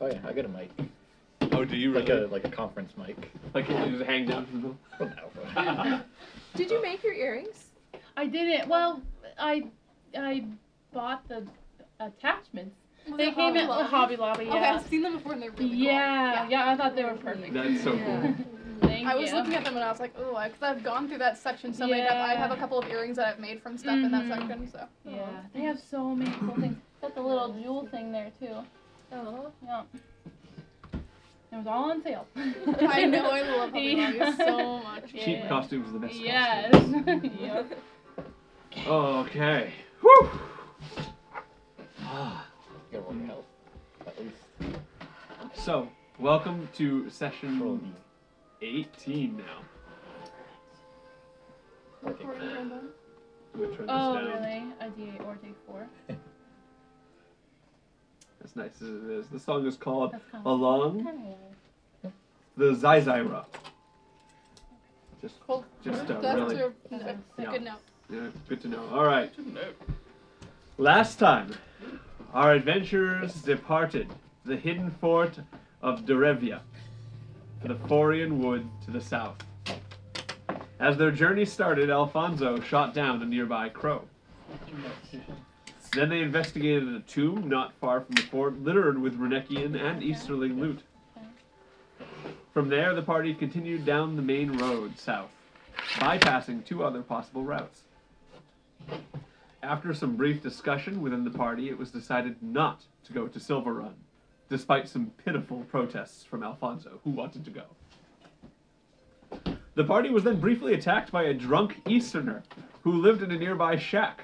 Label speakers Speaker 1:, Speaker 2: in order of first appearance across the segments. Speaker 1: Oh yeah, I got a mic,
Speaker 2: Oh, do you
Speaker 1: like
Speaker 2: really?
Speaker 1: a like a conference mic.
Speaker 2: like it just hang down from them?
Speaker 1: Well, no.
Speaker 3: Did you make your earrings?
Speaker 4: I didn't. Well, I I bought the attachments. They came at
Speaker 5: Lobby?
Speaker 4: Hobby Lobby.
Speaker 5: Okay,
Speaker 4: Yeah.
Speaker 5: I've seen them before and they're really cool.
Speaker 4: yeah, yeah, I thought they were perfect.
Speaker 2: That's so
Speaker 3: Yeah.
Speaker 2: cool.
Speaker 4: Thank
Speaker 5: I was
Speaker 4: you.
Speaker 5: looking at them and I was like, oh, because I've gone through that section so many times. I
Speaker 4: Yeah.
Speaker 5: have a couple of earrings that I've made from stuff in that
Speaker 4: Mhm.
Speaker 5: section, so.
Speaker 4: Yeah, they have so many cool things. Got the little jewel thing there too.
Speaker 3: Oh.
Speaker 4: Yeah. It was all on sale.
Speaker 5: I know I love Hobby
Speaker 4: Yeah.
Speaker 5: Lobby so much.
Speaker 4: Yeah.
Speaker 2: Cheap costumes are the best.
Speaker 4: Yes.
Speaker 2: costumes.
Speaker 4: yeah.
Speaker 2: Okay. Whew. Ah.
Speaker 1: You gotta roll your health. At least
Speaker 2: So, welcome to
Speaker 1: roll
Speaker 2: session
Speaker 1: the
Speaker 2: 18 now.
Speaker 1: Or take four.
Speaker 5: Recording random.
Speaker 2: I'm gonna turn this
Speaker 4: Oh,
Speaker 2: down.
Speaker 4: really? A D8 or D4.
Speaker 2: As nice as it is. The song is called
Speaker 4: That's kind of.
Speaker 2: Along
Speaker 4: Kind of
Speaker 2: the Zai Zai Rock. Just,
Speaker 5: Cool.
Speaker 2: just uh,
Speaker 5: That's
Speaker 2: really
Speaker 5: a
Speaker 4: That
Speaker 5: no,
Speaker 4: sounds
Speaker 2: sick.
Speaker 5: good note.
Speaker 2: Yeah, good to know. All right. Last time, our adventurers departed the hidden fort of Derevia for the Forian wood to the south. As their journey started, Alfonso shot down a nearby crow. Then they investigated a tomb not far from the fort, littered with Renekian and Easterling loot. From there, the party continued down the main road south, bypassing two other possible routes. After some brief discussion within the party, it was decided not to go to Silver Run, despite some pitiful protests from Alfonso, who wanted to go. The party was then briefly attacked by a drunk Easterner who lived in a nearby shack.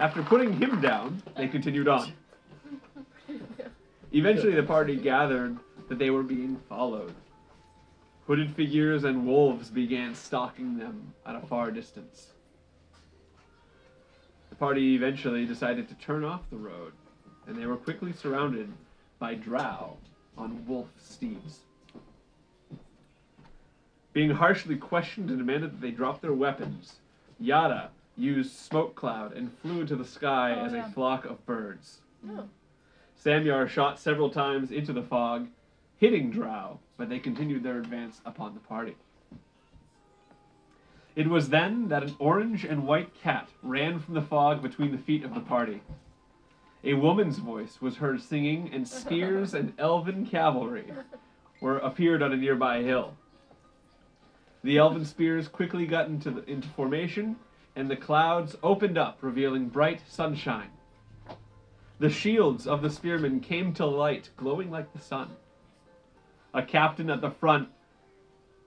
Speaker 2: After putting him down, they continued on. Eventually, the party gathered that they were being followed. Hooded figures and wolves began stalking them at a far distance. The party eventually decided to turn off the road, and they were quickly surrounded by drow on wolf steeds. Being harshly questioned and demanded that they drop their weapons, Yada used smoke cloud and flew into the sky
Speaker 4: Oh,
Speaker 2: as
Speaker 4: yeah.
Speaker 2: a flock of birds.
Speaker 3: Oh.
Speaker 2: Samyar shot several times into the fog, hitting Drow, but they continued their advance upon the party. It was then that an orange and white cat ran from the fog between the feet of the party. A woman's voice was heard singing, and spears and elven cavalry were appeared on a nearby hill. The elven spears quickly got into, the, into formation, and the clouds opened up, revealing bright sunshine. The shields of the spearmen came to light, glowing like the sun. A captain at the front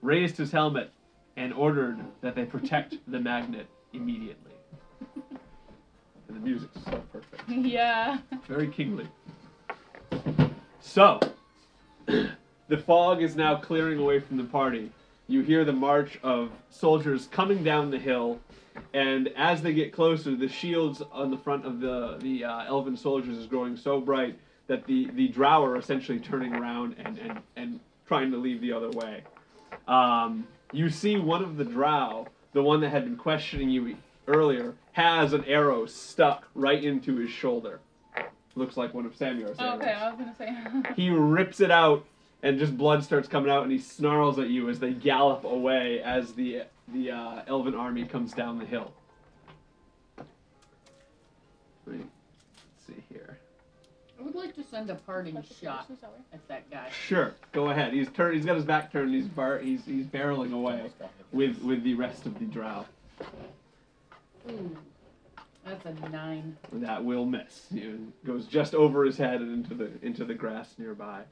Speaker 2: raised his helmet and ordered that they protect the magnet immediately. And the music's so perfect.
Speaker 4: Yeah.
Speaker 2: Very kingly. So, the fog is now clearing away from the party. You hear the march of soldiers coming down the hill, and as they get closer, the shields on the front of the, the uh, elven soldiers is growing so bright that the, the drow are essentially turning around and, and, and trying to leave the other way. Um, you see one of the drow, the one that had been questioning you earlier, has an arrow stuck right into his shoulder. Looks like one of Samuel's arrows.
Speaker 4: Okay, I was gonna say.
Speaker 2: He rips it out, and just blood starts coming out, and he snarls at you as they gallop away as the the uh, elven army comes down the hill. Let me see here.
Speaker 6: I would like to send a parting
Speaker 5: That's a
Speaker 6: shot
Speaker 5: production salary.
Speaker 6: at that guy.
Speaker 2: Sure, go ahead. He's turn. He's got his back turned. He's bar. He's he's barreling away with with the rest of the drow.
Speaker 6: Ooh, that's a nine.
Speaker 2: That will miss. You goes just over his head and into the into the grass nearby.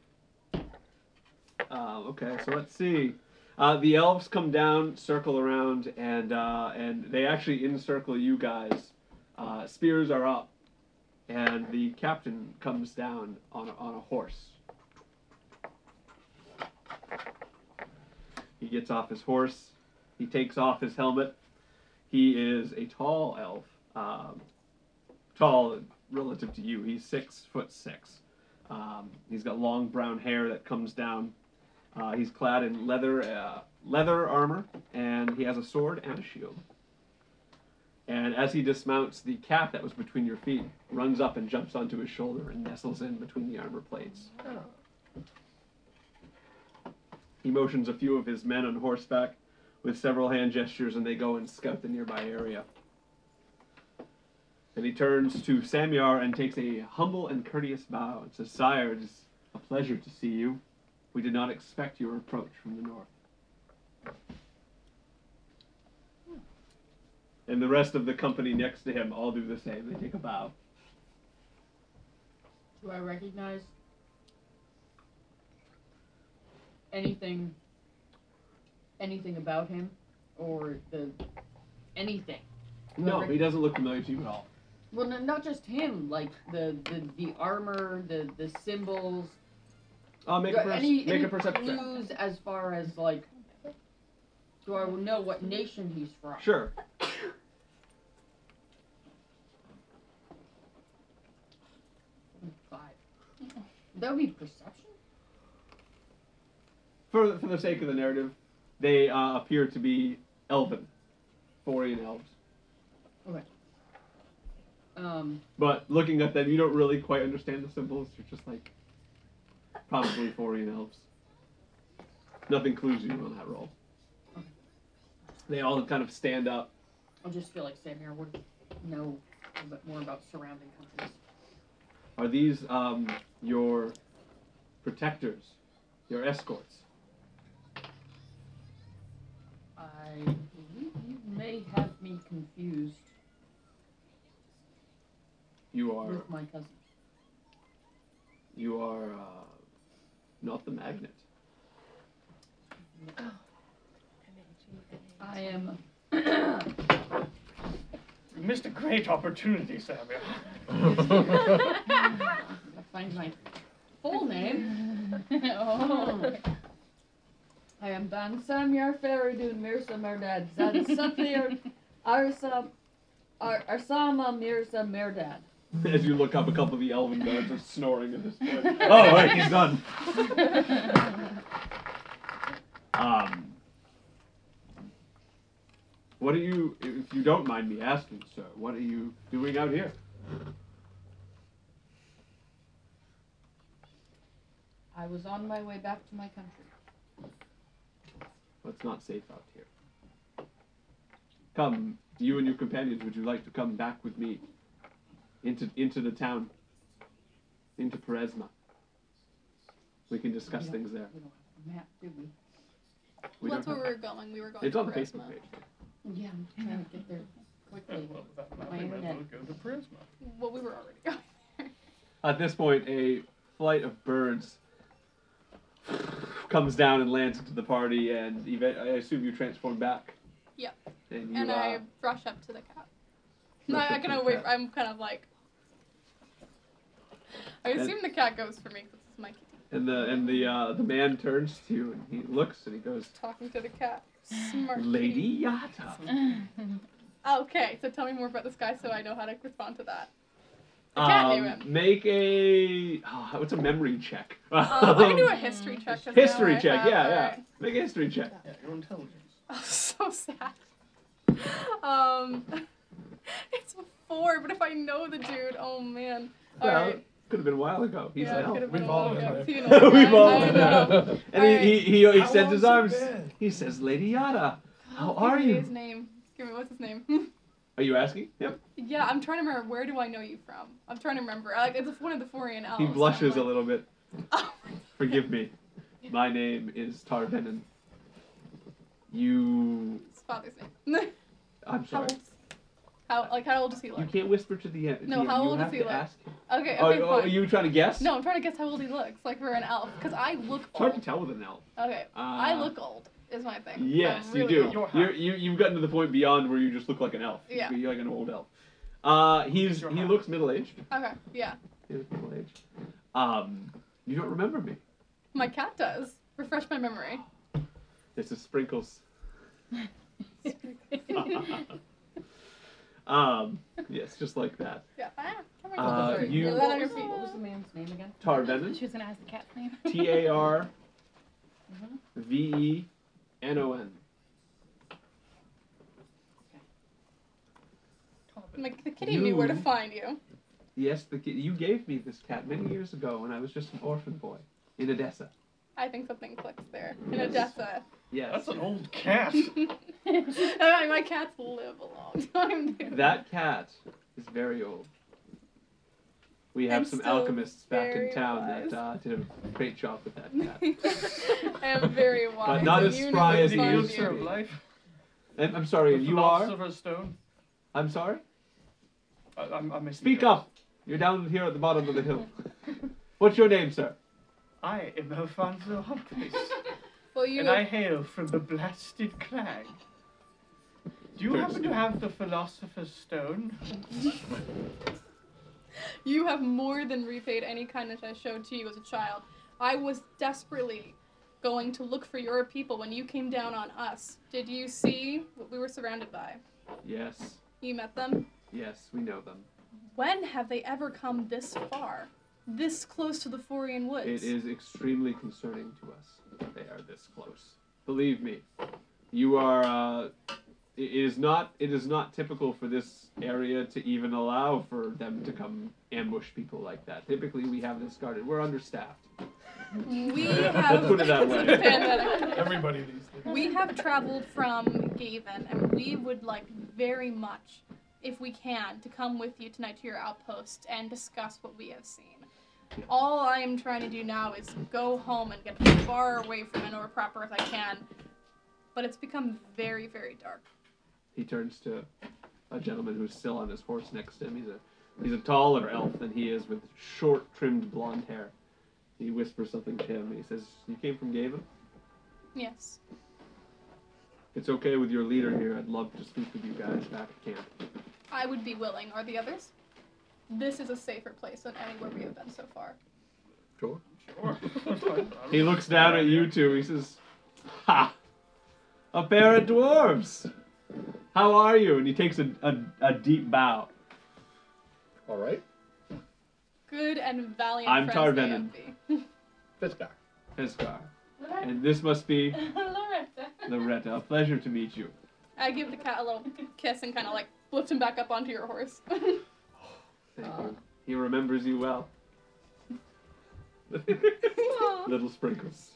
Speaker 2: Uh, okay, so let's see. Uh, the elves come down, circle around, and uh, and they actually encircle you guys. Uh, spears are up, and the captain comes down on a, on a horse. He gets off his horse. He takes off his helmet. He is a tall elf. Um, tall relative to you. He's six foot six. Um, he's got long brown hair that comes down. Uh, he's clad in leather uh, leather armor, and he has a sword and a shield. And as he dismounts, the cap that was between your feet runs up and jumps onto his shoulder and nestles in between the armor plates.
Speaker 7: Oh.
Speaker 2: He motions a few of his men on horseback with several hand gestures, and they go and scout the nearby area. Then he turns to Samyar and takes a humble and courteous bow and says, Sire, it is a pleasure to see you. We did not expect your approach from the north. And the rest of the company next to him all do the same. They take a bow.
Speaker 8: Do I recognize anything? Anything about him or the anything?
Speaker 2: No, he doesn't look familiar to you at all.
Speaker 8: Well, no, not just him. Like the the, the armor, the the symbols.
Speaker 2: Uh, make a, perce-
Speaker 8: any
Speaker 2: make
Speaker 8: any
Speaker 2: a perception check.
Speaker 8: clues as far as like? Do I know what nation he's from?
Speaker 2: Sure.
Speaker 8: Five. That would be perception.
Speaker 2: for for the sake of the narrative, they uh, appear to be elven, Forian elves.
Speaker 8: Um,
Speaker 2: But looking at them, you don't really quite understand the symbols. You're just like, probably Forian elves. Nothing clues you on that roll. They all kind of stand up.
Speaker 8: I just feel like Samir would know a little bit more about surrounding countries.
Speaker 2: Are these um, your protectors, your escorts?
Speaker 8: I believe you may have me confused
Speaker 2: You are
Speaker 8: with my cousin.
Speaker 2: you are uh, not the magnet.
Speaker 8: I am.
Speaker 9: You missed a great opportunity, Samuel.
Speaker 8: Find my full name.
Speaker 4: oh.
Speaker 8: I am Ban Samir Faridun Mirza Merdad Zad Safir Arsa Ar- Arsama Mirza Merdad.
Speaker 2: As you look up, a couple of the elven guards are snoring at this point. oh, wait, he's done. um, what are you, if you don't mind me asking, sir, what are you doing out here?
Speaker 8: I was on my way back to my country.
Speaker 2: Well, it's not safe out here. Come, you and your companions, would you like to come back with me into into the town, into Peresma? We can discuss
Speaker 8: Yeah.
Speaker 2: things there.
Speaker 8: We don't have a map, do we?
Speaker 2: We
Speaker 5: Well, that's
Speaker 2: don't
Speaker 5: where we
Speaker 2: have-
Speaker 5: were going. We were going
Speaker 2: it's
Speaker 5: to
Speaker 2: on the
Speaker 5: Prisma.
Speaker 2: Facebook page.
Speaker 8: Yeah, I'm trying to get there quickly.
Speaker 9: Well, that might
Speaker 8: My
Speaker 9: be my
Speaker 8: internet.
Speaker 9: little go to Prisma.
Speaker 5: Well, we were already going.
Speaker 2: At this point, a flight of birds comes down and lands into the party, and eva- I assume you transform back.
Speaker 5: Yep.
Speaker 2: And you,
Speaker 5: And
Speaker 2: uh,
Speaker 5: I rush up to the cat. No,
Speaker 2: Rush
Speaker 5: I
Speaker 2: up to
Speaker 5: kind
Speaker 2: the
Speaker 5: of wait.
Speaker 2: cat.
Speaker 5: I'm kind of like. I
Speaker 2: And-
Speaker 5: assume the cat goes for me because it's my kitty
Speaker 2: and the and the uh, the man turns to you and he looks and he goes,
Speaker 5: talking to the cat. Smart. kitty.
Speaker 2: "Lady Yata."
Speaker 5: Okay, so tell me more about this guy so I know how to respond to that. The cat knew him.
Speaker 2: Um, Make a oh, what's a memory check?
Speaker 5: Uh, I can do a
Speaker 2: Um,
Speaker 5: history check. 'cause now
Speaker 2: history
Speaker 5: I
Speaker 2: check.
Speaker 5: have-
Speaker 2: Yeah, yeah.
Speaker 5: alright.
Speaker 2: Make a history check.
Speaker 9: Yeah, your intelligence.
Speaker 5: I'm so sad. Um, it's a four, but if I know the dude, oh man. All
Speaker 2: well,
Speaker 5: right.
Speaker 2: could have been a while ago. He's
Speaker 5: yeah,
Speaker 2: an
Speaker 5: it
Speaker 2: elf.
Speaker 5: could have been
Speaker 9: We've
Speaker 5: a
Speaker 9: all
Speaker 5: long
Speaker 9: been
Speaker 5: ago.
Speaker 9: there.
Speaker 5: Seen a long
Speaker 2: We've
Speaker 5: time.
Speaker 2: all
Speaker 5: I
Speaker 2: been
Speaker 5: know.
Speaker 2: And he,
Speaker 5: Alright.
Speaker 2: he, he, he
Speaker 9: How
Speaker 2: extends his
Speaker 9: long's
Speaker 2: arms.
Speaker 9: it been?
Speaker 2: He says, "Lady Yada." How
Speaker 5: Give
Speaker 2: are
Speaker 5: me
Speaker 2: you?
Speaker 5: His name. Give me what's his name.
Speaker 2: Are you asking? Yep.
Speaker 5: yeah, I'm trying to remember. Where do I know you from? I'm trying to remember. Like Oh, it's one of the Forian elves.
Speaker 2: He blushes a
Speaker 5: so I'm like-
Speaker 2: little bit.
Speaker 5: Oh,
Speaker 2: Forgive me. My name is Tarvenin. You.
Speaker 5: his father's name.
Speaker 2: I'm
Speaker 5: how
Speaker 2: sorry.
Speaker 5: old? How like how old is he
Speaker 2: You
Speaker 5: like?
Speaker 2: can't whisper to the end.
Speaker 5: No,
Speaker 2: you,
Speaker 5: how
Speaker 2: you
Speaker 5: old
Speaker 2: have
Speaker 5: is he
Speaker 2: to
Speaker 5: like?
Speaker 2: Ask him.
Speaker 5: Okay, okay,
Speaker 2: Oh,
Speaker 5: fine.
Speaker 2: oh, are you trying to guess?
Speaker 5: No, I'm trying to guess how old he looks, like for an elf, because I look
Speaker 2: It's hard to
Speaker 5: old.
Speaker 2: tell with an elf.
Speaker 5: Okay,
Speaker 2: Uh,
Speaker 5: I look old is my thing.
Speaker 2: Yes,
Speaker 5: I'm
Speaker 2: you
Speaker 5: really
Speaker 2: do.
Speaker 5: old.
Speaker 9: You're
Speaker 2: You're, you you've gotten to the point beyond where you just look like an elf.
Speaker 5: Yeah.
Speaker 2: You're like an old elf. Uh, he's
Speaker 9: You're
Speaker 2: he
Speaker 9: hot.
Speaker 2: looks middle aged.
Speaker 5: Okay, yeah,
Speaker 2: He looks middle aged. Um, you don't remember me.
Speaker 5: my cat does. Refresh my memory.
Speaker 2: This is sprinkles. um, yes, just like that.
Speaker 5: Yeah. Ah, come on,
Speaker 2: Uh,
Speaker 5: sorry.
Speaker 2: you-
Speaker 5: You're
Speaker 8: What
Speaker 5: laying on your
Speaker 8: was,
Speaker 5: feet.
Speaker 8: what was the man's name again?
Speaker 2: Tarvenin.
Speaker 4: She was gonna ask the cat's name.
Speaker 2: T A R
Speaker 5: Mm-hmm.
Speaker 2: V E N O N.
Speaker 5: My, the kitty knew where to
Speaker 2: You-
Speaker 5: find you.
Speaker 2: Yes, the kid, you gave me this cat many years ago when I was just an orphan boy in Edessa.
Speaker 5: I think something clicks there in
Speaker 2: Yes.
Speaker 5: Odessa.
Speaker 2: Yes.
Speaker 10: That's an old cat.
Speaker 5: I mean, my cats live a long time. Dude.
Speaker 2: That cat is very old. We have
Speaker 5: And
Speaker 2: some
Speaker 5: still
Speaker 2: alchemists back in
Speaker 5: very
Speaker 2: town
Speaker 5: wise.
Speaker 2: that uh, did a great job with that cat.
Speaker 5: I am very wise.
Speaker 2: not
Speaker 5: and
Speaker 2: as
Speaker 5: you
Speaker 2: spry
Speaker 5: know
Speaker 2: as
Speaker 5: to
Speaker 2: he
Speaker 5: find
Speaker 2: used to
Speaker 5: you.
Speaker 2: be.
Speaker 10: of life.
Speaker 2: And I'm sorry,
Speaker 10: the
Speaker 2: you are.
Speaker 10: philosopher's stone.
Speaker 2: I'm sorry.
Speaker 10: I, I'm, I'm missing
Speaker 2: Speak
Speaker 10: you.
Speaker 2: up. You're down here at the bottom of the hill. What's your name, sir?
Speaker 10: I am Alfonso Humphreys,
Speaker 5: Well, you
Speaker 10: and I hail from the blasted clan. Do you happen to have the philosopher's stone?
Speaker 5: you have more than repaid any kindness I showed to you as a child. I was desperately going to look for your people when you came down on us. Did you see what we were surrounded by?
Speaker 2: Yes.
Speaker 5: You met them.
Speaker 2: Yes, we know them.
Speaker 5: When have they ever come this far? This close to the Forian
Speaker 2: It
Speaker 5: woods?
Speaker 2: is extremely concerning to us that they are this close. Believe me, you are. Uh, it is not. It is not typical for this area to even allow for them to come ambush people like that. Typically, we have this guarded. We're understaffed.
Speaker 5: We
Speaker 2: Let's
Speaker 5: have
Speaker 2: put it that way.
Speaker 5: It's a pandemic.
Speaker 10: Everybody these days.
Speaker 5: We have traveled from Gaven, and we would like very much, if we can, to come with you tonight to your outpost and discuss what we have seen. All I am trying to do now is go home and get as far away from Enor proper as I can, but it's become very, very dark.
Speaker 2: He turns to a gentleman who's still on his horse next to him. He's a he's a taller elf than he is, with short, trimmed blonde hair. He whispers something to him. and He says, "You came from Gavin."
Speaker 5: Yes.
Speaker 2: It's okay with your leader here. I'd love to speak with you guys back at camp.
Speaker 5: I would be willing. Are the others? This is a safer place than anywhere we have been so far.
Speaker 2: Sure.
Speaker 10: Sure. That's fine.
Speaker 2: He looks down at you two. He says, "Ha! A pair of dwarves. How are you?" And he takes a, a, a deep bow.
Speaker 1: All right.
Speaker 5: Good and valiant
Speaker 2: I'm
Speaker 5: friends they
Speaker 2: Tarvenin.
Speaker 5: have be.
Speaker 1: This guy.
Speaker 2: Fiskar. And this must be
Speaker 4: Loretta.
Speaker 2: Loretta. A pleasure to meet you.
Speaker 5: I give the cat a little kiss and kind of like lift him back up onto your horse. Oh,
Speaker 2: Thank you. He remembers you well. Little sprinkles.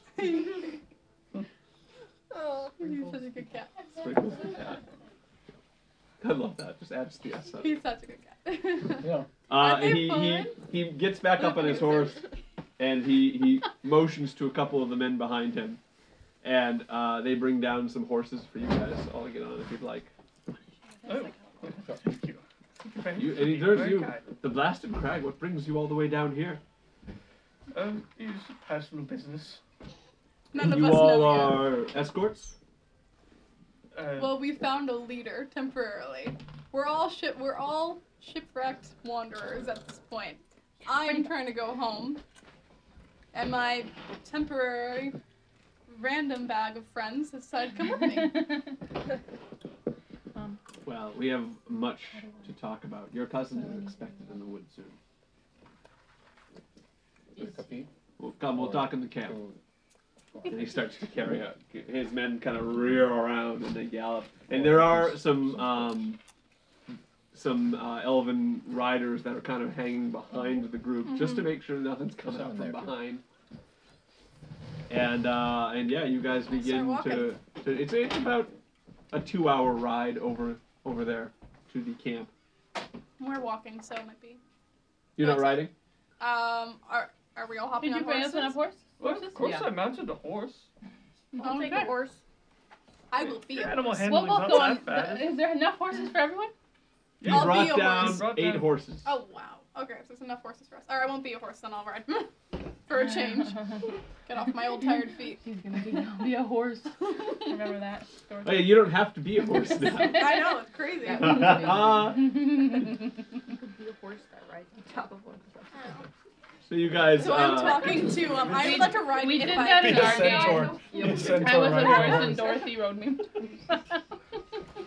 Speaker 3: Oh.
Speaker 5: He's such a good cat.
Speaker 2: Sprinkles. the cat. I love that. Just adds to the S up.
Speaker 5: He's such a good cat.
Speaker 1: Yeah.
Speaker 2: Uh,
Speaker 5: Aren't
Speaker 2: and
Speaker 5: they
Speaker 2: he,
Speaker 5: fun?
Speaker 2: he he gets back up on his horse, and he he motions to a couple of the men behind him, and uh, they bring down some horses for you guys all to get on if you'd like.
Speaker 10: Oh. Thank you. Thank you
Speaker 2: You, and he
Speaker 10: very much indeed.
Speaker 2: turns to
Speaker 10: Very
Speaker 2: you.
Speaker 10: kind.
Speaker 2: The blasted crag. What brings you all the way down here?
Speaker 10: Um, it's personal business.
Speaker 5: None of
Speaker 2: you
Speaker 5: us
Speaker 2: all
Speaker 5: know
Speaker 2: are escorts.
Speaker 10: Uh,
Speaker 5: yet. Well, we found a leader temporarily. We're all ship. We're all shipwrecked wanderers at this point. I'm trying to go home, and my temporary, random bag of friends has decided to come with me.
Speaker 2: Well, we have much to talk about. Your cousins are expected in the woods soon.
Speaker 1: Drink a few.
Speaker 2: We'll come. We'll talk in the camp.
Speaker 1: Ooh.
Speaker 2: and he starts to carry out. His men kind of rear around and they gallop. And there are some um, some uh, elven riders that are kind of hanging behind the group just to
Speaker 5: Mm-hmm.
Speaker 2: make sure nothing's coming up from
Speaker 1: Someone there, too.
Speaker 2: behind. And uh, and yeah, you guys begin to,
Speaker 5: walking.
Speaker 2: to. It's it's about a two-hour ride over over there to the camp.
Speaker 5: We're walking, so it might be.
Speaker 2: You're not riding.
Speaker 5: Um, are are we all hopping
Speaker 4: Did you
Speaker 5: on
Speaker 4: bring
Speaker 5: horses?
Speaker 4: us on a horse?
Speaker 10: well, of course
Speaker 6: Yeah.
Speaker 10: I mounted a horse.
Speaker 5: I'll take a
Speaker 6: horse.
Speaker 5: I will be.
Speaker 10: Your
Speaker 5: a
Speaker 10: animal
Speaker 5: horse.
Speaker 4: We'll
Speaker 10: handling's
Speaker 4: both
Speaker 10: not
Speaker 4: go on.
Speaker 10: that bad. is it?
Speaker 4: Is there enough horses for everyone?
Speaker 2: You
Speaker 5: I'll be
Speaker 2: brought
Speaker 5: a
Speaker 2: down
Speaker 5: horse.
Speaker 10: Brought
Speaker 2: eight
Speaker 10: down-
Speaker 2: horses.
Speaker 5: Oh wow. Okay, so there's enough horses for us. Alright, I won't be a horse then I'll ride. for a change. Get off my old tired feet.
Speaker 4: She's gonna be, be a horse. Remember that story?
Speaker 2: Hey, Oh, you don't have to be a horse now.
Speaker 5: I know, it's crazy.
Speaker 6: Yeah.
Speaker 2: Ah.
Speaker 6: Be a horse that rides on top of one.
Speaker 2: so you guys.
Speaker 5: So
Speaker 2: uh,
Speaker 5: I'm talking to um I would like a ride
Speaker 4: we
Speaker 5: if
Speaker 4: did
Speaker 5: I-
Speaker 4: that
Speaker 10: Be
Speaker 4: in
Speaker 10: a
Speaker 4: our day.
Speaker 10: centaur. Be a
Speaker 4: I
Speaker 10: centaur
Speaker 4: was a
Speaker 10: riding
Speaker 4: horse
Speaker 10: a horse.
Speaker 4: and Dorothy rode me.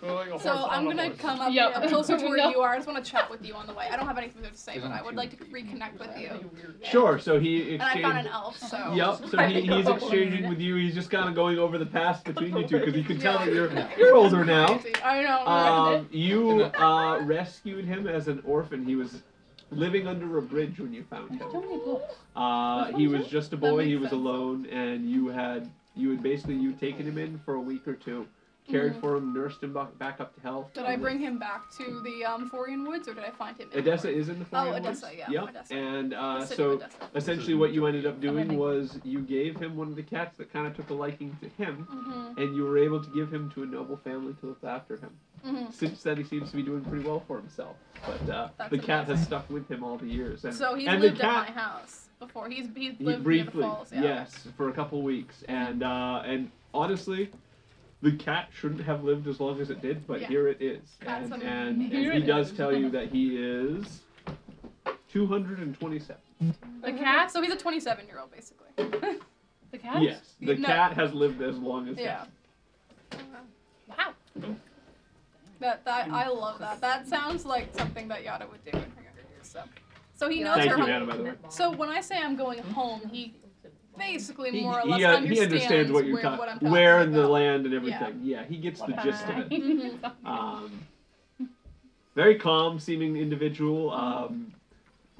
Speaker 10: We're like a
Speaker 5: So
Speaker 10: horse
Speaker 5: I'm
Speaker 10: on a
Speaker 5: gonna
Speaker 10: horse.
Speaker 5: come up
Speaker 4: Yep.
Speaker 5: here, closer to where
Speaker 4: No.
Speaker 5: you are. I just want to chat with you on the way. I don't have anything to say, but
Speaker 1: Isn't
Speaker 5: I would
Speaker 1: she-
Speaker 5: like to reconnect with you.
Speaker 2: Sure. So he
Speaker 5: And I found an
Speaker 2: exchanged.
Speaker 5: elf, so
Speaker 2: Yep. So he, he's exchanging with you. He's just kind of going over the past between you two because you can tell that you're you're older now.
Speaker 5: I know.
Speaker 2: Um, you uh, rescued him as an orphan. He was living under a bridge when you found him. Uh, he was just a boy.
Speaker 5: makes
Speaker 2: He was
Speaker 5: sense.
Speaker 2: alone, and you had you had basically you taken him in for a week or two, cared
Speaker 5: Mm-hmm.
Speaker 2: for him, nursed him bu- back up to health.
Speaker 5: did I bring him back to the um, Forian Woods, or did I find him? in the
Speaker 2: Odessa
Speaker 5: woods?
Speaker 2: is in the Florian
Speaker 5: Oh, Odessa,
Speaker 2: Woods.
Speaker 5: yeah,
Speaker 2: Yep.
Speaker 5: Odessa.
Speaker 2: And
Speaker 5: The
Speaker 2: uh,
Speaker 5: city
Speaker 2: so
Speaker 5: of Odessa.
Speaker 2: essentially, what you ended up doing
Speaker 4: Amazing.
Speaker 2: was you gave him one of the cats that kind of took a liking to him,
Speaker 5: Mm-hmm,
Speaker 2: and you were able to give him to a noble family to look after him.
Speaker 5: Mhm.
Speaker 2: Since then, he seems to be doing pretty well for himself. But uh,
Speaker 5: That's
Speaker 2: the cat has
Speaker 5: amazing.
Speaker 2: stuck with him all the years, and
Speaker 5: So he's
Speaker 2: and
Speaker 5: lived
Speaker 2: the cat
Speaker 5: at my house before. He's he's
Speaker 2: he
Speaker 5: lived
Speaker 2: briefly,
Speaker 5: near the falls. Yeah.
Speaker 2: yes, for a couple weeks, and uh, and honestly, the cat shouldn't have lived as long as it did, but
Speaker 5: Yeah.
Speaker 2: here it is,
Speaker 5: That's
Speaker 2: and
Speaker 5: amazing.
Speaker 2: and, and
Speaker 4: Here
Speaker 2: he
Speaker 4: it
Speaker 2: does
Speaker 4: is.
Speaker 2: tell you that he is two hundred and twenty-seven.
Speaker 4: The cat?
Speaker 5: Mm-hmm. So he's a 27 year old basically.
Speaker 4: The cat?
Speaker 2: Yes, the
Speaker 5: No.
Speaker 2: cat has lived as long as
Speaker 5: Yeah.
Speaker 2: that.
Speaker 4: Wow.
Speaker 5: That that I love that. That sounds like something that Yada would do in her younger years. So, so he knows
Speaker 2: Thank
Speaker 5: her.
Speaker 2: you,
Speaker 5: home.
Speaker 2: Anna, by the way.
Speaker 5: So when I say I'm going home, he basically
Speaker 2: He,
Speaker 5: more or
Speaker 2: he,
Speaker 5: less
Speaker 2: uh, he
Speaker 5: understands,
Speaker 2: understands what you're
Speaker 5: where, what I'm
Speaker 2: talking,
Speaker 5: talking
Speaker 2: where in the
Speaker 5: about.
Speaker 2: land and everything. Yeah, he gets the gist of it.
Speaker 4: Mhm.
Speaker 2: Um, very calm seeming individual, um,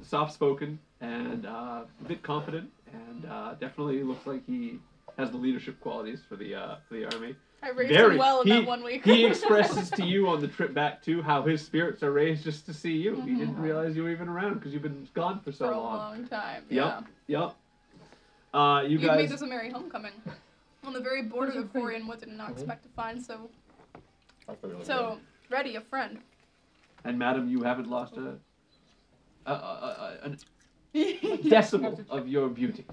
Speaker 2: soft spoken, and uh, a bit confident, and uh, definitely looks like he has the leadership qualities for the uh, for the army.
Speaker 5: I raised
Speaker 2: Very-
Speaker 5: him well in
Speaker 2: he-
Speaker 5: that one week.
Speaker 2: He expresses to you on the trip back too how his spirits are raised just to see you. He didn't realize you were even around because you've been gone for so
Speaker 5: Mm-hmm. for a
Speaker 2: long.
Speaker 5: long time.
Speaker 2: Yep.
Speaker 5: Yeah.
Speaker 2: Yep. Uh, you
Speaker 5: You would made
Speaker 2: guys.
Speaker 5: this a merry homecoming. On the very border of Forian Woods, I did not expect to find so.
Speaker 1: That's really
Speaker 5: So, ready, a friend.
Speaker 2: And madam, you haven't lost a, a, a, a, a decimal of your beauty.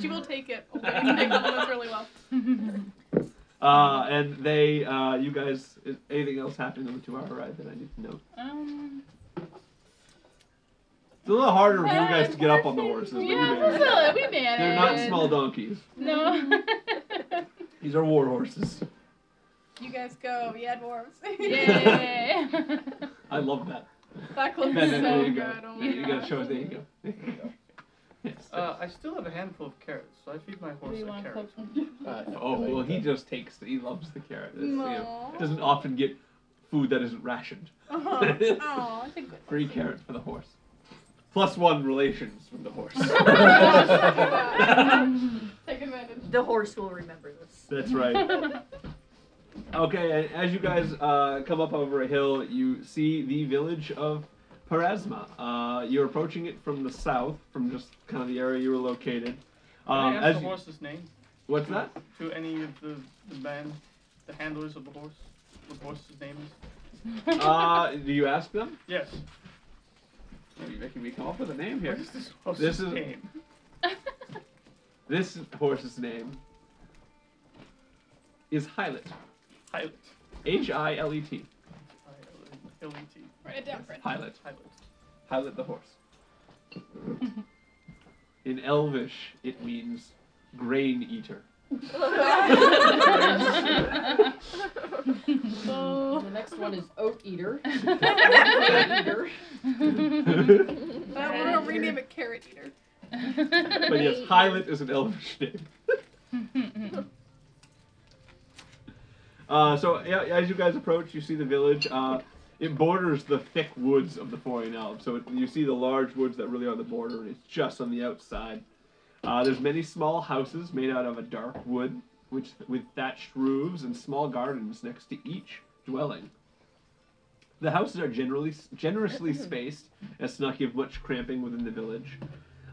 Speaker 5: she will take it. Okay, take compliments really well.
Speaker 2: Uh, and they, uh, you guys, is anything else happening on the two-hour ride that I need to know?
Speaker 4: Um,
Speaker 2: It's a little harder for you guys to get up on the horses. but you
Speaker 4: yeah,
Speaker 2: manage.
Speaker 4: we'll- we managed.
Speaker 2: They're not small donkeys.
Speaker 4: No.
Speaker 2: These are war horses.
Speaker 5: You guys go. Yeah, dwarves.
Speaker 4: Yay.
Speaker 2: I love that.
Speaker 5: that clip
Speaker 2: That-
Speaker 5: is
Speaker 2: that-
Speaker 5: so
Speaker 2: there you
Speaker 5: good.
Speaker 2: go.
Speaker 5: Oh my
Speaker 2: You- you gotta
Speaker 5: gosh.
Speaker 2: show it. There you go. yes.
Speaker 10: Uh, I still have a handful of carrots, so I feed my
Speaker 4: Do
Speaker 10: horse
Speaker 4: you
Speaker 10: a
Speaker 4: want to
Speaker 10: carrot.
Speaker 4: cook?
Speaker 1: Uh,
Speaker 2: oh well, he just takes. The, he loves the carrot. It's, you know,
Speaker 5: Aw.
Speaker 2: doesn't often get food that isn't rationed.
Speaker 5: Uh-huh. Aw, it's a good
Speaker 2: Free carrot for the horse. Plus one relations with the horse.
Speaker 5: Take advantage.
Speaker 8: The horse will remember this.
Speaker 2: That's right. Okay, and as you guys uh, come up over a hill, you see the village of Parasma. Uh, you're approaching it from the south, from just kind of the area you were located. Um,
Speaker 10: Can I ask
Speaker 2: as
Speaker 10: the
Speaker 2: you-
Speaker 10: horse's name
Speaker 2: what's that?
Speaker 10: to any of the the men, the handlers of the horse. What the horse's name is?
Speaker 2: Uh, do you ask them?
Speaker 10: Yes.
Speaker 2: Are you making me come up with a name here?
Speaker 10: What is this horse's
Speaker 2: This is-
Speaker 10: name?
Speaker 2: This horse's name is Hylet.
Speaker 10: Pilot.
Speaker 2: H I L E T.
Speaker 10: L-E-T.
Speaker 5: Write it down, friend.
Speaker 2: Hylet.
Speaker 10: Pilot.
Speaker 2: Hylet the horse. In Elvish, it means grain eater.
Speaker 6: The next one is Oat Eater. eater.
Speaker 5: But I want to rename it Carrot Eater.
Speaker 2: But yes, Hylet is an elvish name. uh, so yeah, as you guys approach, you see the village. Uh, it borders the thick woods of the Forian Alps. So it, you see the large woods that really are the border, and it's just on the outside. Uh, there's many small houses made out of a dark wood, which with thatched roofs and small gardens next to each dwelling. The houses are generally generously spaced, as to not give much cramping within the village.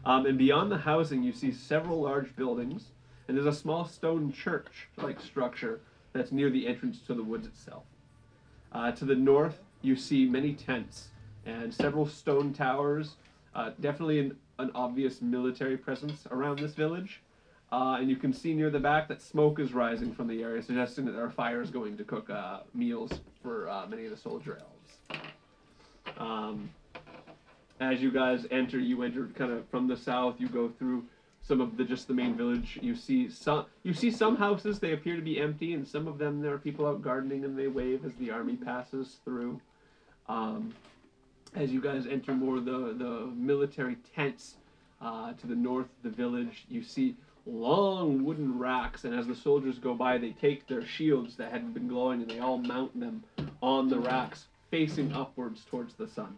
Speaker 2: Um, and beyond the housing, you see several large buildings, and there's a small stone church-like structure that's near the entrance to the woods itself. Uh, to the north, you see many tents and several stone towers. Uh, definitely an, an obvious military presence around this village. Uh, and you can see near the back that smoke is rising from the area, suggesting that there are fires going to cook uh, meals for uh, many of the soldier elves. Um, as you guys enter, you enter kind of from the south. You go through some of the just the main village. You see some you see some houses they appear to be empty, and some of them there are people out gardening and they wave as the army passes through. Um, as you guys enter more of the the military tents uh, to the north of the village, you see long wooden racks, and as the soldiers go by, they take their shields that had been glowing and they all mount them on the racks, facing upwards towards the sun.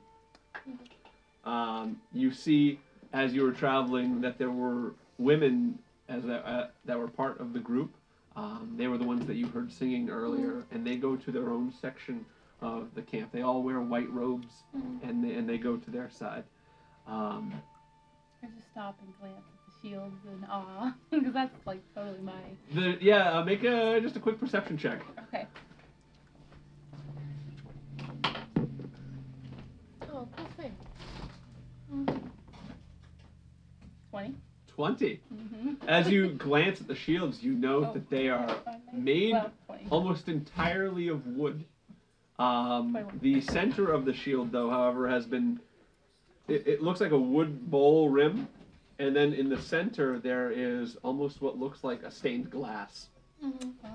Speaker 2: Um, you see, as you were traveling, that there were women as a, uh, that were part of the group. Um, they were the ones that you heard singing earlier, and they go to their own section of the camp. They all wear white robes, and they, and they go to their side. Um,
Speaker 4: I just stop and glance at the shields in awe because that's like totally my
Speaker 2: the, yeah, uh, make a, just a quick perception check.
Speaker 4: okay.
Speaker 3: Oh, cool thing.
Speaker 4: Twenty.
Speaker 2: 20.
Speaker 4: Mm-hmm.
Speaker 2: As you glance at the shields, you know that they are made
Speaker 4: Well, twenty.
Speaker 2: almost entirely of wood. Um,
Speaker 4: Wait, what?
Speaker 2: the center of the shield, though, however, has been. It, it looks like a wood bowl rim, and then in the center there is almost what looks like a stained glass.
Speaker 4: Ah.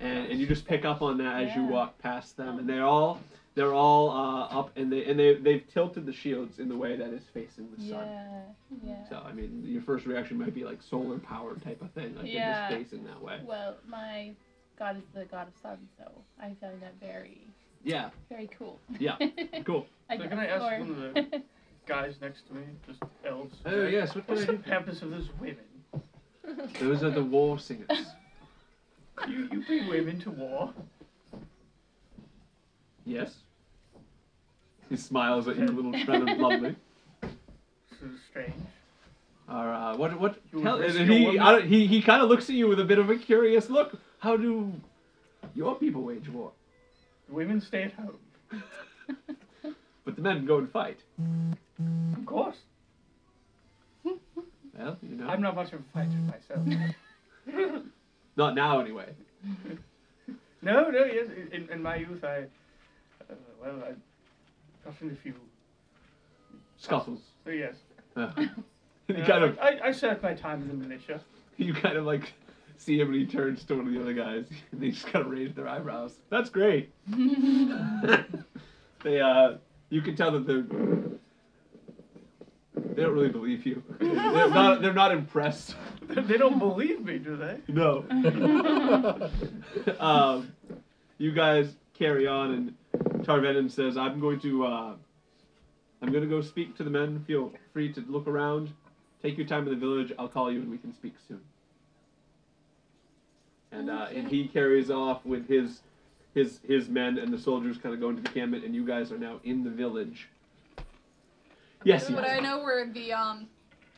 Speaker 2: And, and you just pick up on that as you
Speaker 4: Yeah. Oh.
Speaker 2: walk past them, and they're all they're all uh, up, and they and they they've tilted the shields in the way that is facing the sun.
Speaker 4: Yeah. Yeah.
Speaker 2: So I mean, your first reaction might be like solar powered type of thing, like
Speaker 4: Yeah.
Speaker 2: they're just facing that way.
Speaker 4: Well, my god is the god of sun, so I found that very,
Speaker 2: Yeah,
Speaker 4: very cool.
Speaker 2: Yeah. cool.
Speaker 4: I
Speaker 10: So
Speaker 4: guess,
Speaker 10: can I ask
Speaker 4: or-
Speaker 10: one of the- Guys next to me, just elves.
Speaker 2: Oh yes, what
Speaker 10: What's
Speaker 2: did I
Speaker 10: the
Speaker 2: do?
Speaker 10: purpose of those women?
Speaker 2: Those are the war singers.
Speaker 10: You, you bring women to war.
Speaker 2: Yes. He smiles at your little shred of lovely.
Speaker 10: This is strange.
Speaker 2: Or, uh, what? What?
Speaker 10: You would
Speaker 2: Tell,
Speaker 10: risk
Speaker 2: and
Speaker 10: your
Speaker 2: he,
Speaker 10: woman?
Speaker 2: I don't, he he kind of looks at you with a bit of a curious look. How do your people wage war?
Speaker 10: Women stay at home.
Speaker 2: But the men go and fight.
Speaker 10: Of course.
Speaker 2: Well, you know,
Speaker 10: I'm not much of a fighter myself.
Speaker 2: not now anyway.
Speaker 10: No, no, yes. in- In, in my youth, I, uh, well, I got in a few.
Speaker 2: Scuffles.
Speaker 10: So yes,
Speaker 2: Uh, and he
Speaker 10: Uh,
Speaker 2: kind of
Speaker 10: I, I served my time in the militia.
Speaker 2: you kind of like see him and he turns to one of the other guys and they just kind of raise their eyebrows. That's great. they uh, you can tell that they're they don't really believe you. They're not they're not impressed.
Speaker 10: they don't believe me, do they?
Speaker 2: No. um, you guys carry on and Tarvenin says, "I'm going to uh, I'm going to go speak to the men. Feel free to look around. Take your time in the village. I'll call you and we can speak soon." And uh, and he carries off with his his his men and the soldiers kind of go into the encampment and you guys are now in the village. Yes.
Speaker 5: But I
Speaker 2: yes.
Speaker 5: know where the um,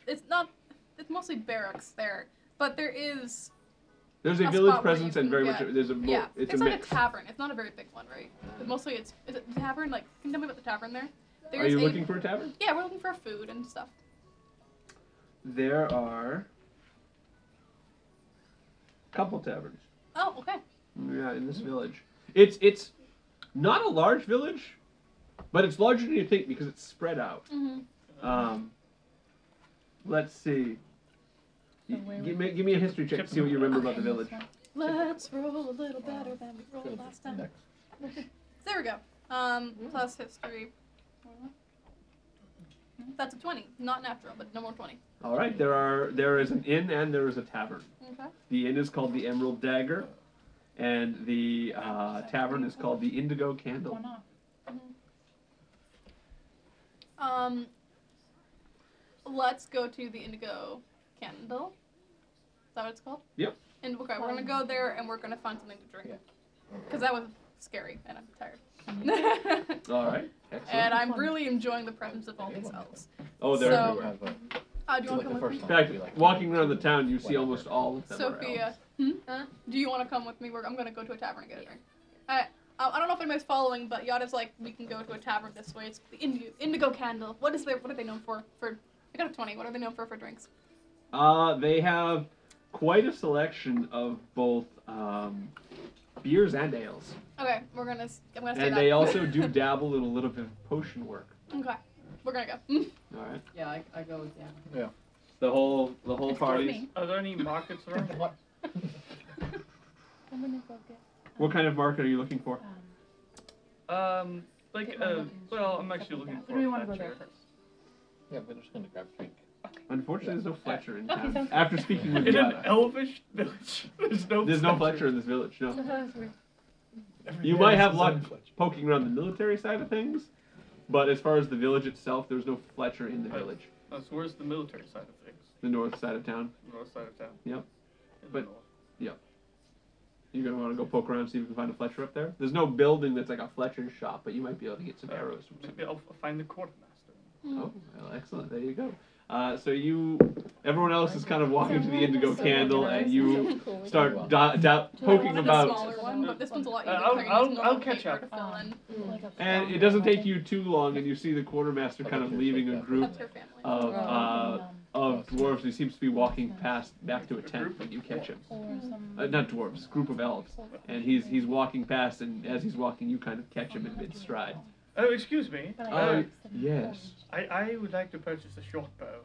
Speaker 5: it's not. It's mostly barracks there, but there is.
Speaker 2: There's a,
Speaker 5: a
Speaker 2: village
Speaker 5: spot where you
Speaker 2: presence and
Speaker 5: can
Speaker 2: very
Speaker 5: get-
Speaker 2: much there's a mo-
Speaker 5: Yeah,
Speaker 2: it's,
Speaker 5: it's,
Speaker 2: a
Speaker 5: like
Speaker 2: mix.
Speaker 5: a tavern. It's not a very big one, right? But mostly it's is it the tavern. Like, can you tell me about the tavern there?
Speaker 2: are
Speaker 5: There's
Speaker 2: you
Speaker 5: a,
Speaker 2: looking for a tavern?
Speaker 5: Yeah, we're looking for food and stuff.
Speaker 2: There are a couple taverns.
Speaker 5: Oh, okay.
Speaker 2: Yeah, in this village. It's it's not a large village, but it's larger than you think because it's spread out.
Speaker 5: Mm-hmm.
Speaker 2: Um, let's see.
Speaker 4: So
Speaker 2: Y-
Speaker 4: where
Speaker 2: Give me, give me a history check to see what you remember about the village.
Speaker 5: Let's roll a little better than we rolled last time.
Speaker 1: Next.
Speaker 5: There we go. Um,
Speaker 2: Mm-hmm.
Speaker 5: plus history. Mm-hmm. That's a twenty. Not natural, but no more twenty.
Speaker 2: All right, there are there is an inn and there is a tavern.
Speaker 5: Okay.
Speaker 2: The inn is called the Emerald Dagger, and the uh, tavern is called the Indigo Candle.
Speaker 4: One off.
Speaker 5: Um, let's go to the Indigo Candle. Is that what it's called?
Speaker 2: Yep.
Speaker 5: And okay, we're gonna go there and we're gonna find something to drink. Cause that was scary and I'm tired.
Speaker 2: All right, excellent.
Speaker 5: and I'm really enjoying the presence of all these elves.
Speaker 2: oh, they're
Speaker 5: so-
Speaker 2: everywhere.
Speaker 1: Have a-
Speaker 5: Uh, do
Speaker 1: like
Speaker 5: you want
Speaker 1: the
Speaker 5: to come
Speaker 1: first
Speaker 5: with me?
Speaker 2: In
Speaker 1: time
Speaker 2: fact,
Speaker 1: we, like,
Speaker 2: walking
Speaker 1: went
Speaker 2: around the
Speaker 1: to
Speaker 2: town, you see
Speaker 1: whatever.
Speaker 2: almost all of them. are
Speaker 5: Sophia,
Speaker 2: elves.
Speaker 5: Huh? do you want to come with me? We're, I'm gonna go to a tavern and get a drink. I, I I don't know if anybody's following, but Yada's like, we can go to a tavern this way. It's the Indigo, Indigo Candle. What is their? What are they known for? For I got a twenty. What are they known for for drinks?
Speaker 2: Uh, they have quite a selection of both um, beers and ales,
Speaker 5: Okay, we're gonna. s- I'm gonna say
Speaker 2: and
Speaker 5: that.
Speaker 2: they also do dabble in a little bit of potion work.
Speaker 5: okay, we're gonna go.
Speaker 2: All right.
Speaker 6: Yeah, I, I go with Dan.
Speaker 2: The whole the whole
Speaker 5: Excuse
Speaker 2: party.
Speaker 5: me.
Speaker 10: Are there any markets around?
Speaker 1: What?
Speaker 4: I'm gonna go get.
Speaker 2: What kind of market are you looking for?
Speaker 5: Uh,
Speaker 4: Um,
Speaker 10: Um, like,
Speaker 4: Get one
Speaker 10: uh,
Speaker 4: of those.
Speaker 10: well, I'm actually
Speaker 4: Something
Speaker 10: looking
Speaker 4: like that.
Speaker 10: for
Speaker 4: Or do we
Speaker 10: a
Speaker 4: wanna go
Speaker 10: Fletcher.
Speaker 4: there
Speaker 1: Yeah, we're just gonna grab a drink.
Speaker 2: Unfortunately, there's no Fletcher in
Speaker 4: Okay,
Speaker 2: town.
Speaker 4: sounds good.
Speaker 2: After speaking with
Speaker 10: In an
Speaker 2: Yada,
Speaker 10: elvish village, there's no
Speaker 2: there's no Fletcher in this village. No.
Speaker 1: Everybody
Speaker 2: You might
Speaker 1: else
Speaker 2: have
Speaker 1: is
Speaker 2: luck
Speaker 1: on Fletcher.
Speaker 2: poking around the military side of things, but as far as the village itself, there's no Fletcher in the
Speaker 10: Right.
Speaker 2: village.
Speaker 10: That's where's the military side of things?
Speaker 2: The north side of town.
Speaker 10: The north side of town.
Speaker 2: Yep.
Speaker 10: In the
Speaker 2: But-
Speaker 10: north.
Speaker 2: You're gonna want to go poke around, see if you can find a Fletcher up there. There's no building that's like a Fletcher's shop, but you might be able to get some arrows from
Speaker 10: Maybe
Speaker 2: somebody.
Speaker 10: Uh, I'll f- find the quartermaster.
Speaker 2: Oh, well, excellent. There you go. Uh, so you, everyone else is kind of walking to the
Speaker 4: Someone
Speaker 2: Indigo
Speaker 4: has so
Speaker 2: Candle,
Speaker 4: organized.
Speaker 2: and
Speaker 3: So
Speaker 2: you
Speaker 3: cool.
Speaker 2: start da- da-
Speaker 5: I
Speaker 2: poking
Speaker 5: wanted a
Speaker 2: about.
Speaker 5: smaller one, but this one's a lot
Speaker 10: Uh,
Speaker 5: easier.
Speaker 10: I'll-
Speaker 5: carrying.
Speaker 10: I'll-
Speaker 5: It's normal
Speaker 10: I'll catch
Speaker 5: paper
Speaker 10: up.
Speaker 5: To fill in.
Speaker 4: like a
Speaker 2: And it
Speaker 4: phone
Speaker 2: doesn't
Speaker 4: or
Speaker 2: take you too long, and you see the quartermaster kind of leaving a group
Speaker 5: That's her family.
Speaker 2: of
Speaker 6: Oh.
Speaker 2: uh,
Speaker 4: something,
Speaker 2: of dwarves who seems to be walking past back to a tent when you catch him.
Speaker 4: um, or some-
Speaker 2: Uh, not dwarves, group of elves. And he's he's walking past, and as he's walking, you kind of catch him in mid stride.
Speaker 10: Oh, excuse me.
Speaker 4: But I
Speaker 2: Uh,
Speaker 4: got some
Speaker 2: yes.
Speaker 10: I, I would like to purchase a short bow.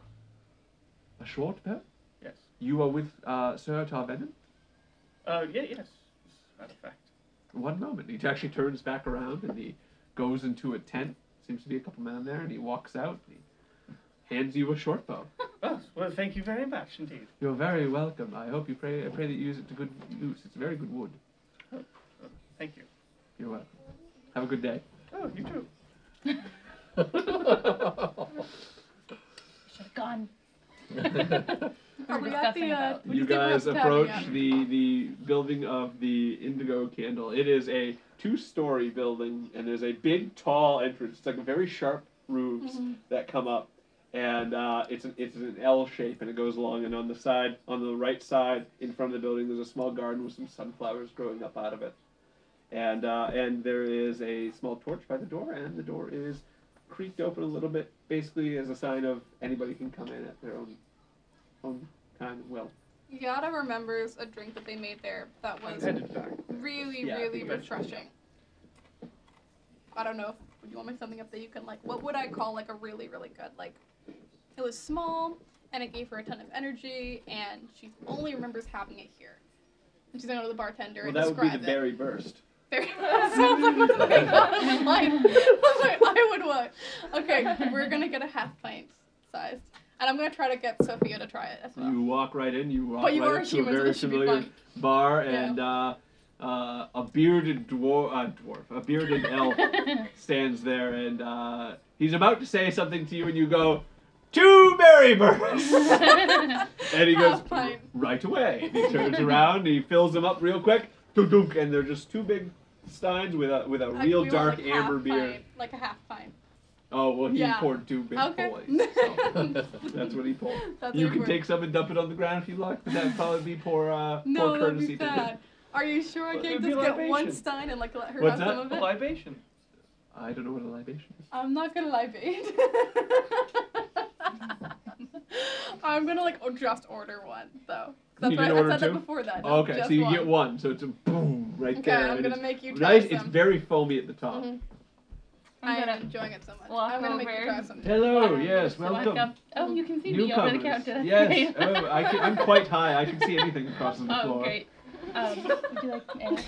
Speaker 2: A short bow?
Speaker 10: Yes.
Speaker 2: You are with uh, Sir Tarvenin?
Speaker 10: Uh, yeah, yes. As a matter of fact.
Speaker 2: One moment. He actually turns back around and he goes into a tent. Seems to be a couple men there, and he walks out and he hands you a short bow.
Speaker 10: Oh, well, thank you very much indeed.
Speaker 2: You're very welcome. I hope you pray. I pray that you use it to good use. It's very good wood.
Speaker 10: Thank you.
Speaker 2: You're welcome. Have a good day.
Speaker 10: Oh, you too.
Speaker 4: Should have gone.
Speaker 5: Are we at the, uh, what do
Speaker 2: you
Speaker 5: think we're
Speaker 2: guys
Speaker 5: at the
Speaker 2: approach
Speaker 5: tavern
Speaker 2: the the building of the Indigo Candle. It is a two-story building, and there's a big, tall entrance. It's like very sharp roofs that come up, and uh, it's an it's an L shape, and it goes along. And on the side, on the right side, in front of the building, there's a small garden with some sunflowers growing up out of it, and uh, and there is a small torch by the door, and the door is creaked open a little bit, basically as a sign of anybody can come in at their own own time and will.
Speaker 5: yet? Yada remembers a drink that they made there that
Speaker 10: I'm
Speaker 5: was
Speaker 10: headed back.
Speaker 5: really,
Speaker 2: Yeah, I
Speaker 5: really
Speaker 2: think I should, yeah.
Speaker 5: refreshing. I don't know. if- Would you want me something up that you can like? What would I call like a really, really good like? It was small and it gave her a ton of energy, and she only remembers having it here. And she's gonna go to the bartender
Speaker 2: Well,
Speaker 5: and
Speaker 2: that would be
Speaker 5: describe
Speaker 2: the
Speaker 5: it.
Speaker 2: berry burst.
Speaker 5: There- that sounds like what's going on in my life. That's what I would want. Okay, we're gonna get a half pint sized, and I'm gonna try to get Sophia to try it as well.
Speaker 2: You walk right in. You walk
Speaker 5: but you
Speaker 2: right
Speaker 5: are
Speaker 2: up
Speaker 5: a
Speaker 2: to a
Speaker 5: human, so
Speaker 2: very
Speaker 5: this should be
Speaker 2: familiar
Speaker 5: fun.
Speaker 2: bar, and uh, uh, a bearded dwarf, uh, dwarf, a bearded elf stands there, and uh, he's about to say something to you, and you go, two berry bursts, and he goes
Speaker 5: Half pint.
Speaker 2: right away. And he turns around, and he fills them up real quick, dunk, and they're just two big steins with a with a
Speaker 5: Like,
Speaker 2: real
Speaker 5: we want,
Speaker 2: dark
Speaker 5: like, half
Speaker 2: amber beer.
Speaker 5: pint, like a half pint.
Speaker 2: Oh well, he
Speaker 5: Yeah.
Speaker 2: poured two big
Speaker 5: Okay.
Speaker 2: boys. So that's what he pulled.
Speaker 5: That's
Speaker 2: you
Speaker 5: what
Speaker 2: can
Speaker 5: we're-
Speaker 2: take some and dump it on the ground if you like, but that'd probably be poor, uh,
Speaker 5: No,
Speaker 2: poor
Speaker 5: that'd be
Speaker 2: courtesy
Speaker 5: sad. Are you sure I
Speaker 10: Well,
Speaker 5: can't
Speaker 10: it'd be
Speaker 5: just get one
Speaker 10: libation.
Speaker 5: stein and like let her
Speaker 2: What's
Speaker 5: have some
Speaker 2: that?
Speaker 5: of
Speaker 10: A
Speaker 5: it?
Speaker 10: libation.
Speaker 2: I don't know what a libation is.
Speaker 5: I'm not gonna lie, babe. I'm gonna like just order one though. 'Cause That's
Speaker 2: You
Speaker 5: right.
Speaker 2: didn't
Speaker 5: I
Speaker 2: order
Speaker 5: said that
Speaker 2: two?
Speaker 5: before that. no,
Speaker 2: Oh, okay,
Speaker 5: just
Speaker 2: so you
Speaker 5: one.
Speaker 2: get one, so it's a boom right
Speaker 5: Okay,
Speaker 2: there.
Speaker 5: I'm
Speaker 2: and
Speaker 5: gonna
Speaker 2: it's
Speaker 5: make you try
Speaker 2: nice.
Speaker 5: some.
Speaker 2: It's very foamy at the top.
Speaker 5: Mhm.
Speaker 4: I'm
Speaker 5: I'm
Speaker 4: gonna
Speaker 5: enjoying it so much.
Speaker 4: walk
Speaker 5: I'm gonna make you
Speaker 4: over.
Speaker 5: try some.
Speaker 2: Hello, yes,
Speaker 4: So I
Speaker 2: welcome.
Speaker 4: come- Oh, you can see me over the
Speaker 2: Newcomers.
Speaker 4: counter.
Speaker 2: yes, oh, I can, I'm quite high. I can see anything across the
Speaker 4: Oh,
Speaker 2: floor.
Speaker 4: great. Um, would you like some air?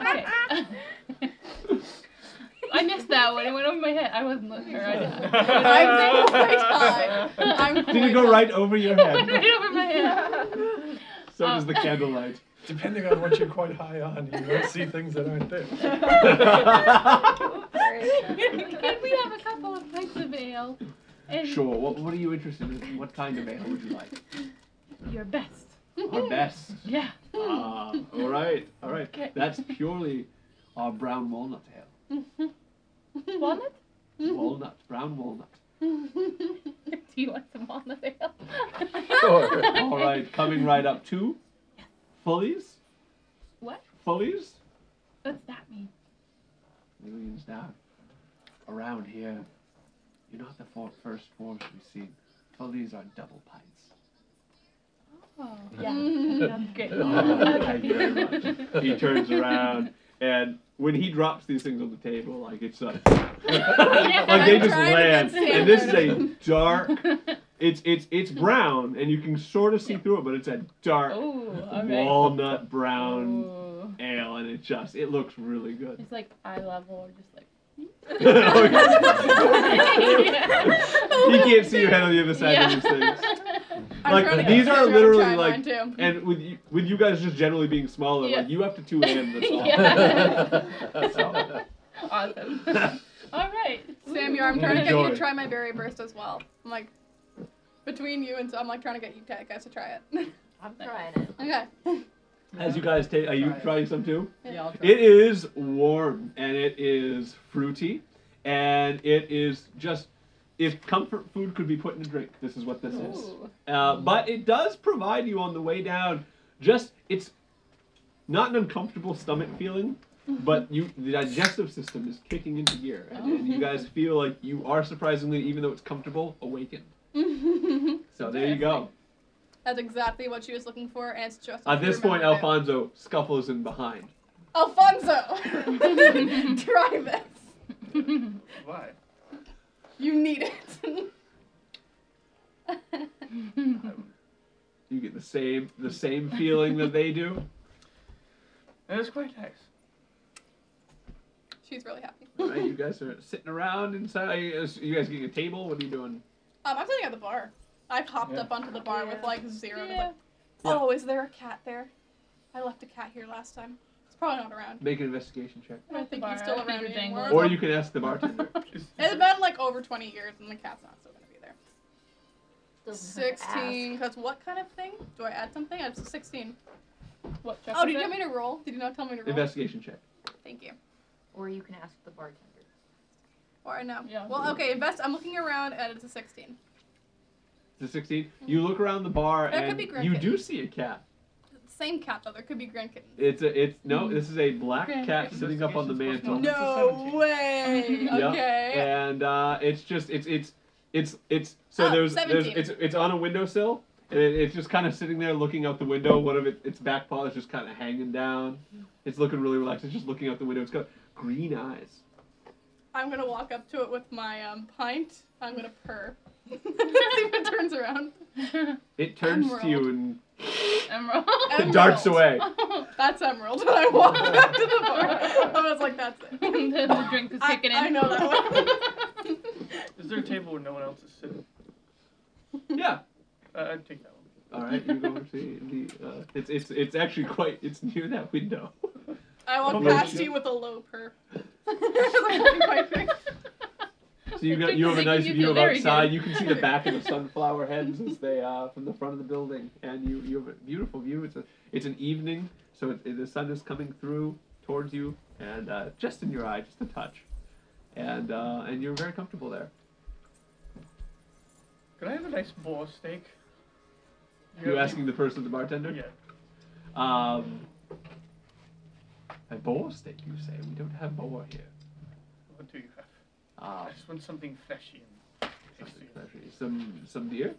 Speaker 4: Okay. I missed that one. It went over my head. I wasn't looking. Or I,
Speaker 5: I'm quite high. I'm
Speaker 2: Did it
Speaker 5: quite
Speaker 2: go
Speaker 5: high.
Speaker 2: right over your
Speaker 4: it went
Speaker 2: head?
Speaker 4: right over my head.
Speaker 2: so does the
Speaker 4: Oh.
Speaker 2: candlelight.
Speaker 1: Depending on what you're quite high on, you might see things that aren't there.
Speaker 4: Can we have a couple of pints of ale? And
Speaker 2: sure. What, what are you interested in? What kind of ale would you like?
Speaker 4: Your best.
Speaker 2: Our best.
Speaker 4: Yeah.
Speaker 2: Ah, all right, all right.
Speaker 4: Okay.
Speaker 2: That's purely our brown walnut ale.
Speaker 4: Walnut? Mm-hmm.
Speaker 2: Walnut, brown walnut.
Speaker 4: Do you want some walnut ale?
Speaker 1: Sure.
Speaker 2: All right, coming right up to fullies.
Speaker 4: What?
Speaker 2: Fullies.
Speaker 4: What's that mean?
Speaker 2: Millions down. Around here, you're not the for- first force we've seen. Fullies are double pints.
Speaker 4: Oh, yeah.
Speaker 5: Mhm.
Speaker 4: Sounds great.
Speaker 2: Oh, thank you very much. He turns around and. When he drops these things on the table, like it's a, like
Speaker 4: I'm
Speaker 2: they just
Speaker 5: trying to
Speaker 2: land,
Speaker 5: get
Speaker 2: and this is
Speaker 5: standard.
Speaker 2: a dark It's it's it's brown, and you can sort of see through it, but it's a dark
Speaker 6: Oh, all right.
Speaker 2: walnut brown
Speaker 6: Ooh.
Speaker 2: ale, and it just it looks really good.
Speaker 4: It's like eye level or just like.
Speaker 2: Oh, yeah. he
Speaker 4: yeah.
Speaker 2: can't see your head on the other side
Speaker 4: Yeah.
Speaker 2: of these things.
Speaker 5: I'm
Speaker 2: Like,
Speaker 5: trying to
Speaker 2: these
Speaker 5: get a
Speaker 2: are
Speaker 5: picture, I'm
Speaker 2: literally
Speaker 5: trying
Speaker 2: like-
Speaker 5: mine too.
Speaker 2: And with you, with you guys just generally being smaller,
Speaker 4: Yeah.
Speaker 2: like you have to two hand this all.
Speaker 4: Yeah.
Speaker 1: That's
Speaker 4: awesome. All right.
Speaker 5: Samuel, I'm
Speaker 1: And
Speaker 5: trying to get you to
Speaker 1: enjoy.
Speaker 5: try my berry burst as well. I'm like, between you and so, I'm like trying to get you t- guys to try it.
Speaker 8: I'm trying it.
Speaker 5: okay.
Speaker 2: As you guys take, are you
Speaker 10: Try it.
Speaker 2: trying some too?
Speaker 6: Yeah, I'll try.
Speaker 2: It is warm and it is fruity and it is just if comfort food could be put in a drink, this is what this is. Uh, but it does provide you on the way down just it's not an uncomfortable stomach feeling, but you the digestive system is kicking into gear and, and you guys feel like you are surprisingly, even though it's comfortable, awakened. So there you go.
Speaker 5: That's exactly what she was looking for, and it's just. what
Speaker 2: At
Speaker 5: she
Speaker 2: this point,
Speaker 5: remembered.
Speaker 2: Alfonso scuffles in behind.
Speaker 5: Alfonso, try this.
Speaker 10: Why?
Speaker 5: You need it.
Speaker 2: You get the same the same feeling that they do.
Speaker 10: It was quite nice.
Speaker 5: She's really happy.
Speaker 2: All right, you guys are sitting around inside. Are you guys- you guys getting a table? What are you doing?
Speaker 5: Um, I'm sitting at the bar. I've hopped
Speaker 1: Yeah.
Speaker 5: up onto the bar with
Speaker 8: Yeah.
Speaker 5: like zero.
Speaker 4: Yeah.
Speaker 5: Like, oh, is there a cat there? I left a cat here last time. It's probably not around.
Speaker 2: Make an investigation check,
Speaker 5: I don't
Speaker 4: At the
Speaker 5: think he's
Speaker 4: bar,
Speaker 5: still
Speaker 4: I think
Speaker 5: around
Speaker 4: you're
Speaker 5: anymore.
Speaker 4: dangling.
Speaker 2: or you can ask the bartender.
Speaker 5: It's been like over 20 years, and the cat's not still gonna be there.
Speaker 8: Doesn't hurt to ask.
Speaker 5: 16. Cause what kind of thing? Do I add something? I'm 16.
Speaker 4: What check
Speaker 5: Oh,
Speaker 4: was
Speaker 5: did you
Speaker 4: it?
Speaker 5: want me to roll? Did you not tell me to roll?
Speaker 2: investigation check.
Speaker 5: Thank you.
Speaker 8: Or you can ask the bartender.
Speaker 5: Or no.
Speaker 4: Yeah.
Speaker 5: Well, okay. Invest. I'm looking around, and it's a 16.
Speaker 2: To sixteen, you look around the bar
Speaker 5: That could
Speaker 2: and
Speaker 5: be Grim
Speaker 2: you
Speaker 5: Kitten.
Speaker 2: do see a cat.
Speaker 5: Same cat though. There could be grand kittens.
Speaker 2: It's a it's no.
Speaker 5: Hmm.
Speaker 2: This is a black
Speaker 4: Grim
Speaker 2: cat
Speaker 4: Kitten.
Speaker 2: sitting up on the
Speaker 10: Investigation's
Speaker 2: mantle,
Speaker 10: plus one. It's a
Speaker 5: No
Speaker 10: 17.
Speaker 5: way.
Speaker 2: Yep.
Speaker 5: Okay.
Speaker 2: and uh, it's just it's it's it's it's so
Speaker 5: Oh,
Speaker 2: there's
Speaker 5: 17.
Speaker 2: there's it's it's on a windowsill. And it, it's just kind of sitting there looking out the window. One of it, its back paw is just kind of hanging down. It's looking really relaxed. It's just looking out the window. It's got green eyes.
Speaker 5: I'm gonna walk up to it with my um, pint. I'm gonna purr. See if it turns around.
Speaker 2: It turns to you and
Speaker 4: Emerald.
Speaker 5: Emerald.
Speaker 2: darts away.
Speaker 5: That's Emerald. When I walked up to the bar, I was like, "That's it."
Speaker 4: the, the drink was
Speaker 5: I-
Speaker 4: kicking in.
Speaker 5: I know that
Speaker 4: one.
Speaker 10: Is there a table where no one else is sitting?
Speaker 2: Yeah.
Speaker 10: Uh, I'd take that one.
Speaker 2: All right, you go see the. Uh, it's it's it's actually quite. It's near that window.
Speaker 5: I
Speaker 2: Oh,
Speaker 5: walked past
Speaker 2: shit.
Speaker 5: you with a low purr. I was like,
Speaker 2: So you got you have a nice view of outside. You can see the back of the sunflower heads as they uh, from the front of the building, and you you have a beautiful view. It's a it's an evening, so it, it- the sun is coming through towards you, and uh, just in your eye, just a touch, and uh, and you're very comfortable there.
Speaker 10: Could I have a nice boar steak?
Speaker 2: You
Speaker 10: have
Speaker 2: asking the person, the bartender.
Speaker 10: any- Yeah.
Speaker 2: Um. A boar steak, you say? We don't have boar here.
Speaker 10: What do you have?
Speaker 2: Ah,
Speaker 10: I just want something fleshy and tasty.
Speaker 2: some some deer.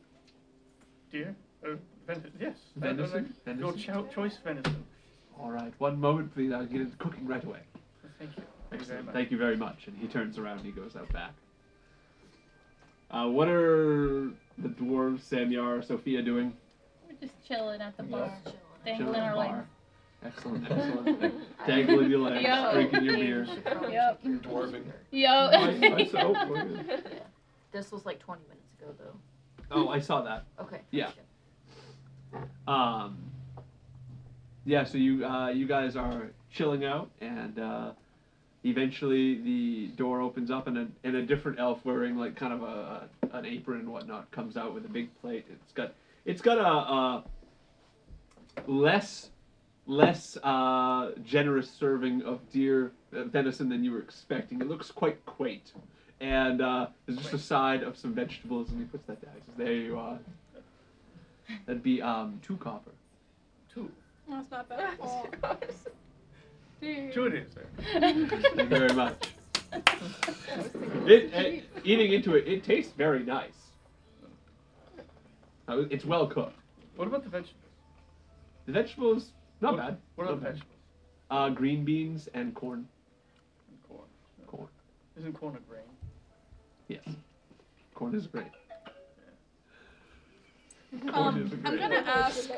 Speaker 10: Deer? Oh, ven- yes. I- I like
Speaker 2: Venison?
Speaker 10: Your
Speaker 2: Venison?
Speaker 10: cho- choice venison.
Speaker 2: All right, one moment, please. I'll get it cooking right away.
Speaker 10: Thank you. Thank you very
Speaker 2: Excellent.
Speaker 10: much.
Speaker 2: Thank you very much. And he turns around and he goes out back. Uh, what are the dwarves, Samyar, Sophia doing?
Speaker 4: We're just chilling at the
Speaker 1: Yeah.
Speaker 3: Oh.
Speaker 4: bar.
Speaker 8: Just chilling.
Speaker 4: Dangling
Speaker 2: Chilling
Speaker 4: our
Speaker 2: at the
Speaker 4: legs.
Speaker 2: Excellent, excellent. Dangling your legs,
Speaker 4: Yo.
Speaker 2: drinking your beer.
Speaker 8: You should probably
Speaker 4: Yep.
Speaker 8: take your
Speaker 1: Dwarven.
Speaker 8: picture.
Speaker 4: Yo.
Speaker 2: Why- why so- why-
Speaker 8: This was like 20 minutes ago, though.
Speaker 2: Oh, I saw that.
Speaker 8: Okay.
Speaker 2: Yeah.
Speaker 8: shit.
Speaker 2: Um, yeah, so you uh, you guys are chilling out, and uh, eventually the door opens up, and a, and a different elf wearing like kind of a an apron and whatnot comes out with a big plate. It's got it's got a, a less less uh, generous serving of deer uh, venison than you were expecting. It looks quite quaint. And uh, there's just a side of some vegetables, and he puts that down. He says, "There you are. That'd be um, two copper."
Speaker 10: Two.
Speaker 5: That's not bad at all.
Speaker 10: Two it is. eh?
Speaker 2: Thank you very much. It, it- eating into it, it tastes very nice. Uh, It's well cooked.
Speaker 10: What about the vegetables?
Speaker 2: The vegetables, not
Speaker 10: What-
Speaker 2: bad.
Speaker 10: What
Speaker 2: not
Speaker 10: are the
Speaker 2: bad.
Speaker 10: vegetables?
Speaker 2: Uh, green beans and corn.
Speaker 10: And corn.
Speaker 2: Corn.
Speaker 10: Isn't corn a grain?
Speaker 2: Yes. Corn is great.
Speaker 5: Um,
Speaker 2: Would
Speaker 5: I'm
Speaker 2: agree.
Speaker 5: gonna ask.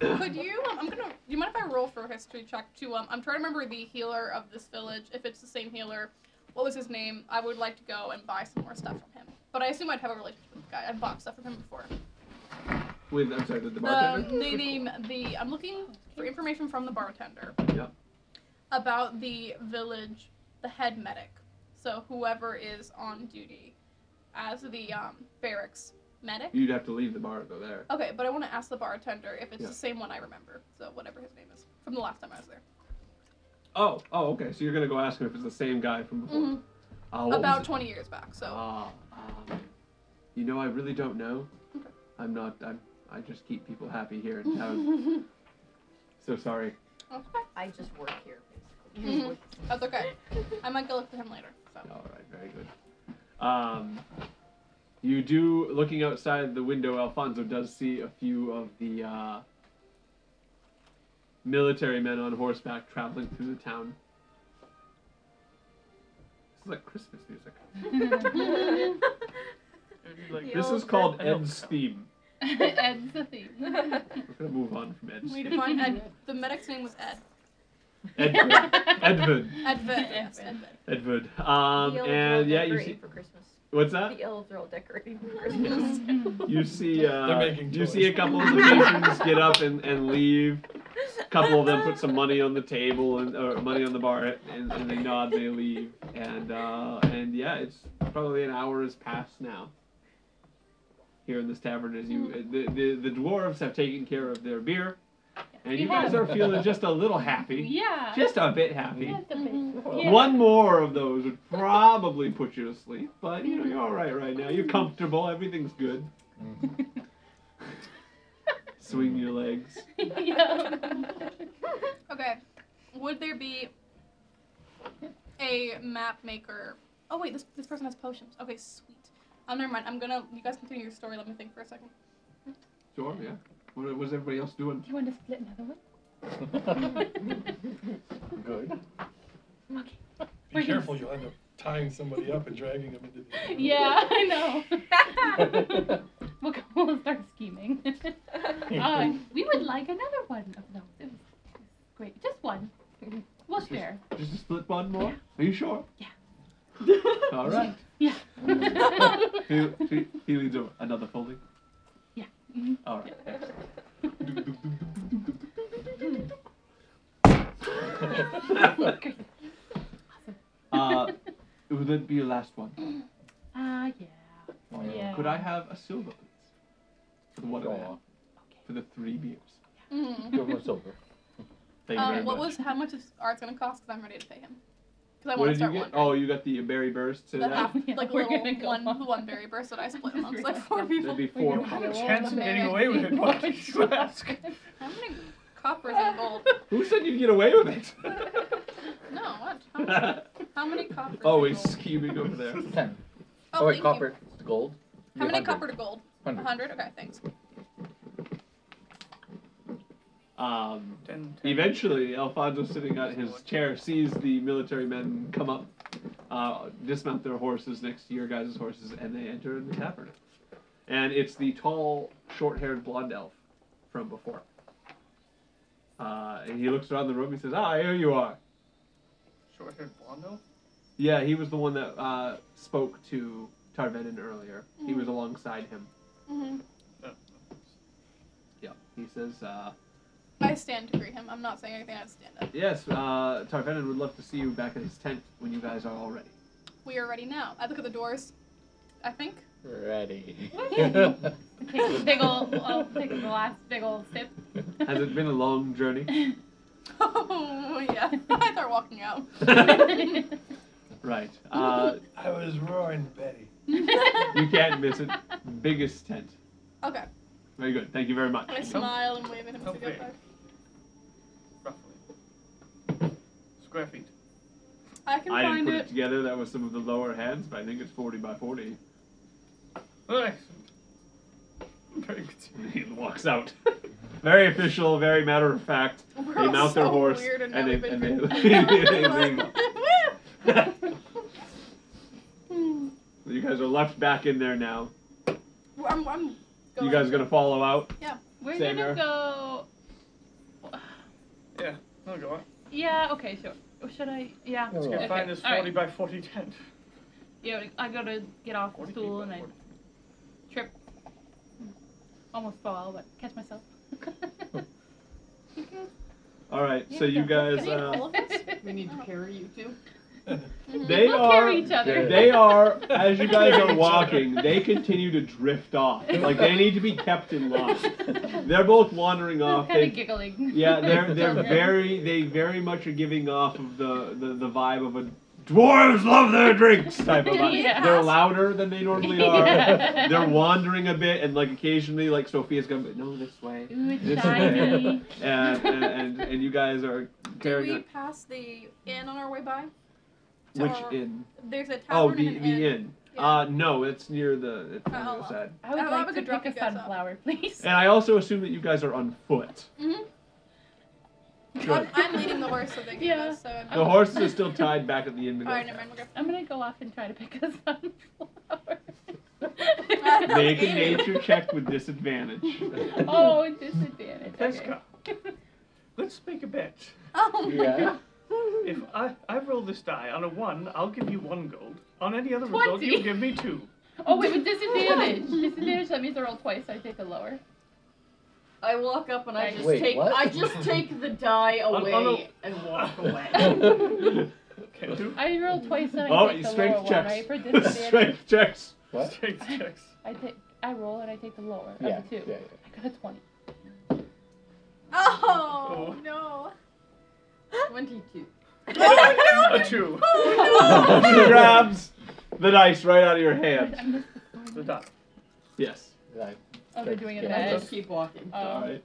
Speaker 5: Could you? Um, I'm gonna. You mind if I roll for a history check to? Um, I'm trying to remember the healer of this village. If it's the same healer, what was his name? I would like to go and buy some more stuff from him. But I assume I'd have a relationship with the guy. I've bought stuff from him before.
Speaker 2: With I'm sorry, the, the
Speaker 5: The,
Speaker 2: bartender.
Speaker 5: the name. The. I'm looking for information from the bartender.
Speaker 2: Yep.
Speaker 5: About the village, the head medic. So whoever is on duty, as the um, barracks medic.
Speaker 2: You'd have to leave the bar though there.
Speaker 5: Okay, but I want to ask the bartender if it's
Speaker 2: Yeah.
Speaker 5: the same one I remember. So whatever his name is from the last time I was there.
Speaker 2: Oh, oh, okay. So you're gonna go ask him if it's the same guy from before.
Speaker 5: Mhm.
Speaker 2: Ah, what was
Speaker 5: About
Speaker 2: it?
Speaker 5: 20 years back. So
Speaker 2: Ah, um, you know, I really don't know.
Speaker 5: Okay.
Speaker 2: I'm not. I'm. I just keep people happy here in town. so sorry.
Speaker 5: okay,
Speaker 8: I just work here, basically.
Speaker 5: Mhm. that's okay. I might go look for him later. So
Speaker 2: All right. Very good. Um, you do. Looking outside the window, Alfonso does see a few of the uh, military men on horseback traveling through the town. This is like Christmas music.
Speaker 10: Like,
Speaker 2: This is called Ed's theme.
Speaker 4: Ed's the theme.
Speaker 2: We're gonna move on from Ed's.
Speaker 5: we
Speaker 2: theme.
Speaker 5: define Ed. The medic's name was Ed.
Speaker 2: Edward. Edward.
Speaker 5: Edvard. Yes, Edvard.
Speaker 2: Edward. Um,
Speaker 8: the elves are all
Speaker 2: and yeah, you see.
Speaker 8: decorating for Christmas.
Speaker 2: What's that?
Speaker 8: The elves are all decorating for Christmas.
Speaker 2: You see.
Speaker 1: They're
Speaker 2: Uh,
Speaker 1: making
Speaker 2: you
Speaker 1: toys.
Speaker 2: see a couple of the matrons get up and, and leave. A couple of them put some money on the table and or money on the bar, and, and they nod. They leave, and uh, and yeah, it's probably an hour has passed now. Here in this tavern, as you the, the the dwarves have taken care of their beer, and you guys are feeling just a little happy,
Speaker 4: Yeah.
Speaker 2: just a bit happy.
Speaker 4: Yeah, the
Speaker 5: Mm-hmm.
Speaker 4: basic. Yeah.
Speaker 2: One more of those would probably put you to sleep, but you know you're all right right now. You're comfortable. Everything's good. Swing your legs.
Speaker 4: Yeah.
Speaker 5: Okay. Would there be a map maker? Oh wait, this this person has potions. Okay, sweet. Oh, never mind. I'm gonna. You guys continue your story. Let me think for a second.
Speaker 2: Sure, yeah. What was everybody else doing?
Speaker 4: Do you want to split another one?
Speaker 1: Good.
Speaker 8: Okay.
Speaker 1: Be careful, you'll end up tying somebody up and dragging them into the.
Speaker 4: Yeah, I know. we'll, go, we'll start scheming. uh, we would like another one of those. It was great. Just one. We'll share.
Speaker 2: Just a split one more? Are you sure?
Speaker 4: Yeah.
Speaker 2: All right.
Speaker 4: Yeah.
Speaker 2: He, he, he leads over another folding.
Speaker 4: Yeah.
Speaker 2: All right. excellent. uh, would that be your last one?
Speaker 4: Ah, yeah. Yeah.
Speaker 2: Could I have a silver, please? For the one and a half.
Speaker 11: Aw.
Speaker 2: For the three beers.
Speaker 5: Mhm.
Speaker 11: Give him a silver.
Speaker 2: Thank you very
Speaker 5: Um, what
Speaker 2: much.
Speaker 5: was how much is art's gonna cost? Cause I'm ready to pay him. Cause I
Speaker 2: What
Speaker 5: want to
Speaker 2: did you
Speaker 5: start
Speaker 2: get?
Speaker 5: one.
Speaker 2: Oh, you got the berry burst. So
Speaker 5: the
Speaker 2: that,
Speaker 5: half,
Speaker 4: Yeah,
Speaker 5: like a
Speaker 4: we're
Speaker 5: little
Speaker 4: gonna go
Speaker 5: one,
Speaker 4: on.
Speaker 5: the one berry burst that I split amongst like
Speaker 4: Just
Speaker 5: four
Speaker 4: realized
Speaker 2: that'd
Speaker 5: people.
Speaker 2: be
Speaker 4: Wait,
Speaker 2: four.
Speaker 4: no.
Speaker 10: Have a chance of getting away with it. Why did you ask?
Speaker 5: How many coppers and gold?
Speaker 2: Who said you'd get away with it?
Speaker 5: No, what? How many, how many coppers? and
Speaker 2: Always
Speaker 5: gold?
Speaker 2: scheming over there.
Speaker 11: Ten.
Speaker 5: Oh,
Speaker 11: Oh, wait,
Speaker 5: thank
Speaker 11: copper.
Speaker 5: You.
Speaker 11: It's gold.
Speaker 5: How
Speaker 11: Yeah,
Speaker 5: many
Speaker 11: 100.
Speaker 5: copper to gold? A
Speaker 11: Hundred.
Speaker 5: hundred. Okay, thanks.
Speaker 2: Um,
Speaker 10: Ten, ten.
Speaker 2: eventually, Alfonso sitting on his chair sees the military men come up, uh, dismount their horses next to your guys' horses, and they enter in the tavern. And it's the tall, short-haired blonde elf from before. Uh, and he looks around the room. He says, "Ah, here you are."
Speaker 10: Short-haired Blondo?
Speaker 2: Yeah, he was the one that uh, spoke to Tarvenin earlier. He was alongside him.
Speaker 5: hmm
Speaker 4: Mm-hmm.
Speaker 2: Yeah. He says, uh,
Speaker 5: I stand to greet him. I'm not saying anything. I stand up.
Speaker 2: "Yes, uh, Tarvenin would love to see you back at his tent when you guys are all ready."
Speaker 5: We are ready now. I look at the doors. I think.
Speaker 11: Ready.
Speaker 4: Take a big ol' I'll take the last big old sip.
Speaker 2: Has it been a long journey?
Speaker 5: Oh yeah. I start walking out.
Speaker 2: right. Uh,
Speaker 1: I was roaring Betty.
Speaker 2: you can't miss it. Biggest tent.
Speaker 5: Okay.
Speaker 2: Very good. Thank you very much.
Speaker 5: I smile and wave at him to go
Speaker 10: Okay.
Speaker 5: back.
Speaker 10: Roughly. Square feet.
Speaker 5: I can
Speaker 2: I didn't
Speaker 5: find
Speaker 2: put it.
Speaker 5: it.
Speaker 2: together. That was some of the lower hands, but I think it's 40 by 40.
Speaker 10: Oh, excellent. Very good.
Speaker 2: he walks out. very official, very matter of fact.
Speaker 5: We're
Speaker 2: They
Speaker 5: all
Speaker 2: mount their
Speaker 5: so
Speaker 2: horse,
Speaker 5: weird
Speaker 2: and
Speaker 5: now
Speaker 2: they-
Speaker 5: we've
Speaker 2: and
Speaker 5: been
Speaker 2: they-
Speaker 5: drinking.
Speaker 2: they
Speaker 5: Like,
Speaker 2: leave.
Speaker 5: woo!
Speaker 2: you guys are left back in there now.
Speaker 5: Well, I'm, I'm go
Speaker 2: you guys are gonna follow out.
Speaker 4: We're gonna
Speaker 2: Xander.
Speaker 4: go.
Speaker 10: Oh, go on.
Speaker 4: Yeah. Okay. Sure. Should I? Yeah.
Speaker 10: Let's go
Speaker 1: Alright.
Speaker 10: find this
Speaker 4: all right.
Speaker 10: 40 by 40 tent.
Speaker 4: Yeah. I gotta get off the
Speaker 10: 40
Speaker 4: stool
Speaker 10: feet
Speaker 4: and
Speaker 10: by
Speaker 4: I
Speaker 10: 40.
Speaker 4: trip. Almost fall, but catch myself. You guys-
Speaker 2: All right, so
Speaker 4: Yeah,
Speaker 2: you guys,
Speaker 4: okay.
Speaker 2: uh,
Speaker 8: all of us? We need to carry you two.
Speaker 5: Mm-hmm.
Speaker 2: they
Speaker 4: we'll
Speaker 2: are,
Speaker 4: carry each other.
Speaker 2: they are, as you guys are walking, they continue to drift off. Like they need to be kept in line. They're both wandering off.
Speaker 4: kind of
Speaker 2: They-
Speaker 4: giggling.
Speaker 2: yeah, they're they're
Speaker 4: Okay.
Speaker 2: very they very much are giving off of the, the, the vibe of a dwarves love their drinks type of vibe.
Speaker 4: Yeah.
Speaker 2: They're louder than they normally are.
Speaker 4: Yeah.
Speaker 2: They're wandering a bit and like occasionally like Sophia's gonna be no this way.
Speaker 4: Ooh, it's
Speaker 2: This
Speaker 4: shiny.
Speaker 2: way. And, and, and and you guys are
Speaker 5: Did
Speaker 2: carrying
Speaker 5: we
Speaker 2: it.
Speaker 5: pass the inn on our way by?
Speaker 2: Which
Speaker 5: or-
Speaker 2: inn?
Speaker 5: There's a
Speaker 2: Oh,
Speaker 5: tavern
Speaker 2: the,
Speaker 5: and an
Speaker 2: the
Speaker 5: inn.
Speaker 2: inn.
Speaker 5: Yeah.
Speaker 2: Uh, no, it's near the, it's on the other
Speaker 5: Oh.
Speaker 2: side.
Speaker 4: I would
Speaker 5: Oh,
Speaker 4: like
Speaker 5: we
Speaker 4: to
Speaker 5: could drop
Speaker 4: pick a
Speaker 5: you guys off.
Speaker 4: sunflower, please.
Speaker 2: And I also assume that you guys are on foot.
Speaker 5: Mhm.
Speaker 2: Good.
Speaker 5: Mm-hmm. I'm, I'm leading the horse that they gave
Speaker 4: Yeah.
Speaker 5: us, so I'm
Speaker 2: The horses are still tied back at the inn.
Speaker 5: Alright, Oh. never mind. We're
Speaker 4: I'm gonna go off and try to pick a sunflower.
Speaker 2: Make a nature check with disadvantage.
Speaker 4: oh, disadvantage. Okay.
Speaker 10: Pesca. Let's make a bet.
Speaker 5: Oh,
Speaker 1: Yeah.
Speaker 10: If I, I roll this die on a one, I'll give you one gold. On any other result,
Speaker 4: Twenty.
Speaker 10: you give me two.
Speaker 4: Oh wait, with disadvantage. disadvantage. That means I roll twice. So I take a lower.
Speaker 8: I walk up and I just
Speaker 1: Wait,
Speaker 8: take
Speaker 1: what?
Speaker 8: I just take the die
Speaker 10: I'll-
Speaker 8: away
Speaker 10: I'll-
Speaker 8: and walk away.
Speaker 10: Okay, two
Speaker 4: I roll twice and I
Speaker 2: Oh,
Speaker 4: take the lower
Speaker 2: strength
Speaker 4: one, right?
Speaker 2: checks.
Speaker 4: For disadvantage.
Speaker 2: strength checks.
Speaker 1: what?
Speaker 10: strength checks.
Speaker 4: I take. I roll and I take the lower
Speaker 1: Yeah.
Speaker 4: of the two.
Speaker 1: yeah,
Speaker 4: I got a twenty.
Speaker 5: oh no. Oh,
Speaker 8: Twenty two.
Speaker 2: Oh.
Speaker 10: A two.
Speaker 2: she grabs the dice right out of your hand.
Speaker 4: I missed
Speaker 10: The die.
Speaker 2: Yes.
Speaker 1: yeah. Like,
Speaker 4: Oh, they're doing it
Speaker 1: Yeah.
Speaker 8: I
Speaker 4: bad.
Speaker 8: just keep walking.
Speaker 4: Um,
Speaker 2: All right.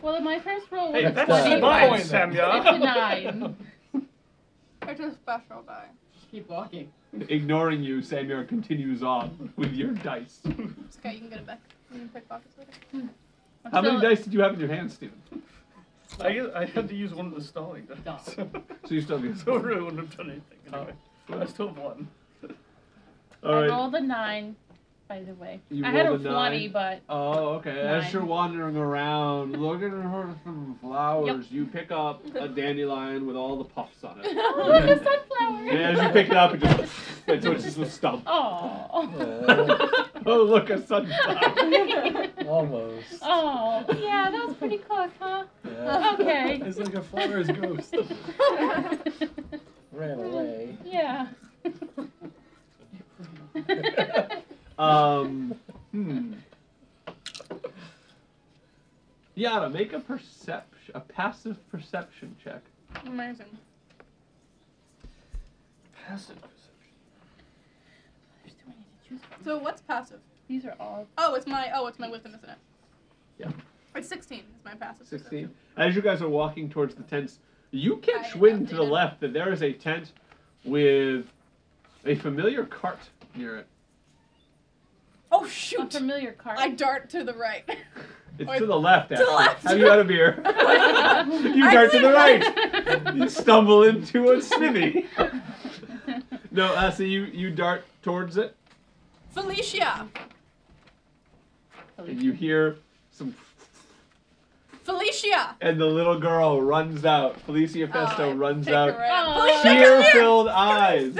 Speaker 4: Well, my first roll was
Speaker 10: Hey,
Speaker 1: That's
Speaker 10: that's
Speaker 1: fine.
Speaker 10: mine,
Speaker 1: It's a
Speaker 10: Samuel.
Speaker 4: it's a nine.
Speaker 5: It's a special die.
Speaker 8: Just keep walking.
Speaker 2: Ignoring you, Samuel continues on with your dice.
Speaker 5: It's okay, you can get it back. You can pick pockets later.
Speaker 4: I'm
Speaker 2: How many
Speaker 4: still-
Speaker 2: dice did you have in your hand, Steven?
Speaker 10: I, guess I had to use one of the stalling dice.
Speaker 2: So you still have
Speaker 10: so I really wouldn't have done anything anyway. I
Speaker 2: your-
Speaker 10: still have one.
Speaker 2: All
Speaker 4: I
Speaker 2: right.
Speaker 4: rolled a nine, by the way.
Speaker 2: You
Speaker 4: I had a
Speaker 2: rolled a
Speaker 4: twenty,
Speaker 2: nine.
Speaker 4: but
Speaker 2: Oh, okay. As
Speaker 4: Nine.
Speaker 2: you're wandering around, looking for some flowers, you pick up a dandelion with all the puffs on it.
Speaker 4: oh, look, a sunflower.
Speaker 2: And as you pick it up, it just it's just a stump.
Speaker 4: Oh.
Speaker 1: Uh,
Speaker 2: Oh, look, a sunflower.
Speaker 1: almost.
Speaker 4: oh, yeah, that was pretty close, huh?
Speaker 1: Yeah.
Speaker 4: Okay.
Speaker 1: It's like a flower's ghost. Ran away.
Speaker 4: yeah.
Speaker 2: Um, hmm. Yada, make a perception, a passive perception check.
Speaker 5: Amazing.
Speaker 10: Passive
Speaker 4: There's too many to choose from.
Speaker 5: So what's passive?
Speaker 4: These are all.
Speaker 5: Oh, it's my oh, it's my wisdom, isn't it?
Speaker 2: Yeah.
Speaker 5: It's sixteen. It's my passive.
Speaker 2: Sixteen. As you guys are walking towards the tents, you catch
Speaker 5: I
Speaker 2: wind to the
Speaker 5: updated.
Speaker 2: left that there is a tent with a familiar cart near it.
Speaker 5: Oh
Speaker 4: A
Speaker 5: shoot!
Speaker 4: familiar card.
Speaker 5: I dart to the right.
Speaker 2: It's
Speaker 5: Or-
Speaker 2: to the left.
Speaker 5: the
Speaker 2: actually.
Speaker 5: left.
Speaker 2: Have you had a beer? you
Speaker 5: I
Speaker 2: dart to the
Speaker 5: did.
Speaker 2: right. You stumble into a smithy. no, uh, so you you dart towards it.
Speaker 5: Felicia, Oh,
Speaker 2: and you hear some
Speaker 5: Felicia.
Speaker 2: and the little girl runs out felicia festo
Speaker 5: Oh,
Speaker 2: runs
Speaker 5: take
Speaker 2: out
Speaker 5: her right up.
Speaker 4: Oh.
Speaker 5: Felicia,
Speaker 2: tear
Speaker 5: come here!
Speaker 2: filled eyes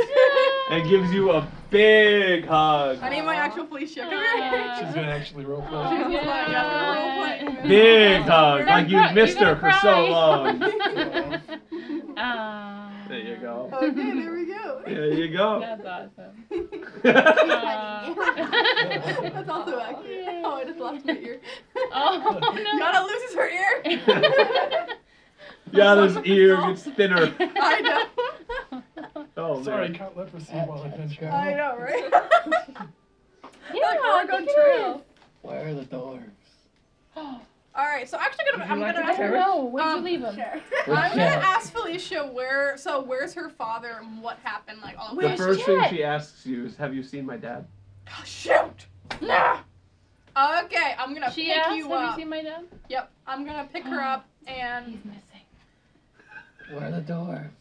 Speaker 2: and gives you a big hug
Speaker 5: I need my actual Felicia. Come here.
Speaker 4: Aw.
Speaker 1: She's gonna actually roll for
Speaker 5: She's
Speaker 1: us.
Speaker 5: like, yeah, role play.
Speaker 2: big
Speaker 4: Aw.
Speaker 2: hug
Speaker 5: That
Speaker 2: like you've
Speaker 4: cry-
Speaker 2: missed
Speaker 4: you're
Speaker 2: her
Speaker 4: gonna
Speaker 2: for so
Speaker 4: cry.
Speaker 2: long
Speaker 4: Aw.
Speaker 2: there you go
Speaker 5: Okay, there we go.
Speaker 2: there you go
Speaker 4: Um, That's awesome. Aw.
Speaker 5: That's also accurate. Oh, I just lost my ear.
Speaker 4: oh no.
Speaker 5: Yana loses her ear.
Speaker 2: yada's ear gets thinner
Speaker 5: I know.
Speaker 2: oh man.
Speaker 1: Sorry, caught leprosy while I've been
Speaker 5: I
Speaker 1: traveling.
Speaker 5: know, right?
Speaker 4: Yeah, I
Speaker 5: Oregon
Speaker 4: think it
Speaker 5: Trail.
Speaker 4: is.
Speaker 1: Where are the doors?
Speaker 5: All right, so actually, gonna,
Speaker 10: Would you
Speaker 5: I'm
Speaker 10: like
Speaker 5: gonna
Speaker 10: to
Speaker 5: ask.
Speaker 4: I don't know. Where'd
Speaker 5: Um,
Speaker 4: you leave him?
Speaker 5: sure.
Speaker 1: We're
Speaker 5: I'm gonna
Speaker 1: sure.
Speaker 5: ask Felicia where. So where's her father and what happened? Like all of
Speaker 2: the
Speaker 5: that.
Speaker 2: first thing
Speaker 4: Jet?
Speaker 2: she asks you is have you seen my dad
Speaker 5: Oh, shoot. Nah. Okay, I'm gonna
Speaker 4: She
Speaker 5: pick
Speaker 4: asked,
Speaker 5: you
Speaker 4: "Have
Speaker 5: up.
Speaker 4: you uh, seen my dad?"
Speaker 5: Yep, I'm gonna pick her up and
Speaker 4: He's missing.
Speaker 1: Where are the doors?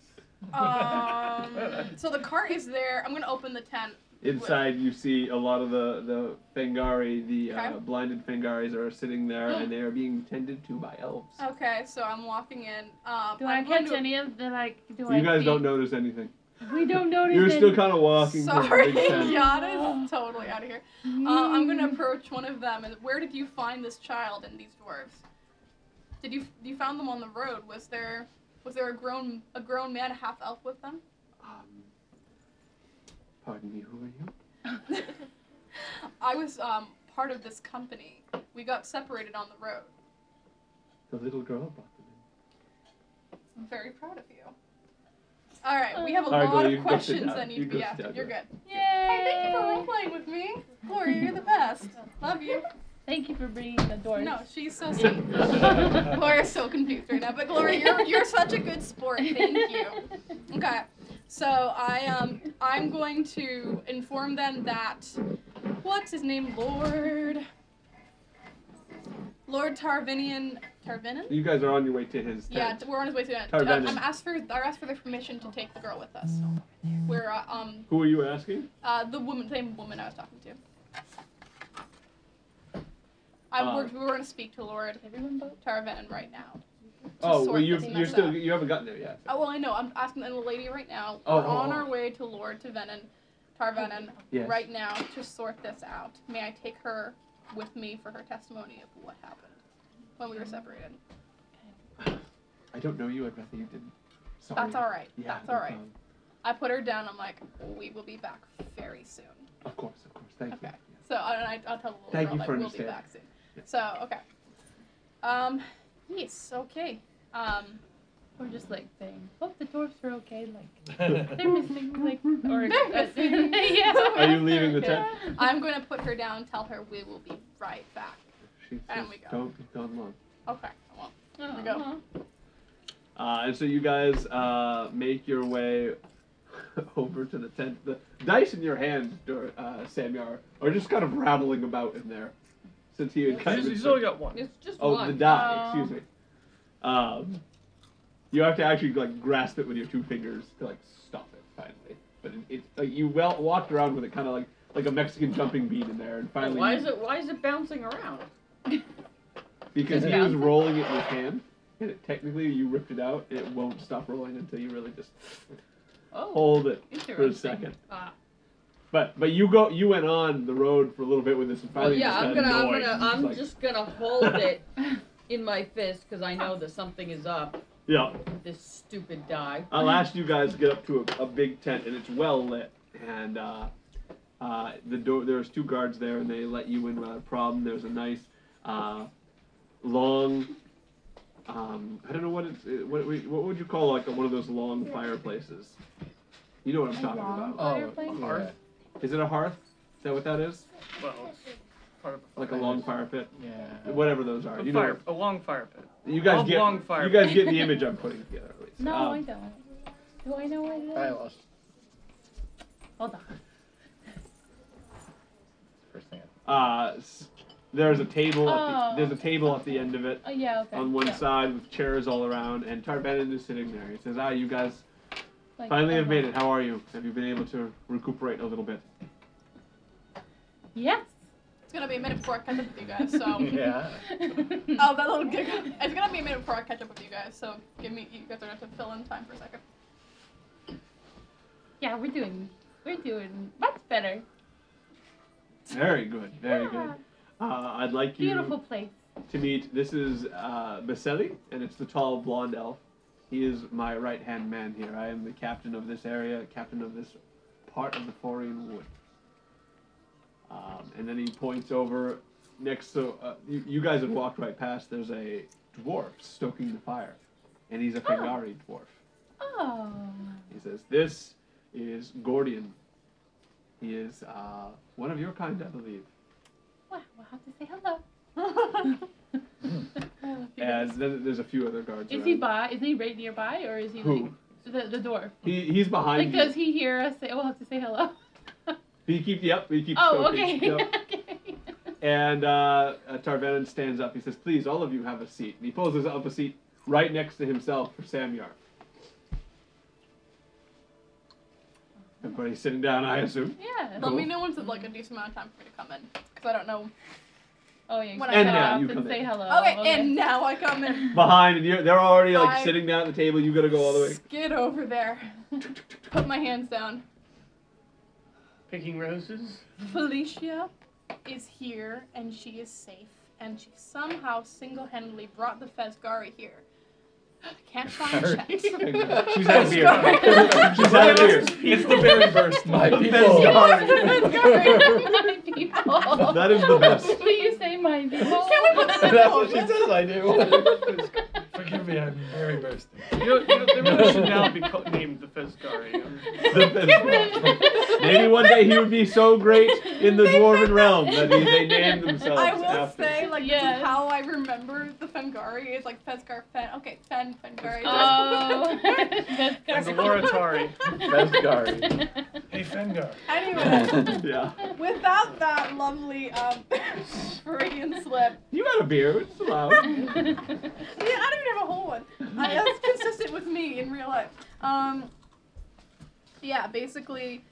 Speaker 5: um. so the cart is there. I'm gonna open the tent.
Speaker 2: Inside, you see a lot of the the Fengari, the uh,
Speaker 5: Okay.
Speaker 2: blinded Fengaris, are sitting there, and they are being tended to by elves.
Speaker 5: Okay, so I'm walking in. Um,
Speaker 4: Do
Speaker 5: I'm
Speaker 4: I
Speaker 5: going
Speaker 4: catch
Speaker 5: to-
Speaker 4: any of the like? Do I
Speaker 2: You guys
Speaker 4: see-
Speaker 2: don't notice anything.
Speaker 4: We don't notice.
Speaker 2: You're still
Speaker 4: any-
Speaker 2: kind of walking. from the
Speaker 5: Sorry,
Speaker 2: big tent.
Speaker 5: Yana is totally out of here. Uh, I'm going to
Speaker 4: Mm.
Speaker 5: approach one of them. And where did you find this child and these dwarves? Did you you found them on the road? Was there was there a grown a grown man, a half elf, with them?
Speaker 2: Um, pardon me, who are you?
Speaker 5: I was um, part of this company. We got separated on the road.
Speaker 2: The little girl brought them in.
Speaker 5: I'm very proud of you. All right, we have a
Speaker 2: All right,
Speaker 5: lot
Speaker 2: Glenn, you
Speaker 5: of
Speaker 2: can go sit
Speaker 5: questions
Speaker 2: down.
Speaker 5: that need
Speaker 2: You
Speaker 5: to
Speaker 2: go
Speaker 5: be
Speaker 2: sit
Speaker 5: asked.
Speaker 2: down,
Speaker 5: You're
Speaker 2: Glenn.
Speaker 5: good.
Speaker 4: Yay!
Speaker 5: Hey, thank you for role playing with me. Gloria, you're the best. Love you.
Speaker 4: Thank you for bringing the door.
Speaker 5: No, she's so sweet. Gloria's so confused right now, but Gloria, you're you're such a good sport. Thank you. Okay, so I um I'm going to inform them that what's his name, Lord Lord Tarvinian Tarvinin.
Speaker 2: You guys are on your way to his
Speaker 5: Yeah,
Speaker 2: tent.
Speaker 5: t- we're on his way to it. Uh,
Speaker 2: Tarvinin.
Speaker 5: I'm asked for I asked for their permission to take the girl with us. We're uh, um
Speaker 2: Who are you asking?
Speaker 5: uh the woman same woman I was talking to. I
Speaker 2: Uh,
Speaker 5: worked. We were going to speak to Lord
Speaker 4: Everyone vote.
Speaker 5: Tarvinin right now.
Speaker 2: Oh,
Speaker 5: sort
Speaker 2: well, you
Speaker 5: this
Speaker 2: you're
Speaker 5: mess
Speaker 2: still
Speaker 5: out.
Speaker 2: you haven't gotten there yet.
Speaker 5: Oh, well, I know. I'm asking the lady right now.
Speaker 2: Oh,
Speaker 5: We're
Speaker 2: oh,
Speaker 5: on
Speaker 2: oh.
Speaker 5: our way to Lord Tavenin, Tarvenin
Speaker 2: Yes.
Speaker 5: right now to sort this out. May I take her with me for her testimony of what happened when we were separated?
Speaker 2: I don't know you. I'd rather you didn't. Sorry.
Speaker 5: That's all right.
Speaker 2: Oh, Yeah,
Speaker 5: That's
Speaker 2: no
Speaker 5: all right.
Speaker 2: problem.
Speaker 5: I put her down. I'm like, we will be back very soon.
Speaker 2: Of course, of course. Thank
Speaker 5: Okay.
Speaker 2: you.
Speaker 5: So I, I, I'll tell the little
Speaker 2: Thank
Speaker 5: girl
Speaker 2: you
Speaker 5: like
Speaker 2: for
Speaker 5: we'll be
Speaker 2: understanding.
Speaker 5: back soon. So okay. Um, yes. Okay. Um,
Speaker 4: We're just like saying, hope the dwarfs are okay. Like they're
Speaker 1: Are
Speaker 4: missing, like or
Speaker 5: They're missing.
Speaker 4: yeah. Uh-huh.
Speaker 2: Are you leaving the tent?
Speaker 5: I'm gonna put her down. Tell her we will be right back.
Speaker 2: She
Speaker 5: And
Speaker 2: says,
Speaker 5: we go.
Speaker 2: don't be gone long.
Speaker 5: Okay. Well,
Speaker 4: There
Speaker 5: we go.
Speaker 2: Uh, and so you guys uh, make your way over to the tent. The dice in your hand, Dor- uh, Samyar, are just kind of rattling about in there. Since he had cut
Speaker 10: He's,
Speaker 2: the-
Speaker 10: he's only got one.
Speaker 8: It's just
Speaker 2: Oh,
Speaker 8: one.
Speaker 2: the die, excuse me. Um, you have to actually like grasp it with your two fingers to like stop it finally. But it, it like you wel- walked around with it kind of like like a Mexican jumping bean in there, and
Speaker 8: Wait,
Speaker 2: finally
Speaker 8: why is it why is it bouncing around?
Speaker 2: because
Speaker 8: it
Speaker 2: he was
Speaker 8: bouncing?
Speaker 2: rolling it in his hand, and it, technically you ripped it out. It won't stop rolling until you really just
Speaker 8: Oh,
Speaker 2: hold it for a
Speaker 8: interesting.
Speaker 2: second.
Speaker 8: Ah.
Speaker 2: But but you go you went on the road for a little bit with this, and
Speaker 8: Well,
Speaker 2: finally you
Speaker 8: yeah,
Speaker 2: just
Speaker 8: I'm
Speaker 2: got
Speaker 8: gonna, I'm
Speaker 2: annoyed.
Speaker 8: gonna,
Speaker 2: It's
Speaker 8: I'm
Speaker 2: like,
Speaker 8: just gonna hold it in my fist because I know that something is up.
Speaker 2: yeah.
Speaker 8: with This stupid die.
Speaker 2: At last, you guys get up to a, a big tent, and it's well lit. And uh, uh, the door there's two guards there, and they let you in without a problem. There's a nice, uh, long. Um, I don't know what it's uh, what we- what would you call like a, one of those long fireplaces. You know what I'm
Speaker 4: A
Speaker 2: talking
Speaker 4: long
Speaker 2: about.
Speaker 4: fireplace?
Speaker 1: Oh, yeah.
Speaker 10: Hearth?
Speaker 2: Is it a hearth? Is that what that is?
Speaker 10: Well, it's part of
Speaker 2: Like a long fire pit?
Speaker 1: Yeah.
Speaker 2: Whatever those are.
Speaker 10: A,
Speaker 2: You know,
Speaker 10: fire, a long fire pit.
Speaker 2: you guys get
Speaker 10: Oblong fire
Speaker 2: you guys get the image I'm putting together at least.
Speaker 4: No,
Speaker 2: Um,
Speaker 4: I don't. Do I know what it is?
Speaker 1: I lost.
Speaker 4: Hold on.
Speaker 1: First thing. I-
Speaker 2: Uh, s- there's a table. At
Speaker 4: Oh.
Speaker 2: the, there's a table at the end of it
Speaker 4: Oh yeah. Okay.
Speaker 2: on one
Speaker 4: yeah.
Speaker 2: side with chairs all around, and Tarbenin is sitting there. He says, "Ah, you guys
Speaker 4: Like,
Speaker 2: finally have
Speaker 4: okay.
Speaker 2: made it. How are you? Have you been able to recuperate a little bit?"
Speaker 4: Yes.
Speaker 5: It's gonna be a minute before I catch up with you guys, so.
Speaker 1: Yeah.
Speaker 5: oh, that little giggle. It's gonna be a minute before I catch up with you guys, so give me. You guys are gonna have to fill in time for a second.
Speaker 4: Yeah, we're doing, we're doing much better.
Speaker 2: Very good. Very
Speaker 4: Yeah.
Speaker 2: good. Uh, I'd like you
Speaker 4: Beautiful place.
Speaker 2: to meet. This is uh, Beseli, and it's the tall blonde elf. He is my right hand man here. I am the captain of this area, captain of this part of the Forian Wood. Um, and then he points over next to. Uh, you, you guys have walked right past. There's a dwarf stoking the fire, and he's a Fengari dwarf.
Speaker 4: Oh.
Speaker 2: He says, "This is Gordian. He is uh, one of your kind, I believe."
Speaker 4: Wow. We'll have to say hello.
Speaker 2: And then there's a few other guards.
Speaker 4: Is he
Speaker 2: around.
Speaker 4: by? Is he right nearby, or is he
Speaker 2: Who?
Speaker 4: like the the dwarf?
Speaker 2: He, he's behind
Speaker 4: Like,
Speaker 2: you.
Speaker 4: does he hear us say? Oh, we'll have to say hello.
Speaker 2: He keep yep, he keeps
Speaker 4: Oh,
Speaker 2: stoking.
Speaker 4: okay.
Speaker 2: Yep.
Speaker 4: okay.
Speaker 2: And uh, uh, Tarvenin stands up. He says, "Please, all of you have a seat." And he pulls us up a seat right next to himself for Samyar. Everybody's sitting down, I assume.
Speaker 4: Yeah.
Speaker 5: Let me know once it's like a decent amount of time for me to come in, because I don't know.
Speaker 4: Oh, yeah. you
Speaker 5: When
Speaker 4: can
Speaker 5: I
Speaker 4: shut
Speaker 5: come
Speaker 4: up
Speaker 2: out, you
Speaker 4: and
Speaker 2: come
Speaker 4: say
Speaker 2: in.
Speaker 4: hello.
Speaker 5: okay, and now I come in.
Speaker 2: Behind, and you're, they're already like
Speaker 5: I-
Speaker 2: sitting down at the table. You gotta go all the way.
Speaker 5: Skid over there. Put my hands down.
Speaker 10: Picking roses?
Speaker 5: Felicia is here and she is safe, and she somehow single-handedly brought the Fezgari here. Can't find Chet.
Speaker 2: She's had a beer. She's had a beer. It's the
Speaker 1: very burst.
Speaker 11: My
Speaker 2: The
Speaker 11: people.
Speaker 4: my people.
Speaker 2: That is the best.
Speaker 4: Will you say my people?
Speaker 11: That's what she says I do.
Speaker 1: Forgive me, I'm very bursting.
Speaker 10: You know, you know, they really should now be co- named the Fezgari. Um,
Speaker 2: The best. Maybe one day he would be so great in the dwarven realm that he, they named themselves
Speaker 5: I will
Speaker 2: after.
Speaker 5: say, like, this
Speaker 4: Yes.
Speaker 5: is how I remember the Fengari. It's like Fezgar Fen. Okay, Fen, Fengari.
Speaker 4: Oh, that's
Speaker 10: And the
Speaker 4: good.
Speaker 10: Loratari.
Speaker 4: Oh.
Speaker 11: Vesgari.
Speaker 1: Hey, Fengar.
Speaker 5: anyway,
Speaker 2: Yeah.
Speaker 5: without that lovely um, Freudian slip,
Speaker 2: You had a beer. It's allowed.
Speaker 5: I mean, I don't even have a whole one. I, that's consistent with me in real life. Um, yeah, basically,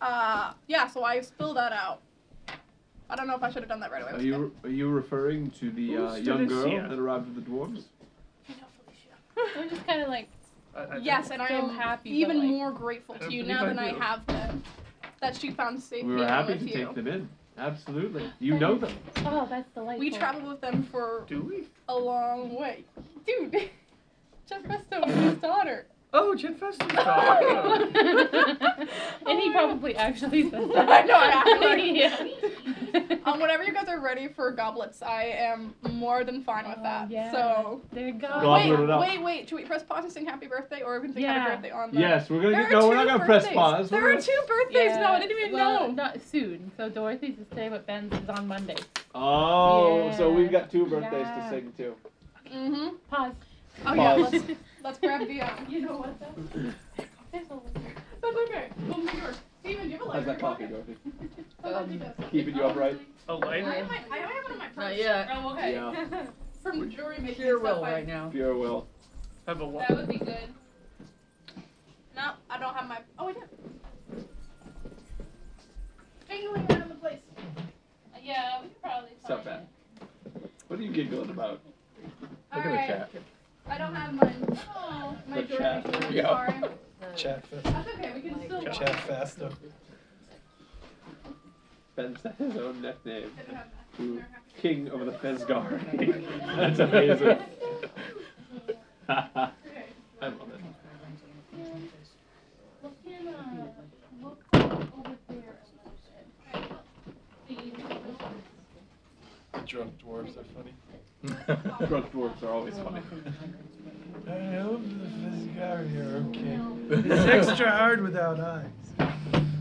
Speaker 5: uh, yeah, so I spilled that out. I don't know if I should have done that right away.
Speaker 2: Are you are you referring to the uh,
Speaker 10: Who's
Speaker 2: young girl
Speaker 10: Felicia?
Speaker 2: that arrived with the dwarves?
Speaker 5: I know, Felicia.
Speaker 4: We're just kind of like,
Speaker 10: I- I
Speaker 5: yes, and I
Speaker 4: So
Speaker 5: am
Speaker 4: happy,
Speaker 5: happy,
Speaker 4: but,
Speaker 5: even
Speaker 4: like,
Speaker 5: more grateful
Speaker 10: I
Speaker 5: to
Speaker 10: don't
Speaker 5: you
Speaker 10: believe
Speaker 5: now
Speaker 10: I
Speaker 5: than I
Speaker 10: do.
Speaker 5: have been that she found safety
Speaker 2: We were happy
Speaker 5: with
Speaker 2: to
Speaker 5: you.
Speaker 2: take them in. Absolutely. You know them.
Speaker 4: oh, that's delightful.
Speaker 5: We traveled with them for
Speaker 10: Do we?
Speaker 5: a long way. Dude, Jeff Besto was his daughter.
Speaker 10: Oh, Jet Festus daughter.
Speaker 4: and he probably actually says that.
Speaker 5: I know, I
Speaker 4: yeah.
Speaker 5: Um, whenever you guys are ready for goblets, I am more than fine with
Speaker 4: Oh,
Speaker 5: that.
Speaker 4: yeah.
Speaker 5: So
Speaker 4: There you go.
Speaker 2: Goblet it up.
Speaker 5: wait, wait, wait. Should we press pause and sing happy birthday, or we can sing happy
Speaker 4: Yeah.
Speaker 5: birthday on the?
Speaker 2: Yes, we're gonna
Speaker 5: There
Speaker 2: get,
Speaker 5: are
Speaker 2: no. We're
Speaker 5: two
Speaker 2: not gonna press
Speaker 5: birthdays.
Speaker 2: pause.
Speaker 5: There
Speaker 2: We're
Speaker 5: are
Speaker 2: gonna-
Speaker 5: two birthdays now. I didn't even
Speaker 4: well,
Speaker 5: know.
Speaker 4: Not soon. So Dorothy's is today, but Ben's is on Monday.
Speaker 2: Oh, so we've got two
Speaker 4: Yeah.
Speaker 2: birthdays to sing too.
Speaker 5: Mm-hmm.
Speaker 4: Pause.
Speaker 5: Oh yeah.
Speaker 2: Pause.
Speaker 5: Let's let's grab the. Um, you know what? That's, that's okay. We'll make yours. Steven, do you have a lighter?
Speaker 2: How's that coffee,
Speaker 5: Okay.
Speaker 2: Dorothy?
Speaker 5: Oh, that'd be good.
Speaker 2: Keeping you upright?
Speaker 10: A
Speaker 5: I
Speaker 10: lighter?
Speaker 5: have, my, I have one in my purse.
Speaker 8: Not yet.
Speaker 5: Oh, okay.
Speaker 2: Yeah.
Speaker 5: From jewelry making
Speaker 8: Pure
Speaker 5: stuff
Speaker 8: will
Speaker 5: I-
Speaker 8: right now.
Speaker 2: Pure will.
Speaker 10: Have a wa-
Speaker 5: That would be good. No, I don't have my. Oh, I do. Jingling around the place. Uh,
Speaker 4: Yeah, we could probably.
Speaker 2: Stop that. What are you giggling about?
Speaker 5: All
Speaker 11: Look at
Speaker 5: right.
Speaker 11: the chat.
Speaker 5: I don't have mine. Oh, my
Speaker 2: The
Speaker 5: jewelry.
Speaker 2: chat.
Speaker 5: I'm
Speaker 11: Yeah.
Speaker 5: sorry.
Speaker 1: Chat fast.
Speaker 5: That's okay. We can still. watch.
Speaker 1: Chat faster.
Speaker 2: Ben's his own nickname.
Speaker 5: I don't have that.
Speaker 2: Ooh, King of the Fezgar. That's amazing. I
Speaker 5: Okay.
Speaker 2: love it.
Speaker 4: Look in, uh, look over there a little bit.
Speaker 1: The drunk dwarves are funny.
Speaker 2: Drunk dwarfs are always funny.
Speaker 1: I hope the Vizgari are okay. It's
Speaker 11: Extra.
Speaker 1: extra hard without eyes.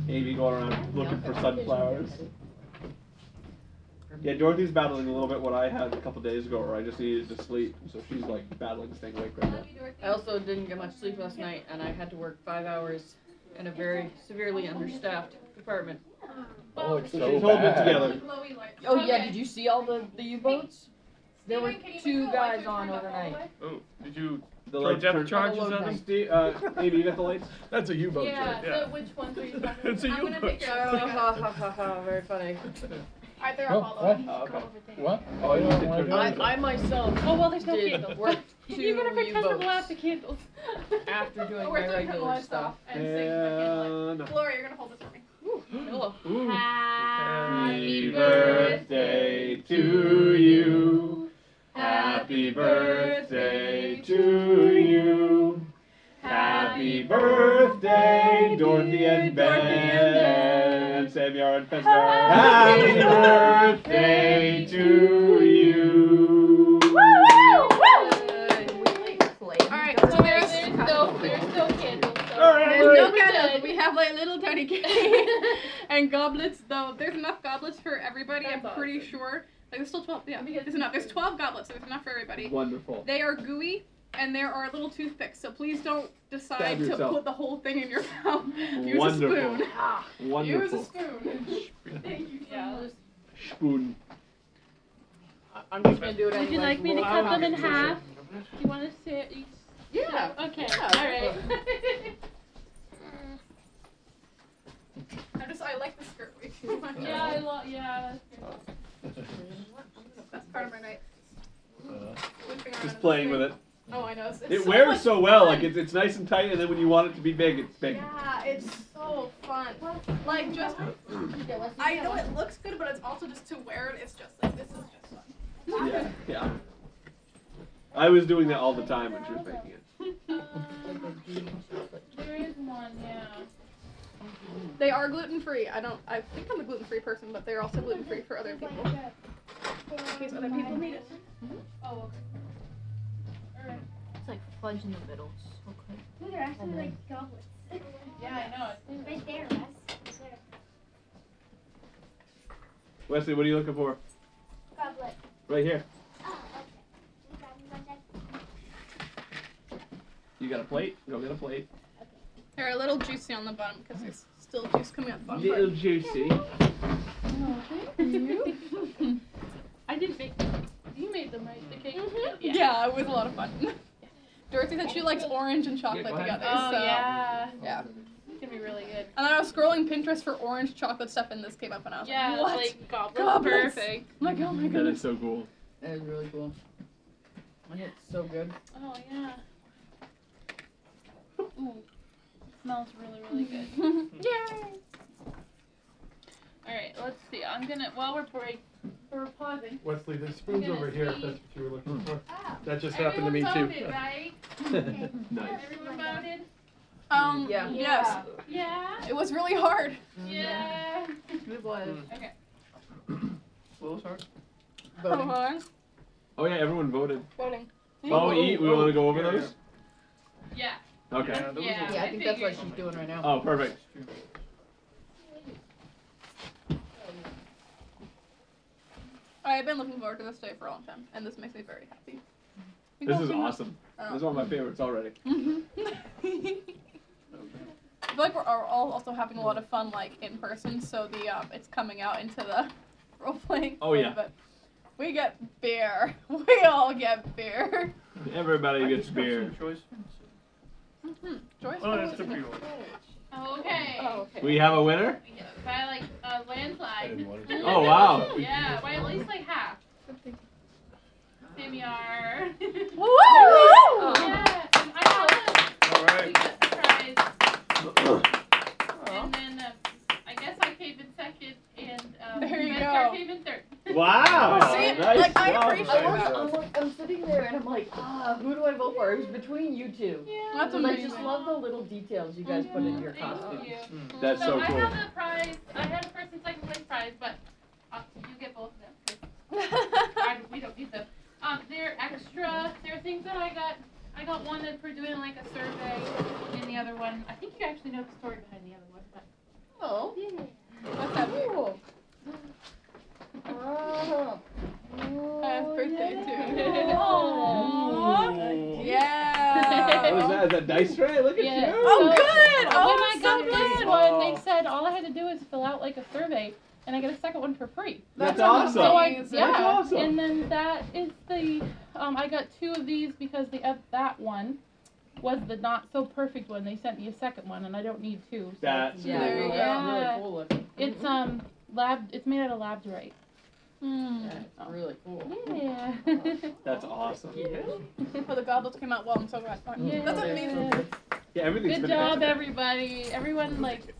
Speaker 2: Amy going around looking for sunflowers. Yeah, Dorothy's battling a little bit what I had a couple days ago where I just needed to sleep. So she's like battling staying awake right now.
Speaker 8: I also didn't get much sleep last night, and I had to work five hours in a very severely understaffed department.
Speaker 11: Oh, it's
Speaker 2: So
Speaker 11: so
Speaker 2: she's holding it
Speaker 11: bad.
Speaker 2: together.
Speaker 5: Chloe likes.
Speaker 8: Oh yeah,
Speaker 5: Okay.
Speaker 8: did you see all the the U-boats? There were
Speaker 5: Steven, can you
Speaker 8: two
Speaker 5: put the
Speaker 8: guys
Speaker 5: lighter
Speaker 8: on
Speaker 5: turned up all the
Speaker 8: overnight.
Speaker 5: way?
Speaker 10: Oh, did you
Speaker 2: The
Speaker 10: throw
Speaker 2: lights
Speaker 10: depth
Speaker 2: turn.
Speaker 10: charges
Speaker 8: all
Speaker 10: on
Speaker 8: over
Speaker 10: us?
Speaker 2: Steve, uh, Amy, you got the lights?
Speaker 1: That's a U-boat.
Speaker 4: Yeah,
Speaker 10: Yeah.
Speaker 4: so which ones are you talking
Speaker 10: It's a Uh,
Speaker 5: I'm gonna
Speaker 10: U-boat.
Speaker 5: pick it
Speaker 8: Ha
Speaker 5: up.
Speaker 8: ha ha ha ha! Very funny.
Speaker 5: Alright, they're
Speaker 11: Oh,
Speaker 5: all following.
Speaker 2: Oh, okay.
Speaker 11: What?
Speaker 2: Oh, you
Speaker 11: don't
Speaker 2: said
Speaker 11: wanna
Speaker 2: turn
Speaker 11: do
Speaker 2: it
Speaker 8: I,
Speaker 2: on.
Speaker 8: I myself
Speaker 4: Oh, well, there's no candles.
Speaker 8: did work two
Speaker 4: You're gonna pretend to
Speaker 8: U-boats
Speaker 4: blow out the candles.
Speaker 8: after doing
Speaker 5: Oh,
Speaker 8: my
Speaker 5: we're turning the
Speaker 8: regular
Speaker 5: lights
Speaker 8: stuff.
Speaker 5: off and singing the candlelight.
Speaker 2: And- uh,
Speaker 5: Gloria, you're gonna hold this for me.
Speaker 8: Hello.
Speaker 2: Ooh.
Speaker 4: Happy
Speaker 2: Happy birthday to you. Happy birthday to you. Happy birthday, Dorothy and Ben. Samuel and Pescar. Happy birthday to you.
Speaker 5: Alright, so there's
Speaker 4: There's no, there's no candles. So
Speaker 2: Alright,
Speaker 5: There's no
Speaker 2: Alright.
Speaker 5: candles. We have like little tiny candles and goblets, though. There's enough goblets for everybody. I'm
Speaker 4: That's
Speaker 5: pretty
Speaker 4: awesome.
Speaker 5: sure. Like there's still twelve. Yeah,
Speaker 4: Because-
Speaker 5: there's enough. There's twelve goblets. So there's enough for everybody.
Speaker 2: Wonderful.
Speaker 5: They are gooey, and there are little toothpicks. So please don't decide
Speaker 2: Stab
Speaker 5: to
Speaker 2: yourself.
Speaker 5: put the whole thing in your mouth. Use a
Speaker 2: Wonderful.
Speaker 5: spoon. Use a
Speaker 2: Wonderful.
Speaker 5: spoon. Thank you.
Speaker 8: Yeah,
Speaker 5: Yeah.
Speaker 8: I'll just-
Speaker 2: Spoon.
Speaker 8: I- I'm just gonna do it
Speaker 4: Would
Speaker 8: anyway.
Speaker 4: you like me to
Speaker 8: Well,
Speaker 4: cut
Speaker 8: I'll
Speaker 4: them in
Speaker 8: have it.
Speaker 4: half? Do you want to sit?
Speaker 8: Yeah.
Speaker 4: Okay,
Speaker 8: Yeah.
Speaker 4: alright.
Speaker 5: I like the skirt way too much.
Speaker 4: Yeah, I love. Yeah.
Speaker 5: Best part of my night.
Speaker 11: Uh,
Speaker 5: Whipping around in
Speaker 2: Just
Speaker 5: the
Speaker 2: playing
Speaker 5: skirt.
Speaker 2: with it.
Speaker 5: Oh, I know. It's, it's
Speaker 2: It
Speaker 5: so
Speaker 2: wears
Speaker 5: much
Speaker 2: so well.
Speaker 5: fun.
Speaker 2: Like it's it's nice and tight, and then when you want it to be big, it's big.
Speaker 5: Yeah, it's so fun. Like just, I know it looks good, but it's also just to wear it. It's just like this is just fun.
Speaker 2: Yeah. Yeah. I was doing that all the time when she was making it.
Speaker 4: There is one. Yeah.
Speaker 5: They are gluten free. I don't. I think I'm a gluten free person, but they're also gluten free for other people
Speaker 12: um,
Speaker 5: in case other people need it.
Speaker 4: Oh. Okay. All right.
Speaker 13: It's like fudge in the middle. So good.
Speaker 12: They're actually like goblets.
Speaker 4: Yeah, I know. It's in
Speaker 12: Right there, Wes. There.
Speaker 2: Wesley, what are you looking for?
Speaker 12: Goblet.
Speaker 2: Right here.
Speaker 12: Oh, okay. You got me one then?
Speaker 2: You got a plate? Go get a plate.
Speaker 5: They're a little juicy on the bottom because there's still juice coming out the bottom.
Speaker 2: Little
Speaker 5: Part.
Speaker 2: juicy.
Speaker 4: Oh, thank you. I didn't make them. You made them, right? The cake?
Speaker 5: Yeah. it was a lot of fun. Dorothy said she likes orange and chocolate
Speaker 2: Yeah, go ahead.
Speaker 5: together.
Speaker 4: Oh,
Speaker 5: so.
Speaker 4: yeah.
Speaker 5: Yeah.
Speaker 4: It's gonna be really good.
Speaker 5: And then I was scrolling Pinterest for orange chocolate stuff, and this came up, and I was
Speaker 4: Yeah, it's
Speaker 5: like, "What?"
Speaker 4: like goblets.
Speaker 5: Goblets.
Speaker 4: Perfect.
Speaker 5: I'm like, "Oh my
Speaker 2: That
Speaker 5: goodness!"
Speaker 2: is so cool.
Speaker 6: That is really cool. And it's so good.
Speaker 4: Oh, yeah. Ooh. Smells really, really good.
Speaker 5: Yay!
Speaker 4: All right, let's see. I'm gonna, while we're break, we're pausing.
Speaker 1: Wesley, there's spoons
Speaker 4: gonna
Speaker 1: over here if
Speaker 4: see-
Speaker 1: that's what you were
Speaker 2: Hmm.
Speaker 1: looking for.
Speaker 12: Oh,
Speaker 1: That just happened to me too.
Speaker 4: Everyone voted, right?
Speaker 12: okay.
Speaker 2: Nice.
Speaker 4: Everyone voted?
Speaker 5: Um,
Speaker 8: Yeah.
Speaker 5: yes,
Speaker 4: Yeah.
Speaker 5: it was really hard.
Speaker 4: Yeah.
Speaker 6: It was.
Speaker 10: What was hers?
Speaker 5: Come on.
Speaker 2: Oh yeah, everyone voted.
Speaker 5: Uh-huh. Voting.
Speaker 2: While we eat, we want to go over
Speaker 10: Yeah,
Speaker 2: those.
Speaker 4: Yeah.
Speaker 2: Okay.
Speaker 10: Yeah, those
Speaker 4: Yeah.
Speaker 10: are-
Speaker 4: I
Speaker 8: I think that's what
Speaker 4: figured.
Speaker 8: she's doing right now.
Speaker 2: Oh, perfect.
Speaker 5: I've been looking forward to this day for a long time, and this makes me very happy. We
Speaker 2: This
Speaker 5: got
Speaker 2: is
Speaker 5: too much-
Speaker 2: awesome.
Speaker 5: Oh.
Speaker 2: This is one of my favorites already.
Speaker 5: I feel like we're are all also having a lot of fun, like in person. So the um, it's coming out into the role playing.
Speaker 2: Oh, yeah.
Speaker 5: But we get beer. We all get beer.
Speaker 2: Everybody
Speaker 10: I
Speaker 2: gets
Speaker 10: just got
Speaker 2: beer.
Speaker 10: some choice ones.
Speaker 5: Mhm. Joyce.
Speaker 10: Oh,
Speaker 5: what
Speaker 10: that's
Speaker 5: was
Speaker 10: the
Speaker 5: it?
Speaker 10: pre-roll.
Speaker 4: Oh, okay.
Speaker 13: Oh, okay.
Speaker 2: We have a winner.
Speaker 4: Yeah, By like a landslide.
Speaker 2: Oh wow.
Speaker 4: Yeah, by at least like half. Here we are.
Speaker 5: Woo!
Speaker 4: Yeah, and I
Speaker 10: All
Speaker 4: got the, we
Speaker 10: right.
Speaker 4: got the prize, and then uh, I guess I came in second, and um,
Speaker 5: There you
Speaker 4: Mantar
Speaker 5: go.
Speaker 4: came in third.
Speaker 2: Wow.
Speaker 5: See,
Speaker 2: nice
Speaker 5: like, I
Speaker 2: job,
Speaker 5: appreciate
Speaker 2: guys.
Speaker 6: I'm, like, I'm, like, I'm sitting there and I'm like, ah, who do I vote for? It was between you two.
Speaker 5: That's
Speaker 6: And I just
Speaker 5: amazing. Mm-hmm.
Speaker 6: love the little details you guys put in your
Speaker 4: Mm-hmm. Thank
Speaker 6: costume.
Speaker 4: you.
Speaker 2: That's so
Speaker 4: I
Speaker 2: cool.
Speaker 4: have the prize. I had a first and second place prize, but uh, you get both of them. 'cause I, we don't need them. Um, they're extra. They're things that I got. I got one that for doing like a survey, and the other one. I think you actually know the story behind the other one, but
Speaker 6: Oh.
Speaker 5: What's that?
Speaker 6: Cool. Oh.
Speaker 5: Happy Uh, birthday
Speaker 4: yeah.
Speaker 5: too. Oh. Aww. Yeah.
Speaker 2: What Oh, is that? Is that dice tray? Look at
Speaker 4: Yeah.
Speaker 2: you.
Speaker 5: Oh,
Speaker 4: So-
Speaker 5: good.
Speaker 4: But
Speaker 5: Oh,
Speaker 4: when I
Speaker 5: so
Speaker 4: got
Speaker 5: good.
Speaker 4: this one, they said all I had to do was fill out like a survey, and I got a second one for free.
Speaker 2: That's
Speaker 5: amazing.
Speaker 2: awesome.
Speaker 4: So I, yeah,
Speaker 5: That's
Speaker 2: awesome.
Speaker 4: and then that is the, um, I got two of these because the of that one was the not so perfect one. They sent me a second one, and I don't need two. So
Speaker 2: That's
Speaker 6: Yeah,
Speaker 5: There
Speaker 6: no,
Speaker 5: you go.
Speaker 6: that's really cool looking.
Speaker 4: it's um lab. It's made out of labradorite.
Speaker 5: Mm.
Speaker 8: Hmm.
Speaker 6: Yeah, it's really cool.
Speaker 4: Yeah.
Speaker 2: that's awesome.
Speaker 5: Oh, the goblets came out well. I'm so glad.
Speaker 4: Yeah.
Speaker 5: That's
Speaker 6: They're
Speaker 5: amazing.
Speaker 6: so good.
Speaker 2: Yeah, everything's
Speaker 4: Good
Speaker 2: been
Speaker 4: job,
Speaker 2: amazing.
Speaker 4: everybody. Everyone like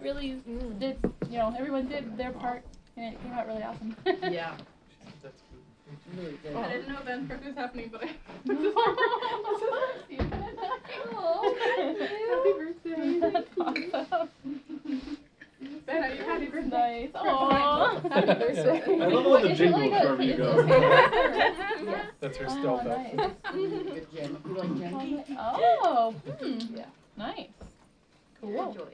Speaker 4: really did. You know, everyone did their part, and it came out really awesome.
Speaker 6: Yeah,
Speaker 1: That's good.
Speaker 6: really good.
Speaker 5: I didn't know Ben Frick was happening, but
Speaker 4: That's awesome.
Speaker 5: Ben, are you happy for
Speaker 4: Nice.
Speaker 5: Aw.
Speaker 4: Happy
Speaker 1: birthday.
Speaker 2: I love all the
Speaker 4: It's really
Speaker 2: jingles
Speaker 4: good.
Speaker 2: wherever you
Speaker 4: It's
Speaker 2: go.
Speaker 1: That's her
Speaker 4: Oh,
Speaker 1: stealth
Speaker 4: nice.
Speaker 1: outfit.
Speaker 6: Good jam. You like jam?
Speaker 4: Oh, hmm.
Speaker 6: Yeah.
Speaker 4: Nice. Cool.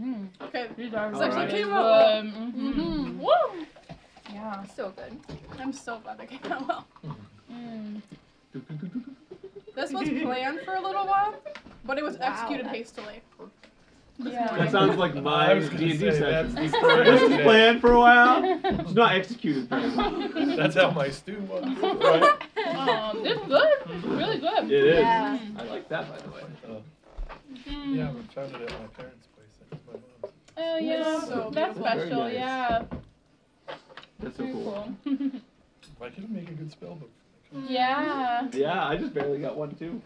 Speaker 4: Mm.
Speaker 5: okay.
Speaker 4: These are
Speaker 2: It's actually
Speaker 5: came
Speaker 4: good.
Speaker 5: out
Speaker 4: Mhm.
Speaker 5: Mm-hmm. Woo!
Speaker 4: Yeah.
Speaker 5: So good. I'm so glad that came out well.
Speaker 4: Mm.
Speaker 5: This was planned for a little while, but it was
Speaker 13: Wow,
Speaker 5: executed
Speaker 13: that's-
Speaker 5: hastily.
Speaker 4: Yeah.
Speaker 2: That sounds like
Speaker 1: I
Speaker 2: my
Speaker 1: was gonna
Speaker 2: D&D
Speaker 1: say,
Speaker 2: session.
Speaker 1: that's-
Speaker 2: This is planned for a while. It's not executed very well.
Speaker 1: That's how my stew was. Right?
Speaker 4: Um, it's good. It's really good.
Speaker 2: It is.
Speaker 13: Yeah.
Speaker 2: I like that, by the way. Oh,
Speaker 1: Yeah, we found it at my parents' place. It was my mom's.
Speaker 4: Hmm. Oh
Speaker 5: That's
Speaker 4: yeah,
Speaker 5: so
Speaker 4: that's
Speaker 5: beautiful.
Speaker 2: Very
Speaker 4: special.
Speaker 2: nice.
Speaker 4: Yeah,
Speaker 2: That's so
Speaker 4: very
Speaker 2: cool.
Speaker 4: cool.
Speaker 1: I could make a good spell book.
Speaker 4: yeah.
Speaker 2: Yeah, I just barely got one too.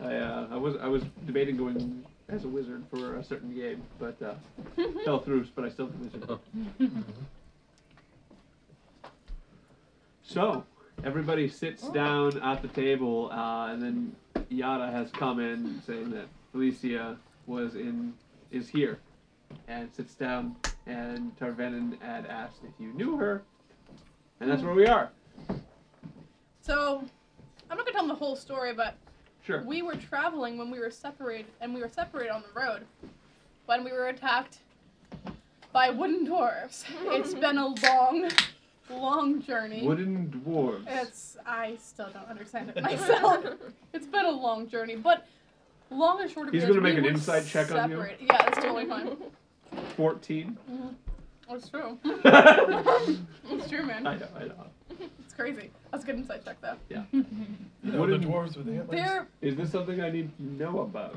Speaker 2: I uh, I was I was debating going as a wizard for a certain game, but uh, fell through. But I still have a wizard. so everybody sits down at the table, uh, and then Yada has come in saying that Felicia was in is here, and sits down. And Tarvenin had asked if you knew her, and that's where we are.
Speaker 5: So, I'm not gonna tell them the whole story, but
Speaker 2: Sure.
Speaker 5: we were traveling when we were separated, and we were separated on the road when we were attacked by wooden dwarves. it's been a long, long journey.
Speaker 2: Wooden dwarves.
Speaker 5: It's I still don't understand it myself. it's been a long journey, but long and short of it
Speaker 2: He's
Speaker 5: is
Speaker 2: gonna
Speaker 5: we
Speaker 2: make an
Speaker 5: were
Speaker 2: inside check on you.
Speaker 5: separated. Yeah, that's totally fine.
Speaker 2: 14.
Speaker 5: That's true.
Speaker 2: I
Speaker 5: It's true, man.
Speaker 2: know, I know.
Speaker 5: It's crazy. That's a good inside check though.
Speaker 1: You know, the
Speaker 2: Wooden-
Speaker 1: dwarves with antlers.
Speaker 5: There
Speaker 2: Is this something I need to know about?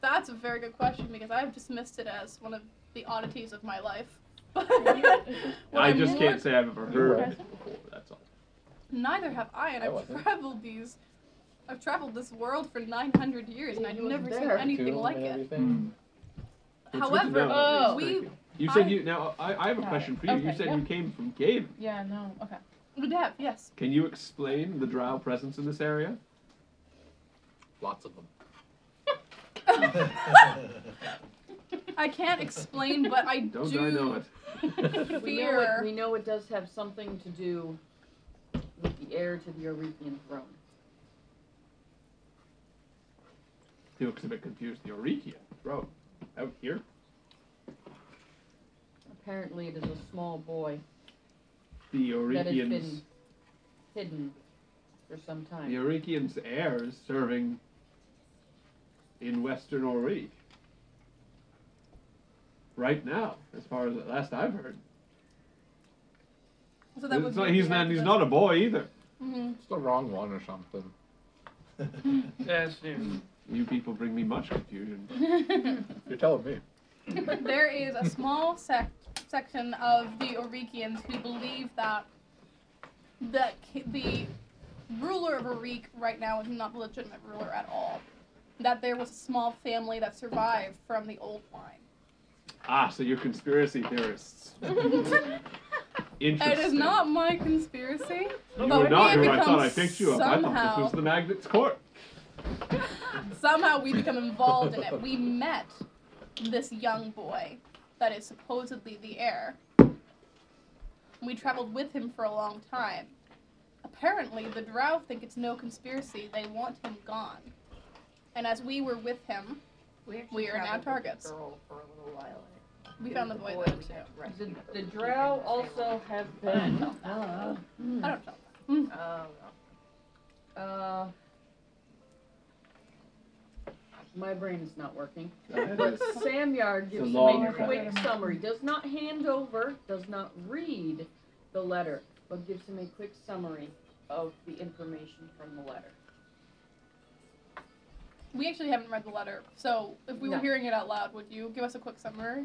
Speaker 5: That's a very good question because I've dismissed it as one of the oddities of my life. But
Speaker 2: I
Speaker 5: I'm
Speaker 2: just
Speaker 5: more-
Speaker 2: can't say I've ever heard of it before, that's all.
Speaker 5: Neither have I, and
Speaker 11: I
Speaker 5: I've
Speaker 11: wasn't.
Speaker 5: traveled these. I've traveled this world for 900 years, and I've never seen anything like it.
Speaker 2: Hmm. It's good to
Speaker 5: However,
Speaker 2: know.
Speaker 4: Oh.
Speaker 5: we
Speaker 2: You said
Speaker 5: I-
Speaker 2: you, now, I, I have a
Speaker 4: Got
Speaker 2: question
Speaker 4: it.
Speaker 2: for you. You
Speaker 4: Okay,
Speaker 2: said
Speaker 4: yeah.
Speaker 2: you came from Gabe.
Speaker 4: Yeah. No. Okay.
Speaker 5: would have yes.
Speaker 2: Can you explain the drow presence in this area?
Speaker 11: Lots of them.
Speaker 5: I can't explain, but I
Speaker 2: Don't
Speaker 5: do
Speaker 2: I know it?
Speaker 8: We know, it, we
Speaker 5: fear.
Speaker 8: know it does have something to do with the heir to the Orekian throne.
Speaker 2: He looks a bit confused. The Orekia, bro, out here?
Speaker 8: Apparently, it is a small boy
Speaker 2: The
Speaker 8: that has
Speaker 2: Orekians,
Speaker 8: been hidden for some
Speaker 2: the
Speaker 8: time.
Speaker 2: Orekians' heir is serving in Western Oric. Right now, as far as last I've heard.
Speaker 5: So that would
Speaker 2: It's not-
Speaker 5: be
Speaker 2: he's
Speaker 5: the
Speaker 2: not. He's
Speaker 5: activist-
Speaker 2: not a boy either.
Speaker 5: Mhm.
Speaker 11: It's the wrong one or something.
Speaker 10: Yes, new.
Speaker 2: You people bring me much confusion.
Speaker 11: You're telling me.
Speaker 5: Mm-hmm. there is a small sec- section of the Orikians who believe that the ki- the ruler of Orik right now is not a legitimate ruler at all. That there was a small family that survived from the old line.
Speaker 2: Ah, so you're conspiracy theorists. Interesting.
Speaker 5: It is not my conspiracy.
Speaker 2: You
Speaker 5: but
Speaker 2: were not
Speaker 5: we
Speaker 2: who I
Speaker 5: become
Speaker 2: thought I picked you up. I thought
Speaker 5: somehow-
Speaker 2: this was the Magnet's court.
Speaker 5: Somehow we become involved in it. We met this young boy that is supposedly the heir. We traveled with him for a long time. Apparently, the Drow think it's no conspiracy. They want him gone. And as we were with him, We are now targets.
Speaker 7: Girl for a little while.
Speaker 5: we found the boy then too.
Speaker 8: The, the drow also have been.
Speaker 7: Uh,
Speaker 5: I don't know.
Speaker 7: um,
Speaker 8: Uh, my brain is not working.
Speaker 2: That
Speaker 8: But
Speaker 2: is-
Speaker 8: Samyard
Speaker 2: a
Speaker 8: gives him
Speaker 2: long
Speaker 8: a quick
Speaker 7: time.
Speaker 8: summary. Does not hand over, does not read the letter, but gives him a quick summary of the information from the letter.
Speaker 5: We actually haven't read the letter, so if we were
Speaker 8: No.
Speaker 5: hearing it out loud, would you give us a quick summary?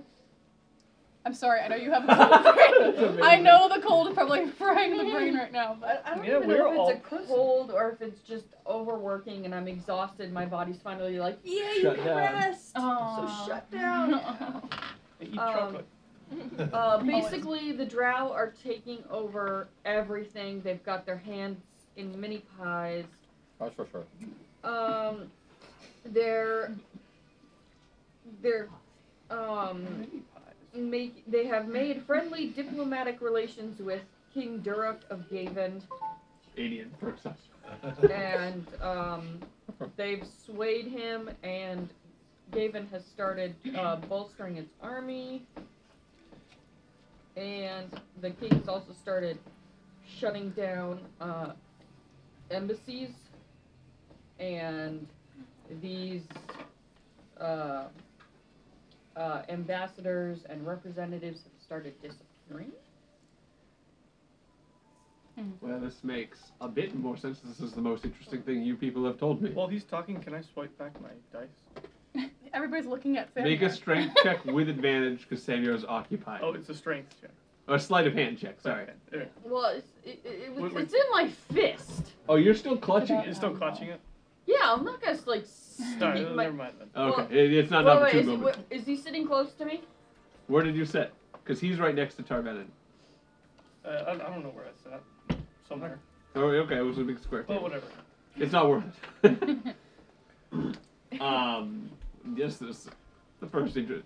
Speaker 5: I'm sorry, I know you have a cold brain.
Speaker 2: That's amazing.
Speaker 5: I know the cold is probably frying the brain right now, but
Speaker 8: I, I don't
Speaker 10: Yeah,
Speaker 8: even
Speaker 10: we're
Speaker 8: know
Speaker 10: all
Speaker 8: if it's a cold or if it's just overworking and I'm exhausted. My body's finally like, yeah, you
Speaker 2: Shut
Speaker 8: can
Speaker 2: down.
Speaker 8: rest.
Speaker 4: Aw.
Speaker 8: So shut down.
Speaker 10: They
Speaker 8: Um,
Speaker 10: eat chocolate.
Speaker 8: Uh, basically, the Drow are taking over everything. They've got their hands in mini pies.
Speaker 11: That's for sure.
Speaker 8: Um, they're they're um make they have made friendly diplomatic relations with King Duruk of Gavin,
Speaker 2: Alien person.
Speaker 8: and um, they've swayed him. And Gavin has started uh, bolstering its army, and the king's also started shutting down uh, embassies and these uh, uh, ambassadors and representatives have started disappearing.
Speaker 2: Well, this makes a bit more sense. This is the most interesting thing you people have told me.
Speaker 10: While he's talking, can I swipe back my dice?
Speaker 5: Everybody's looking at Sam.
Speaker 2: Make a strength check with advantage because Samuel's occupied.
Speaker 10: Oh, it's a strength check.
Speaker 2: Or a sleight of hand check, sorry.
Speaker 10: Yeah.
Speaker 8: Well, it's, it, it, it was,
Speaker 10: Wait, wait.
Speaker 8: it's in my fist.
Speaker 2: Oh, you're still clutching
Speaker 10: You're
Speaker 2: it?
Speaker 10: still clutching it?
Speaker 8: Yeah, I'm not gonna like.
Speaker 10: No,
Speaker 8: sneak my-
Speaker 10: never mind then.
Speaker 2: Okay,
Speaker 8: Well-
Speaker 2: it, it's not an
Speaker 8: Wait, wait,
Speaker 2: opportune
Speaker 8: is, he-
Speaker 2: moment.
Speaker 8: wait, is he sitting close to me?
Speaker 2: Where did you sit? Because he's right next to Tarvenin.
Speaker 10: Uh, I, I don't know where I sat. Somewhere.
Speaker 2: Oh, okay, it was a big square.
Speaker 10: Well,
Speaker 2: table.
Speaker 10: whatever.
Speaker 2: It's not worth it. um, yes, this the first intro.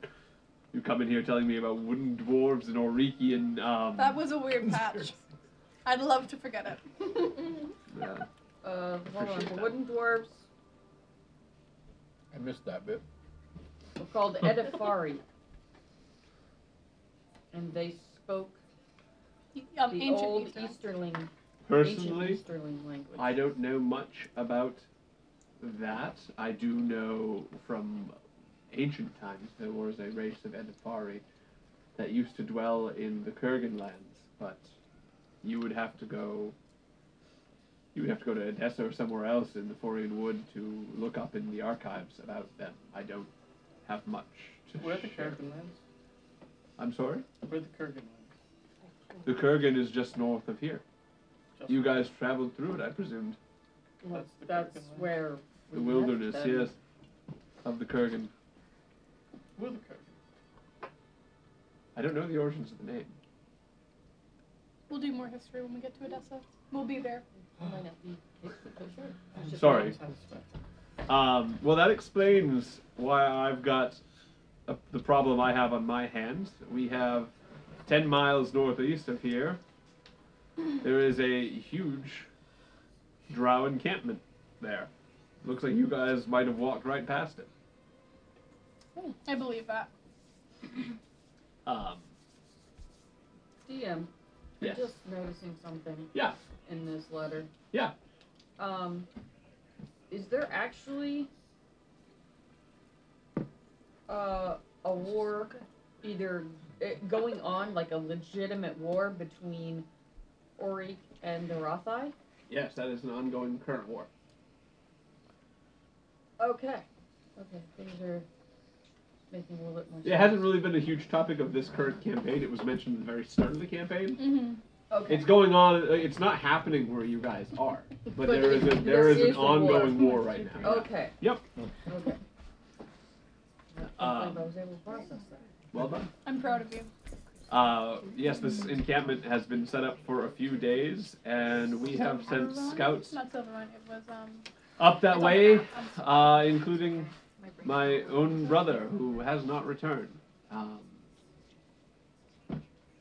Speaker 2: You come in here telling me about wooden dwarves and Oriki and um.
Speaker 5: That was a weird patch. I'd love to forget it.
Speaker 2: yeah.
Speaker 8: Uh, hold on.
Speaker 2: Appreciate
Speaker 8: The
Speaker 2: that.
Speaker 8: wooden dwarves
Speaker 11: I missed that bit.
Speaker 8: were called Edifari. and they spoke
Speaker 5: Um,
Speaker 8: the
Speaker 5: ancient
Speaker 8: old
Speaker 5: Eastern.
Speaker 8: Easterling, ancient
Speaker 2: Personally,
Speaker 8: Easterling language.
Speaker 2: I don't know much about that. I do know from ancient times there was a race of Edipari that used to dwell in the Kurgan lands, but you would have to go you would have to go to Edessa or somewhere else in the Forian Wood to look up in the archives about them. I don't have much to
Speaker 10: Where are the
Speaker 2: share.
Speaker 10: Kurgan lands?
Speaker 2: I'm sorry?
Speaker 10: Where are the Kurgan lands?
Speaker 2: The Kurgan is just north of here.
Speaker 10: Just-
Speaker 2: You guys traveled through it, I presumed.
Speaker 8: Well,
Speaker 10: That's the
Speaker 8: that's
Speaker 10: Kirkland.
Speaker 8: where
Speaker 2: The
Speaker 8: we
Speaker 2: wilderness,
Speaker 8: left them.
Speaker 2: yes. Of the Kurgan.
Speaker 10: Where are the Kurgan?
Speaker 2: I don't know the origins of the name.
Speaker 5: We'll do more history when we get to Odessa. We'll be there.
Speaker 8: Might not be the picture.
Speaker 10: Just
Speaker 2: Sorry.
Speaker 10: one time swipe.
Speaker 2: Um, well, that explains why I've got a, the problem I have on my hands. We have 10 miles northeast of here, there is a huge drow encampment there. Looks like you guys might have walked right past it.
Speaker 5: I believe that.
Speaker 2: Um,
Speaker 8: DM,
Speaker 2: yes.
Speaker 8: just noticing something
Speaker 2: Yeah,
Speaker 8: in this letter.
Speaker 2: yeah.
Speaker 8: Um, is there actually uh, a war either eh, going on, like a legitimate war between Ori and the Rothai?
Speaker 2: Yes, that is an ongoing current war.
Speaker 8: Okay. Okay, things are making a little bit more sense.
Speaker 2: It hasn't really been a huge topic of this current campaign. It was mentioned at the very start of the campaign.
Speaker 5: Mm-hmm.
Speaker 8: Okay.
Speaker 2: It's going on. uh, It's not happening where you guys are, but,
Speaker 8: But
Speaker 2: there is a,
Speaker 8: it-
Speaker 2: there is
Speaker 8: this
Speaker 2: an
Speaker 8: is a war.
Speaker 2: ongoing war. right now.
Speaker 8: Okay.
Speaker 2: Yep.
Speaker 8: Okay. I don't think I
Speaker 2: Um,
Speaker 8: was able to process that.
Speaker 2: well done.
Speaker 5: I'm proud of you.
Speaker 2: Uh, yes, this encampment has been set up for a few days, and we have sent
Speaker 5: Silverrun?
Speaker 2: scouts
Speaker 5: Not Silverrun. It was um.
Speaker 2: up
Speaker 5: it's
Speaker 2: that
Speaker 5: on the
Speaker 2: way,
Speaker 5: map. I'm sorry.
Speaker 2: uh, including my own brother, who has not returned. Um,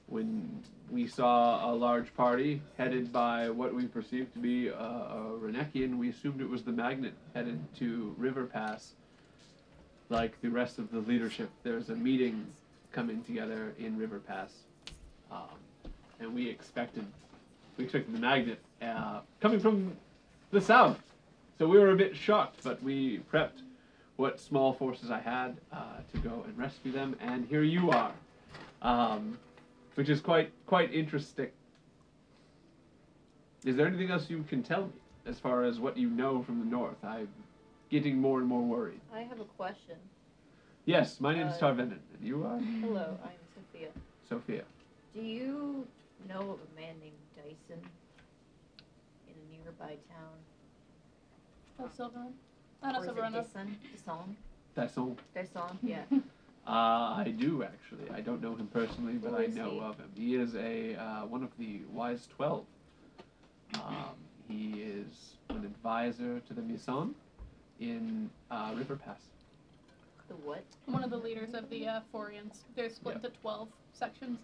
Speaker 2: when we saw a large party headed by what we perceived to be a, a Renekian, we assumed it was the Magnet headed to River Pass. Like the rest of the leadership, there's a meeting coming together in River Pass, um, and we expected we expected the Magnet uh, coming from the south. So we were a bit shocked, but we prepped what small forces I had uh, to go and rescue them, and here you are, um, which is quite quite interesting. Is there anything else you can tell me as far as what you know from the north? I'm getting more and more worried.
Speaker 7: I have a question.
Speaker 2: Yes, my name is
Speaker 7: Uh,
Speaker 2: Tarvenin, and you are
Speaker 7: Hello, I'm Sophia.
Speaker 2: Sophia.
Speaker 7: Do you know of a man named Dyson in a nearby town?
Speaker 5: Oh, Silverrun. Oh, not
Speaker 7: or is it
Speaker 5: Silverrun. that's-
Speaker 7: Dyson? Dyson?
Speaker 2: That's all.
Speaker 7: Dyson?
Speaker 5: Mm-hmm.
Speaker 7: Yeah.
Speaker 2: Uh, I do actually. I don't know him personally, but
Speaker 7: Who
Speaker 2: I
Speaker 7: is
Speaker 2: know
Speaker 7: he?
Speaker 2: of him. He is a uh, one of the Wise Twelve. Um, he is an advisor to the Misan in uh, River Pass.
Speaker 7: The what?
Speaker 5: One of the leaders of the uh, Forians. They're split into twelve sections.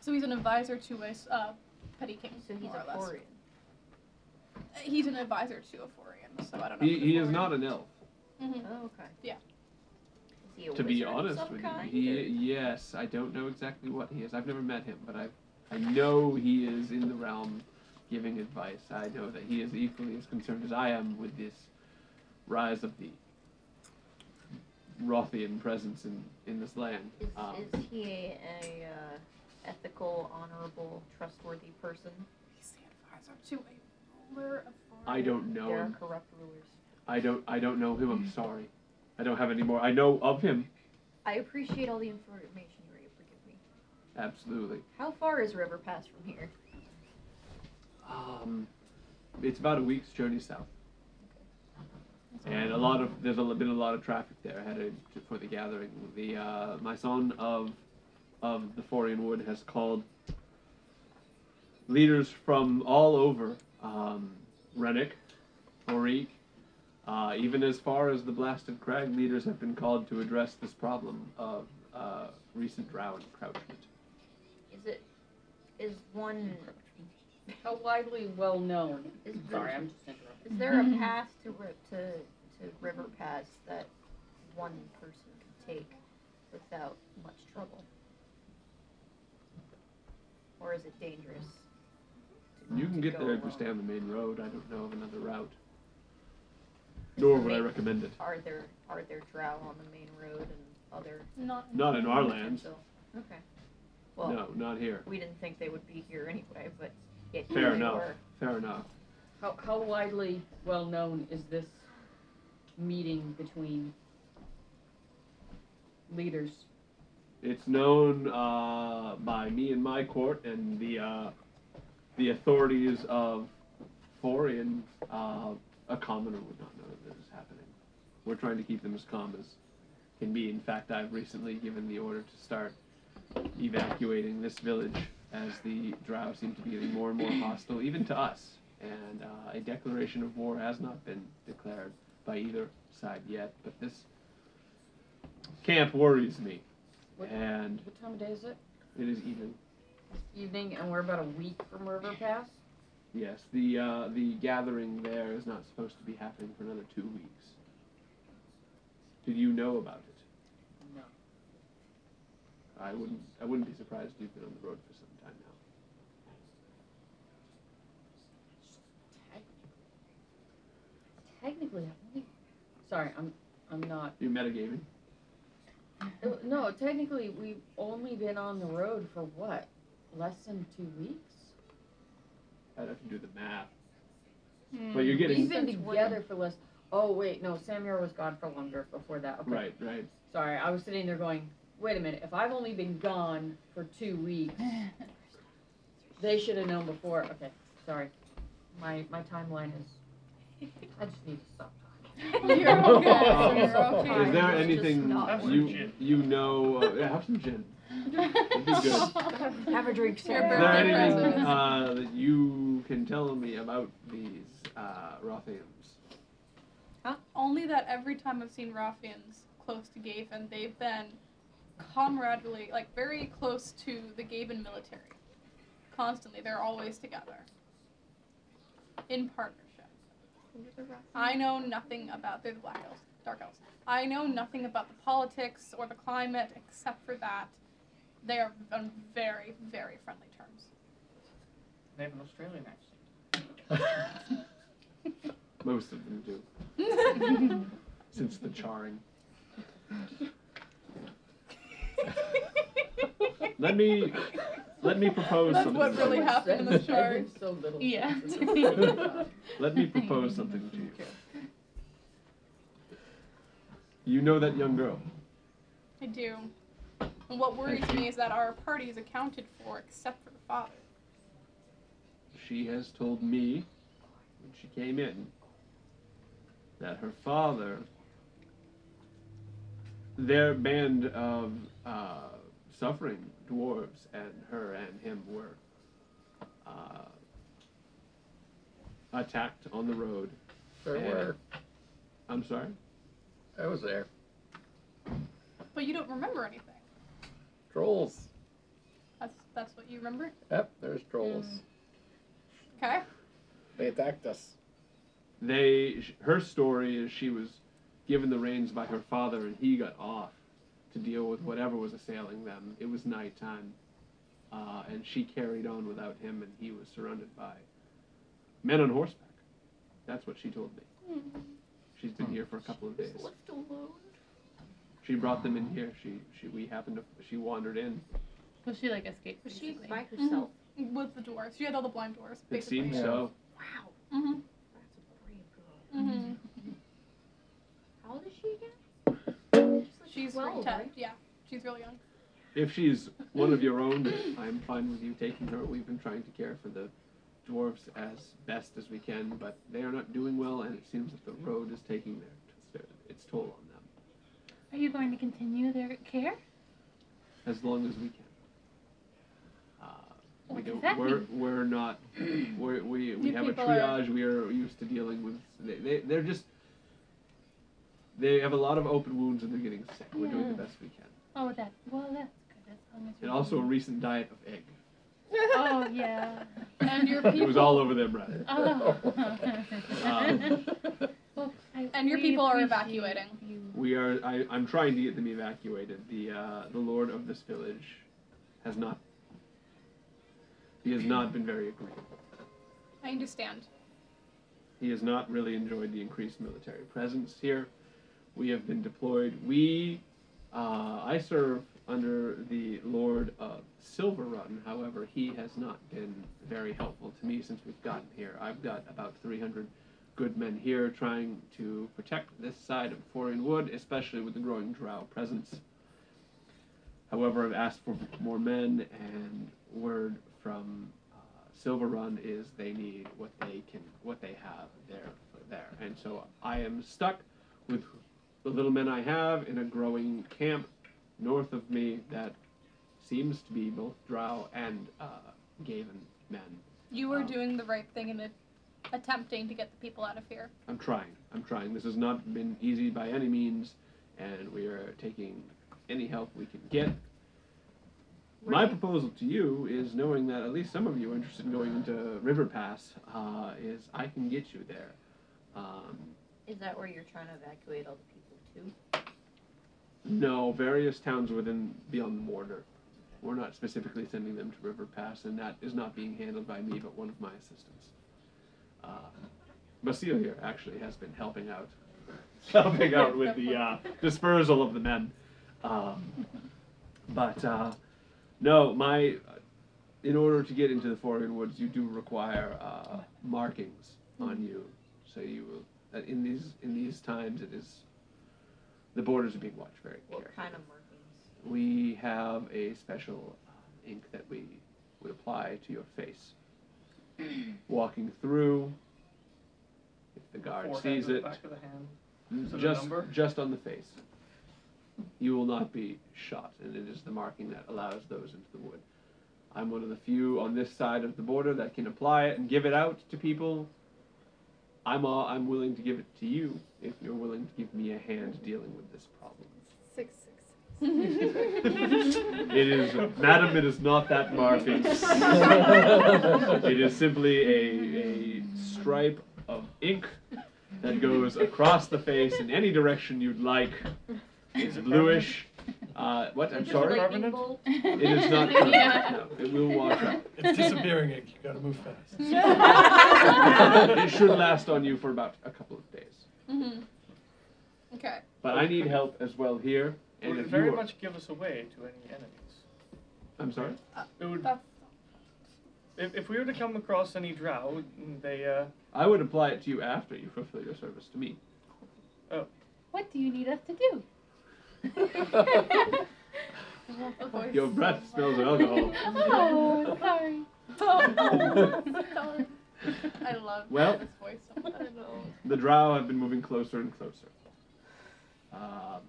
Speaker 5: So he's an advisor to a s- uh, petty king,
Speaker 7: So he's
Speaker 5: more
Speaker 7: a
Speaker 5: or less.
Speaker 7: Korean.
Speaker 5: Uh, He's an advisor to a Forian, so I don't know.
Speaker 2: He, he is not an elf.
Speaker 5: hmm
Speaker 7: Oh, okay.
Speaker 5: Yeah.
Speaker 7: Is he a
Speaker 2: To be
Speaker 7: wizard of
Speaker 2: honest
Speaker 7: some
Speaker 2: with you,
Speaker 7: kind,
Speaker 2: he
Speaker 7: or-
Speaker 2: yes, I don't know exactly what he is. I've never met him, but I I know he is in the realm giving advice. I know that he is equally as concerned as I am with this rise of the Rothian presence in, in this land.
Speaker 7: Is,
Speaker 2: Um,
Speaker 7: is he a, uh, ethical, honorable, trustworthy person?
Speaker 5: He's the advisor to a ruler of
Speaker 2: I don't know
Speaker 7: There are
Speaker 2: him.
Speaker 7: corrupt rulers.
Speaker 2: I don't. I don't know him. I'm sorry. I don't have any more. I know of him.
Speaker 7: I appreciate all the information you were able to give me.
Speaker 2: Absolutely.
Speaker 7: How far is River Pass from here?
Speaker 2: Um, it's about a week's journey south. And a lot of there's a, been a lot of traffic there headed to- for the gathering. The uh, my son of of the Forian Wood has called leaders from all over um, Rennick, Oric, uh, even as far as the Blasted Crag. Leaders have been called to address this problem of uh, recent drow encroachment.
Speaker 7: Is it is one
Speaker 8: How widely well known.
Speaker 7: Is
Speaker 8: Sorry, I'm just interrupting.
Speaker 7: is there a path to ri- to to River Pass that one person can take without much trouble? Or is it dangerous?
Speaker 2: You can get
Speaker 7: go
Speaker 2: there if you
Speaker 7: alone.
Speaker 2: stay on the main road. I don't know of another route. Nor would I
Speaker 7: Maybe-
Speaker 2: recommend it.
Speaker 7: Are there are there drow on the main road and other
Speaker 5: Not
Speaker 2: Not in our lands.
Speaker 7: So- Okay. Well,
Speaker 2: No, not here.
Speaker 7: we didn't think they would be here anyway, but yet here
Speaker 2: Fair
Speaker 7: they
Speaker 2: enough.
Speaker 7: were.
Speaker 2: Fair enough.
Speaker 8: How, how widely well known is this meeting between leaders?
Speaker 2: It's known uh, by me and my court and the uh, the authorities of Forian. Uh, a commoner would not know that this is happening. We're trying to keep them as calm as can be. In fact, I've recently given the order to start evacuating this village as the drow seem to be getting more and more hostile, even to us. And uh, a declaration of war has not been declared by either side yet. But this camp worries me.
Speaker 8: What-
Speaker 2: And
Speaker 8: What time of day is it?
Speaker 2: it is even.
Speaker 8: Evening, and we're about a week from River Pass.
Speaker 2: Yes, the uh, the gathering there is not supposed to be happening for another two weeks. Did you know about it?
Speaker 8: No.
Speaker 2: I wouldn't. I wouldn't be surprised if you've been on the road for some time now.
Speaker 8: Technically, I think. Sorry, I'm I'm not.
Speaker 2: You metagaming.
Speaker 8: Uh, No, technically, we've only been on the road for what? Less than two weeks.
Speaker 2: I'd have to do the math. But you're getting
Speaker 8: We've been together for less. Oh wait, no, Samuel was gone for longer before that. Okay.
Speaker 2: right, right.
Speaker 8: Sorry, I was sitting there going, wait a minute, if I've only been gone for two weeks, they should have known before. Okay, sorry. My my timeline is. I just need to stop talking.
Speaker 5: Hmm. You're okay, you're okay.
Speaker 2: Is there
Speaker 5: It's just
Speaker 2: anything
Speaker 5: not
Speaker 10: Have some
Speaker 2: you
Speaker 10: gin.
Speaker 2: you know? Uh, yeah, have some gin. It'd be good.
Speaker 7: Have a drink,
Speaker 5: Your
Speaker 7: sir.
Speaker 2: Is there
Speaker 5: birthday
Speaker 2: anything
Speaker 5: present.
Speaker 2: uh, that you can tell me about these uh, Rothians?
Speaker 5: Only that every time I've seen Ruffians close to Gaven, they've been comradely, like very close to the Gaven military. Constantly, they're always together in partnership.
Speaker 7: Uh,
Speaker 5: I know nothing about they're the Black Elves, Dark Elves. I know nothing about the politics or the climate except for that they are on very, very friendly terms.
Speaker 10: They have an Australian accent.
Speaker 2: Most of them do, since the charring. Let me let me propose
Speaker 5: That's
Speaker 2: something.
Speaker 5: what
Speaker 2: to you.
Speaker 5: really happened in the
Speaker 8: I
Speaker 5: charge.
Speaker 8: did so little.
Speaker 5: Yeah.
Speaker 8: oh
Speaker 2: Let me propose something to you. You know that young girl.
Speaker 5: I do. And what worries me is that our party is accounted for except for the father.
Speaker 2: She has told me when she came in that her father, their band of uh, suffering dwarves, and her and him were uh, attacked on the road.
Speaker 11: There
Speaker 2: and-
Speaker 11: were.
Speaker 2: I'm sorry?
Speaker 11: I was there.
Speaker 5: But you don't remember anything.
Speaker 11: Trolls.
Speaker 5: That's that's what you remember?
Speaker 11: Yep, there's trolls.
Speaker 5: Okay.
Speaker 11: They attacked us.
Speaker 2: they sh- her story is she was given the reins by her father and he got off to deal with whatever was assailing them it was nighttime uh, and she carried on without him and he was surrounded by men on horseback that's what she told me she's been here for a couple of days
Speaker 7: Hmm. Left alone.
Speaker 2: she brought them in here she, she we happened to she wandered in
Speaker 4: So she like escaped.
Speaker 7: Was she
Speaker 4: basically.
Speaker 7: by herself?
Speaker 5: With the dwarves. She had all the blind dwarves.
Speaker 2: It
Speaker 5: basically.
Speaker 2: seems so.
Speaker 7: Wow,
Speaker 5: Mm-hmm.
Speaker 7: that's a brave girl.
Speaker 5: Mm-hmm.
Speaker 7: How old is she again?
Speaker 5: She's
Speaker 7: Well,
Speaker 5: really tough.
Speaker 7: right?
Speaker 5: Yeah, she's really young.
Speaker 2: If she's one of your own, I'm fine with you taking her. We've been trying to care for the dwarfs as best as we can, but they are not doing well, and it seems that the road is taking their, its toll on them.
Speaker 4: Are you going to continue their care?
Speaker 2: as long as we can. Uh, we
Speaker 4: What does
Speaker 2: don't,
Speaker 4: that
Speaker 2: we're, we're not, we're, we, we
Speaker 5: You
Speaker 2: have a
Speaker 5: people are-
Speaker 2: triage, we are used to dealing with, they, they, they're just, they have a lot of open wounds and they're getting sick. We're doing the
Speaker 4: Yeah.
Speaker 2: best we can.
Speaker 4: Oh, that. Well, that's good. As long as.
Speaker 2: And
Speaker 4: you're
Speaker 2: also a
Speaker 4: doing-
Speaker 2: recent diet of egg.
Speaker 4: Oh yeah.
Speaker 5: And your people.
Speaker 2: It was all over their breath.
Speaker 4: Oh.
Speaker 2: Um,
Speaker 4: Well, I
Speaker 5: And your
Speaker 4: really
Speaker 5: people are
Speaker 4: appreciate
Speaker 5: evacuating.
Speaker 4: You.
Speaker 2: We are, I, I'm trying to get them evacuated. The, uh, the lord of this village has not, he has not been very agreeable.
Speaker 5: I understand.
Speaker 2: He has not really enjoyed the increased military presence here. We have been deployed. We, uh, I serve under the Lord of Silver Run. However, he has not been very helpful to me since we've gotten here. I've got about 300 good men here trying to protect this side of Forian Wood, especially with the growing drow presence. However, I've asked for more men, and word from uh, Silver Run is they need what they can, what they have there, there. And so I am stuck with the little men I have in a growing camp north of me that seems to be both Drow and uh, Gaven men.
Speaker 5: You are
Speaker 2: Um,
Speaker 5: doing the right thing in a, attempting to get the people out of here.
Speaker 2: I'm trying. I'm trying. This has not been easy by any means, and we are taking any help we can get. My proposal to you is knowing that at least some of you are interested in going into River Pass, uh, is I can get you there. Um,
Speaker 7: Is that where you're trying to evacuate all the people too?
Speaker 2: no, various towns within beyond the border. We're not specifically sending them to River Pass, and that is not being handled by me, but one of my assistants. Uh, Basile here actually has been helping out, helping out with the uh, dispersal of the men. Um, but uh, no, my in order to get into the foreign woods, you do require uh, markings
Speaker 7: Mm-hmm.
Speaker 2: on you. So you will uh, in these in these times it is the borders are being watched very carefully.
Speaker 7: What kind of markings?
Speaker 2: We have a special um, ink that we would apply to your face. Walking through, if the guard
Speaker 10: Forehead
Speaker 2: sees
Speaker 10: or the
Speaker 2: it,
Speaker 10: Back of the hand. Is it
Speaker 2: Mm-hmm.
Speaker 10: a
Speaker 2: just
Speaker 10: number?
Speaker 2: just on the face, you will not be shot, and it is the marking that allows those into the wood. I'm one of the few on this side of the border that can apply it and give it out to people. I'm all, I'm willing to give it to you if you're willing to give me a hand dealing with this problem.
Speaker 3: Six, six.
Speaker 2: It is, madam, it is not that marking. it is simply a, a stripe of ink that goes across the face in any direction you'd like. It's bluish. Uh, what? I'm sorry?
Speaker 10: Permanent?
Speaker 2: It is not permanent.
Speaker 4: Yeah.
Speaker 2: No, it will wash out.
Speaker 1: It's disappearing. It. You gotta move fast.
Speaker 2: it should last on you for about a couple of days.
Speaker 5: Mm-hmm. Okay.
Speaker 2: But I need help as well here. And
Speaker 10: Would it
Speaker 2: if
Speaker 10: very
Speaker 2: you are,
Speaker 10: much give us away to any enemies.
Speaker 2: I'm sorry?
Speaker 10: It would,
Speaker 5: That's
Speaker 10: if, if we were to come across any drow, mm, they, uh,
Speaker 2: I would apply it to you after you fulfill your service to me.
Speaker 4: What do you need us to do? Oh,
Speaker 5: the voice.
Speaker 2: Your breath smells of alcohol.
Speaker 4: Oh, sorry.
Speaker 5: Oh. I love
Speaker 2: Well.
Speaker 5: this voice so much.
Speaker 2: The drow have been moving closer and closer. Um,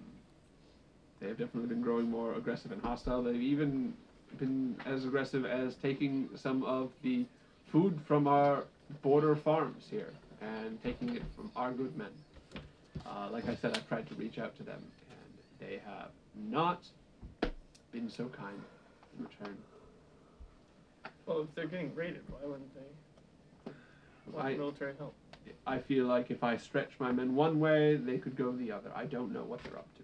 Speaker 2: they have definitely been growing more aggressive and hostile. They've even been as aggressive as taking some of the food from our border farms here and taking it from our good men. Uh, like I said, I've tried to reach out to them, and they have not been so kind in return.
Speaker 10: well, if they're getting raided, why wouldn't they want
Speaker 2: I,
Speaker 10: military help?
Speaker 2: I feel like if I stretch my men one way, they could go the other. I don't know what they're up to.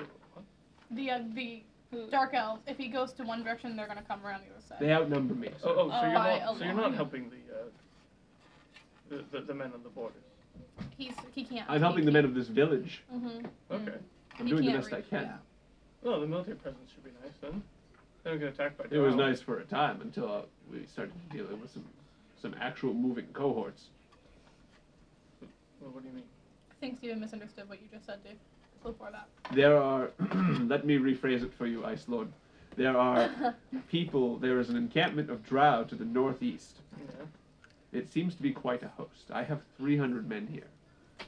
Speaker 10: Wait, what?
Speaker 5: The uh, the dark elves. If he goes to one direction, they're gonna come around the other side.
Speaker 2: They outnumber me.
Speaker 10: Oh,
Speaker 2: So.
Speaker 10: oh, so you're
Speaker 5: By
Speaker 10: not,
Speaker 5: a
Speaker 10: so you're
Speaker 5: lot.
Speaker 10: not helping the, uh, the, the, the men on the border.
Speaker 5: He's he can't.
Speaker 2: I'm helping the men of this village.
Speaker 5: Mm-hmm.
Speaker 10: Okay.
Speaker 2: I'm
Speaker 5: He
Speaker 2: doing the
Speaker 5: can't
Speaker 2: best I
Speaker 5: reach,
Speaker 2: can.
Speaker 5: yeah.
Speaker 10: Well, the military presence should be nice then. They don't get attacked by
Speaker 2: It was
Speaker 10: drow.
Speaker 2: nice for a time until uh, we started dealing with some some actual moving cohorts.
Speaker 10: Well, what do you mean?
Speaker 5: I think Steven misunderstood what you just said, Dave. Before that.
Speaker 2: There are, let me rephrase it for you, Ice Lord. There are people, there is an encampment of drow to the northeast.
Speaker 10: Yeah.
Speaker 2: It seems to be quite a host. I have 300 men here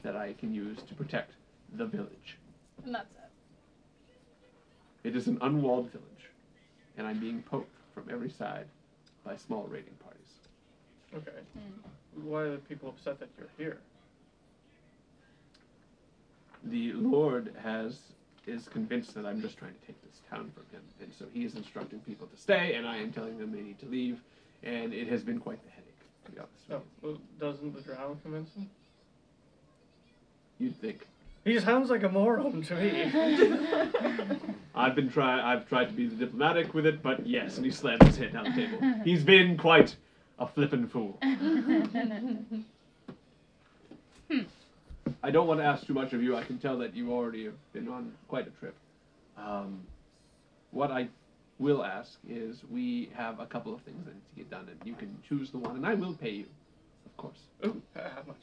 Speaker 2: that I can use to protect the village.
Speaker 5: And that's it.
Speaker 2: It is an unwalled village, and I'm being poked from every side by small raiding parties.
Speaker 10: Okay. Why are the people upset that you're here?
Speaker 2: The Lord has is convinced that I'm just trying to take this town from him, and so he is instructing people to stay, and I am telling them they need to leave, and it has been quite the headache. To be honest with
Speaker 10: Oh, well, doesn't the drow convince them?
Speaker 2: you. You'd think
Speaker 10: He sounds like a moron to me.
Speaker 2: I've been try I've tried to be diplomatic with it, but yes, and he slammed his head down the table. He's been quite a flippin' fool. I don't want to ask too much of you. I can tell that you already have been on quite a trip. Um, what I will ask is we have a couple of things that need to get done, and you can choose the one, and I will pay you, of course.
Speaker 10: Ooh, uh, how much?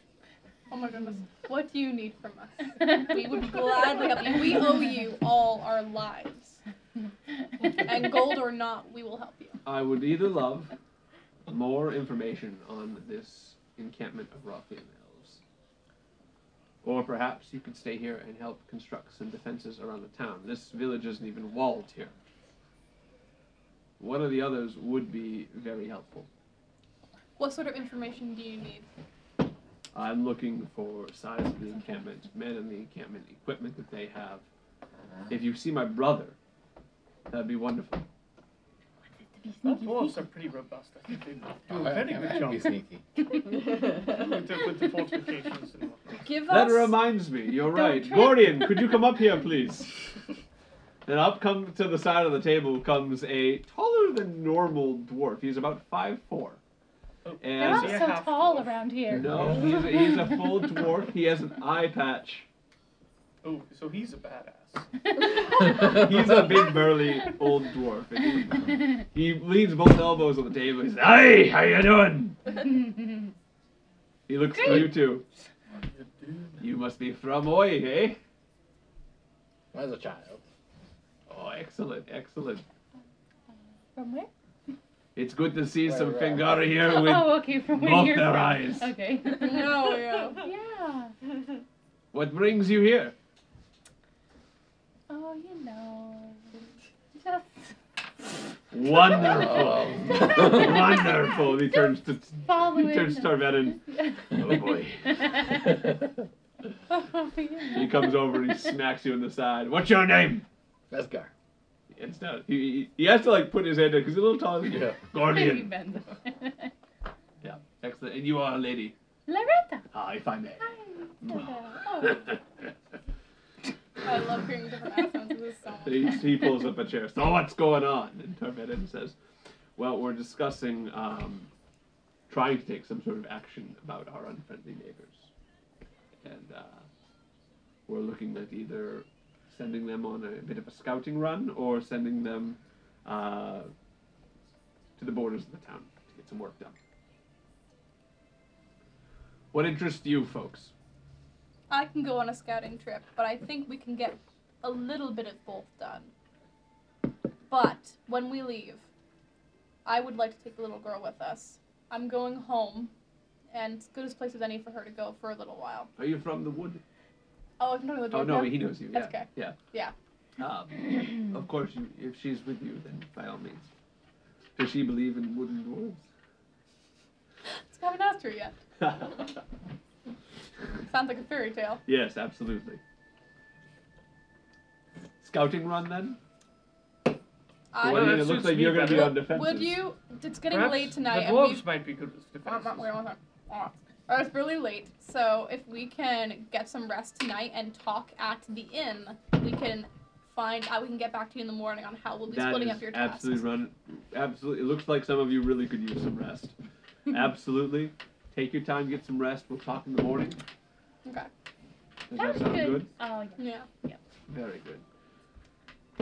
Speaker 5: Oh my goodness. What do you need from us? We would gladly help you. We owe you all our lives. And gold or not, we will help you.
Speaker 2: I would either love more information on this encampment of Rothian elves, or perhaps you could stay here and help construct some defenses around the town. This village isn't even walled here. One of the others would be very helpful.
Speaker 5: What sort of information do you need?
Speaker 2: I'm looking for size of the encampment, men in the encampment, equipment that they have. If you see my brother, that'd be wonderful.
Speaker 10: Those dwarves are pretty robust. I think they
Speaker 11: Oh,
Speaker 10: do a very good job. with, the, with the fortifications and whatnot.
Speaker 5: Give
Speaker 2: That
Speaker 5: us.
Speaker 2: reminds me, you're right.
Speaker 5: trip.
Speaker 2: Gordian, could you come up here, please? And up come to the side of the table comes a taller than normal dwarf. He's about five four.
Speaker 10: Oh.
Speaker 14: They're all
Speaker 2: And
Speaker 10: Yeah,
Speaker 14: so
Speaker 10: half
Speaker 14: tall
Speaker 10: dwarf.
Speaker 14: around here.
Speaker 2: no, he's a, he's a full dwarf. He has an eye patch.
Speaker 10: Oh, so he's a badass.
Speaker 2: He's a big burly old dwarf. And he, he leans both elbows on the table. He says, "Hey, how you doing?" He looks at you too. You must be from Oi, eh?
Speaker 11: As a child.
Speaker 2: Oh, excellent, excellent.
Speaker 14: From where?
Speaker 2: It's good to see
Speaker 11: Where
Speaker 2: some
Speaker 11: we're at.
Speaker 2: Fengara here with
Speaker 14: oh, okay, from where
Speaker 2: both
Speaker 14: you're
Speaker 2: their
Speaker 14: from.
Speaker 2: eyes.
Speaker 14: Okay.
Speaker 5: No, yeah.
Speaker 14: yeah.
Speaker 2: What brings you here?
Speaker 14: Oh, you know. Just.
Speaker 11: Oh,
Speaker 2: Wonderful. Wonderful. He turns to
Speaker 14: Following.
Speaker 2: he turns to Tarvetin. Oh boy.
Speaker 14: oh, you know.
Speaker 2: He comes over and he smacks you in the side. What's your name?
Speaker 11: Vesgar.
Speaker 2: It's not. He, he he has to like put his head down because he's a little taller. Than you.
Speaker 11: Yeah.
Speaker 14: Maybe
Speaker 2: Guardian.
Speaker 14: bend over.
Speaker 2: Yeah. Excellent. And you are a lady.
Speaker 14: Loretta.
Speaker 2: Ah, if I may.
Speaker 14: Oh.
Speaker 5: I love hearing different accents. This is so much
Speaker 2: he,
Speaker 5: fun.
Speaker 2: he pulls up a chair. So what's going on? And Tarvetin says, "Well, we're discussing um, trying to take some sort of action about our unfriendly neighbors, and uh, we're looking at either sending them on a bit of a scouting run or sending them uh, to the borders of the town to get some work done." What interests you folks?
Speaker 5: I can go on a scouting trip, but I think we can get a little bit of both done. But when we leave, I would like to take the little girl with us. I'm going home, and it's good as place as any for her to go for a little while.
Speaker 2: Are you from the wood?
Speaker 5: Oh, I can talk to the
Speaker 2: Oh
Speaker 5: dwarf
Speaker 2: no,
Speaker 5: now?
Speaker 2: he knows you. Yeah,
Speaker 5: That's okay.
Speaker 2: yeah.
Speaker 5: Yeah.
Speaker 2: Um, of course, you, if she's with you, then by all means. Does she believe in wooden
Speaker 5: I haven't asked her yet.
Speaker 2: dwarves?
Speaker 5: Sounds like a fairy tale.
Speaker 2: yes, absolutely. Scouting run then?
Speaker 5: I
Speaker 2: Well,
Speaker 10: that
Speaker 2: it looks
Speaker 10: suits
Speaker 2: like
Speaker 10: me
Speaker 2: you're going to be
Speaker 10: better.
Speaker 2: on defense.
Speaker 5: Would you? It's getting
Speaker 10: Perhaps
Speaker 5: late tonight,
Speaker 10: The
Speaker 5: and
Speaker 10: dwarves
Speaker 5: we.
Speaker 10: might be good with
Speaker 5: Wait, wait,
Speaker 10: defenses.
Speaker 5: wait one second. Ah. Uh, It's really late, so if we can get some rest tonight and talk at the inn, we can find out. We can get back to you in the morning on how we'll be
Speaker 2: That
Speaker 5: splitting
Speaker 2: is
Speaker 5: up your tasks.
Speaker 2: absolutely run. Absolutely, it looks like some of you really could use some rest. absolutely, take your time, get some rest. We'll talk in the morning.
Speaker 5: Okay.
Speaker 2: Does that sound good?
Speaker 14: Oh, yeah.
Speaker 5: Yeah.
Speaker 2: Very good.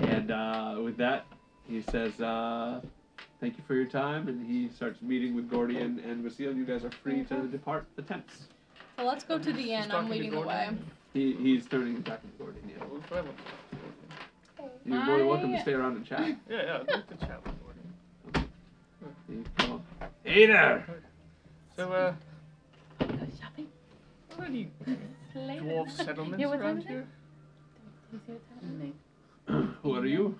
Speaker 2: And uh, with that, He says, uh, "Thank you for your time," and he starts meeting with Gordian and Vasil. You guys are free to depart the tents.
Speaker 5: So let's go to the inn. I'm leading the way.
Speaker 2: He, he's turning back to Gordian. Yeah. You're more than welcome to stay around and chat.
Speaker 10: Yeah, yeah, I'd like to chat with Gordon.
Speaker 2: You come up. Hey there!
Speaker 10: So, uh,
Speaker 14: Shopping.
Speaker 10: are there any
Speaker 14: Later.
Speaker 10: dwarf settlements
Speaker 14: Yeah, what's
Speaker 10: around
Speaker 14: everything?
Speaker 10: here?
Speaker 14: You see what's happening?
Speaker 2: Who are you?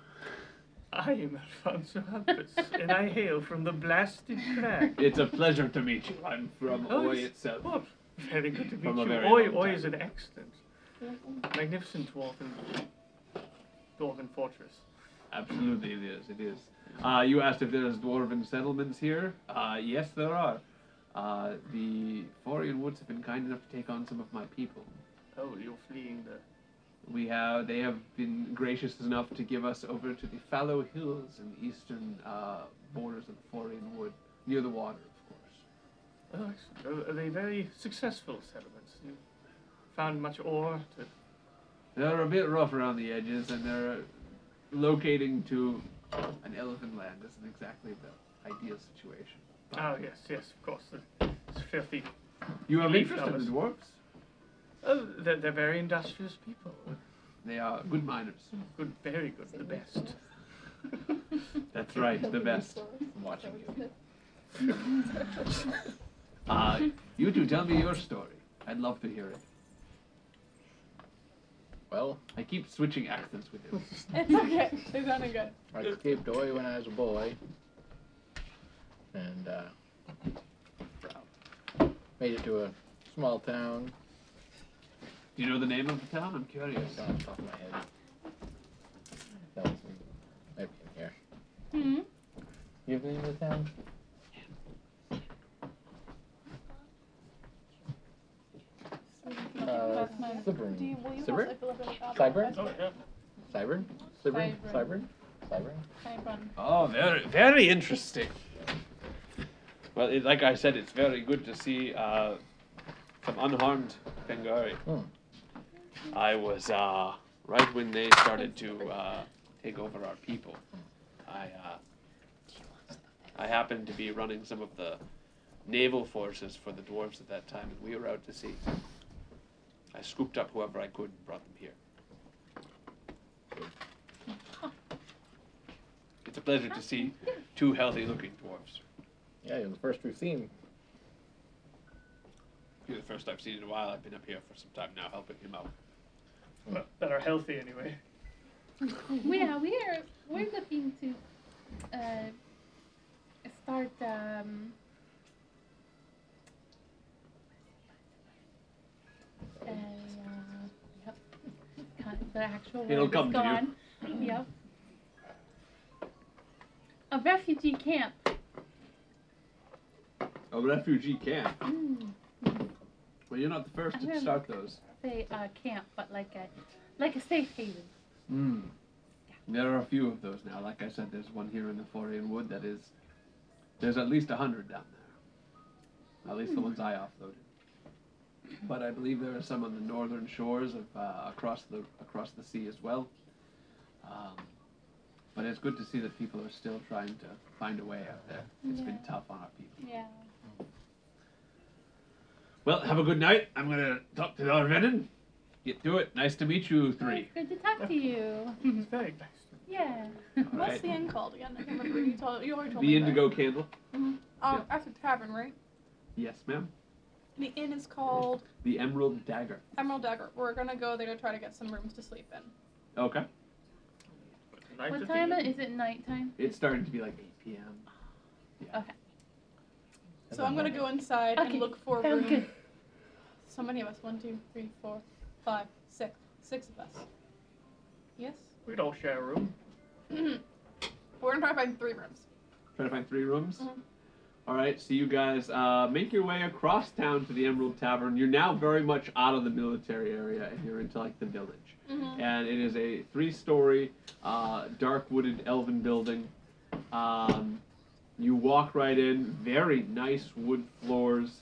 Speaker 10: I am Alfonso Hampus, and I hail from the blasted crag.
Speaker 2: It's a pleasure to meet you. I'm from
Speaker 10: Oh,
Speaker 2: Oi
Speaker 10: it's-
Speaker 2: itself.
Speaker 10: Oh, very good to
Speaker 2: From a
Speaker 10: meet you.
Speaker 2: very
Speaker 10: Oi,
Speaker 2: long
Speaker 10: Oi
Speaker 2: time.
Speaker 10: is an excellent, magnificent dwarven, dwarven fortress.
Speaker 2: Absolutely, it is. It is. Uh, you asked if there's dwarven settlements here. Uh, yes, there are. Uh, the Forian Woods have been kind enough to take on some of my people.
Speaker 10: Oh, you're fleeing the.
Speaker 2: We have. They have been gracious enough to give us over to the Fallow Hills in the eastern uh, borders of the Forian Wood, near the water, of course.
Speaker 10: Oh, excellent. Are- Are they very successful settlements? You found much ore to.
Speaker 2: They're a bit rough around the edges, and they're locating to an elephant land isn't exactly the ideal situation.
Speaker 10: Oh, yes, yes, of course. the- It's filthy.
Speaker 2: You have
Speaker 10: leaf
Speaker 2: interest in
Speaker 10: dwellers.
Speaker 2: the dwarves?
Speaker 10: Oh, they're, they're very industrious people.
Speaker 2: They are good miners.
Speaker 10: Good, very good, the best.
Speaker 2: That's right, the best.
Speaker 11: I'm watching you.
Speaker 2: Uh, you two, tell me your story. I'd love to hear it.
Speaker 11: Well,
Speaker 2: I keep switching accents with him.
Speaker 5: It's okay. It sounded good.
Speaker 11: I escaped away when I was a boy, and uh, made it to a small town.
Speaker 2: Do you know the name of the town? I'm curious.
Speaker 11: It's on top of my head. That was maybe in here.
Speaker 5: Hmm.
Speaker 11: You have the name of the town? Uh, Cyber.
Speaker 14: Do you, will you
Speaker 11: Cyber?
Speaker 14: also look at the copy?
Speaker 11: Cyber?
Speaker 14: That's
Speaker 10: yeah.
Speaker 11: Cyber? Cyber?
Speaker 14: Cybern.
Speaker 11: Cyber? Cyber?
Speaker 14: fine, fine.
Speaker 2: Oh, very, very interesting. Well, it, like I said, it's very good to see uh, some unharmed Bengari.
Speaker 11: Hmm.
Speaker 2: I was uh, right when they started to uh, take over our people. I uh, I happened to be running some of the naval forces for the dwarves at that time, and we were out to sea. I scooped up whoever I could and brought them here. It's a pleasure to see two healthy-looking dwarves.
Speaker 11: Yeah, you're the first we've seen.
Speaker 2: You're the first I've seen in a while. I've been up here for some time now, helping him out.
Speaker 10: Well, that are healthy anyway.
Speaker 14: We are we are we're looking to uh, start um, a, uh, yep, Can't- the actual word
Speaker 2: It'll
Speaker 14: is
Speaker 2: come to
Speaker 14: gone.
Speaker 2: you.
Speaker 14: Yep. A refugee camp.
Speaker 2: A refugee camp.
Speaker 14: Mm,
Speaker 2: Well, you're not the first
Speaker 14: I
Speaker 2: to
Speaker 14: am.
Speaker 2: start those.
Speaker 14: say uh, camp, but like a like a safe haven.
Speaker 2: Mm. There are a few of those now. Like I said, there's one here in the Forian Wood that is. There's at least a hundred down there. At least the ones I offloaded. But I believe there are some on the northern shores of uh, across the across the sea as well. Um, but it's good to see that people are still trying to find a way out there. It's been
Speaker 14: Yeah.
Speaker 2: tough on our people.
Speaker 14: Yeah.
Speaker 2: Well, have a good night. I'm gonna talk to our Venom. Get through it. Nice to meet you three.
Speaker 14: Good to talk to you.
Speaker 10: It's very nice.
Speaker 14: yeah.
Speaker 2: All
Speaker 5: What's
Speaker 2: right.
Speaker 5: the inn called again? I can't remember. You told you already told
Speaker 2: The
Speaker 5: me. that.
Speaker 2: Indigo Candle.
Speaker 5: Mhm. Um, that's a tavern, right?
Speaker 2: Yes, ma'am.
Speaker 5: The inn is called
Speaker 2: The Emerald Dagger.
Speaker 5: Emerald Dagger. We're gonna go there to try to get some rooms to sleep in.
Speaker 2: Okay.
Speaker 10: Night
Speaker 14: What
Speaker 10: of the
Speaker 14: time
Speaker 10: evening.
Speaker 14: is it? Nighttime.
Speaker 2: It's starting to be like 8 p.m. Yeah.
Speaker 14: Okay.
Speaker 5: So I'm gonna go inside
Speaker 14: Okay,
Speaker 5: and look for
Speaker 14: sounds
Speaker 5: room.
Speaker 14: good.
Speaker 5: So many of us. One, two, three, four, five, six. Six of us. Yes.
Speaker 10: We'd all share a room.
Speaker 5: We're gonna try to find three rooms.
Speaker 2: Try to find three rooms.
Speaker 5: Mhm.
Speaker 2: All right, so you guys uh, make your way across town to the Emerald Tavern. You're now very much out of the military area and you're into like the village.
Speaker 5: Mhm.
Speaker 2: And it is a three story, uh, dark wooded elven building. Um, you walk right in, very nice wood floors,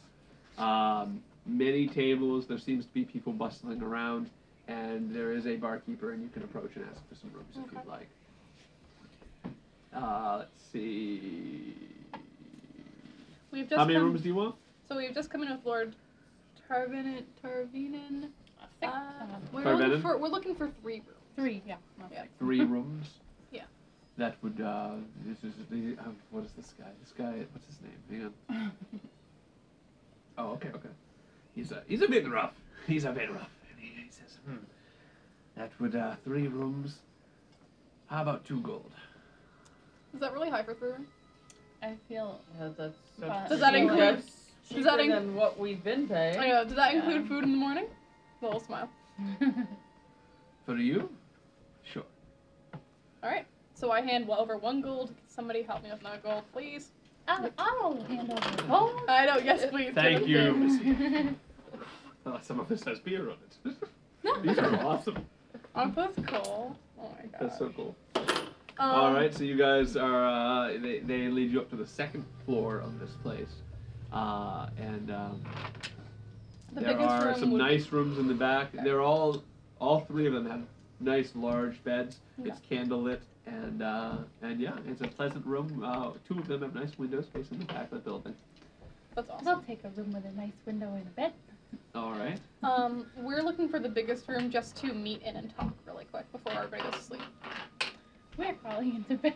Speaker 2: um, many tables. There seems to be people bustling around, and there is a barkeeper, and you can approach and ask for some rooms if
Speaker 5: Okay.
Speaker 2: you'd like. Uh, let's see.
Speaker 5: We've just
Speaker 2: How many
Speaker 5: come-
Speaker 2: rooms do you want?
Speaker 5: So we've just come in with Lord Tarvinen. Tarvinen. Uh, we're,
Speaker 2: Tarvinen?
Speaker 5: looking for, we're looking for three rooms.
Speaker 14: Three, yeah.
Speaker 5: Yeah.
Speaker 2: Three rooms.
Speaker 5: Yeah.
Speaker 2: That would. Uh, this is the. Um, what is this guy? This guy. What's his name? Hang on. oh, okay, okay. He's a. He's a bit rough. He's a bit rough. And he, he says, "Hmm. That would. Uh, three rooms. How about two gold?
Speaker 5: Is that really high for three rooms?
Speaker 14: I feel.
Speaker 8: That's-
Speaker 5: Does that
Speaker 8: Yeah.
Speaker 5: include-
Speaker 8: That's
Speaker 5: does that
Speaker 8: cheaper
Speaker 5: in-
Speaker 8: than what we've been paying?
Speaker 5: I know. Oh, Does that
Speaker 8: Yeah.
Speaker 5: include food in the morning? Little smile.
Speaker 2: For you? Sure.
Speaker 5: All right. So I hand well over one gold. Can somebody help me with another gold, please?
Speaker 14: I'll, I'll hand over the phone.
Speaker 5: I know. Yes, please.
Speaker 2: Thank you, Miss.
Speaker 14: Miss.
Speaker 2: Oh, some of this has beer on it. These are awesome.
Speaker 5: Oh, that's cool. Oh my god.
Speaker 2: That's so cool.
Speaker 5: Um,
Speaker 2: All right, so you guys are. Uh, they, they lead you up to the second floor of this place, uh, and um,
Speaker 5: The
Speaker 2: there
Speaker 5: biggest
Speaker 2: are
Speaker 5: room
Speaker 2: some
Speaker 5: would-
Speaker 2: nice rooms in the back. They're all, all three of them have nice large beds. It's candlelit, and uh, and yeah, it's a pleasant room. Uh, two of them have nice windows facing the back of the building.
Speaker 5: That's awesome.
Speaker 14: I'll take a room with a nice window and a bed.
Speaker 2: All right.
Speaker 5: Um, we're looking for the biggest room just to meet in and talk really quick before everybody goes to sleep.
Speaker 14: We're crawling into bed.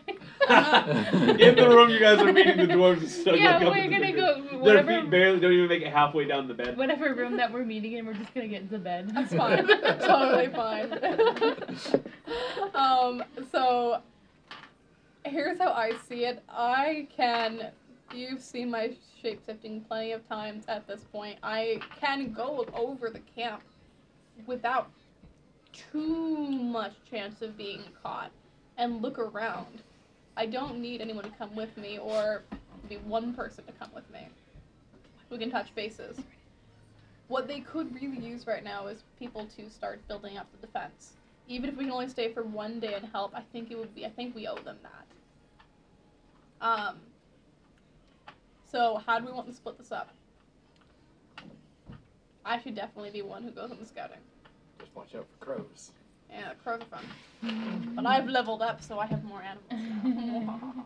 Speaker 2: in the room you guys are meeting, the dwarves are stuck
Speaker 14: Yeah,
Speaker 2: up
Speaker 14: we're
Speaker 2: in the
Speaker 14: gonna
Speaker 2: big
Speaker 14: go-
Speaker 2: room. Their
Speaker 14: whatever-
Speaker 2: feet barely don't even make it halfway down the bed.
Speaker 14: Whatever room that we're meeting in, we're just gonna get into bed.
Speaker 5: That's fine. totally fine. um, so here's how I see it. I can you've seen my shape shifting plenty of times at this point. I can go over the camp without too much chance of being caught and look around. I don't need anyone to come with me or maybe one person to come with me. We can touch bases. What they could really use right now is people to start building up the defense. Even if we can only stay for one day and help, I think it would be I think we owe them that. Um so how do we want to split this up? I should definitely be one who goes on the scouting.
Speaker 11: Just watch out for crows.
Speaker 5: Yeah, crows are fun. But I've leveled up so I have more animals now.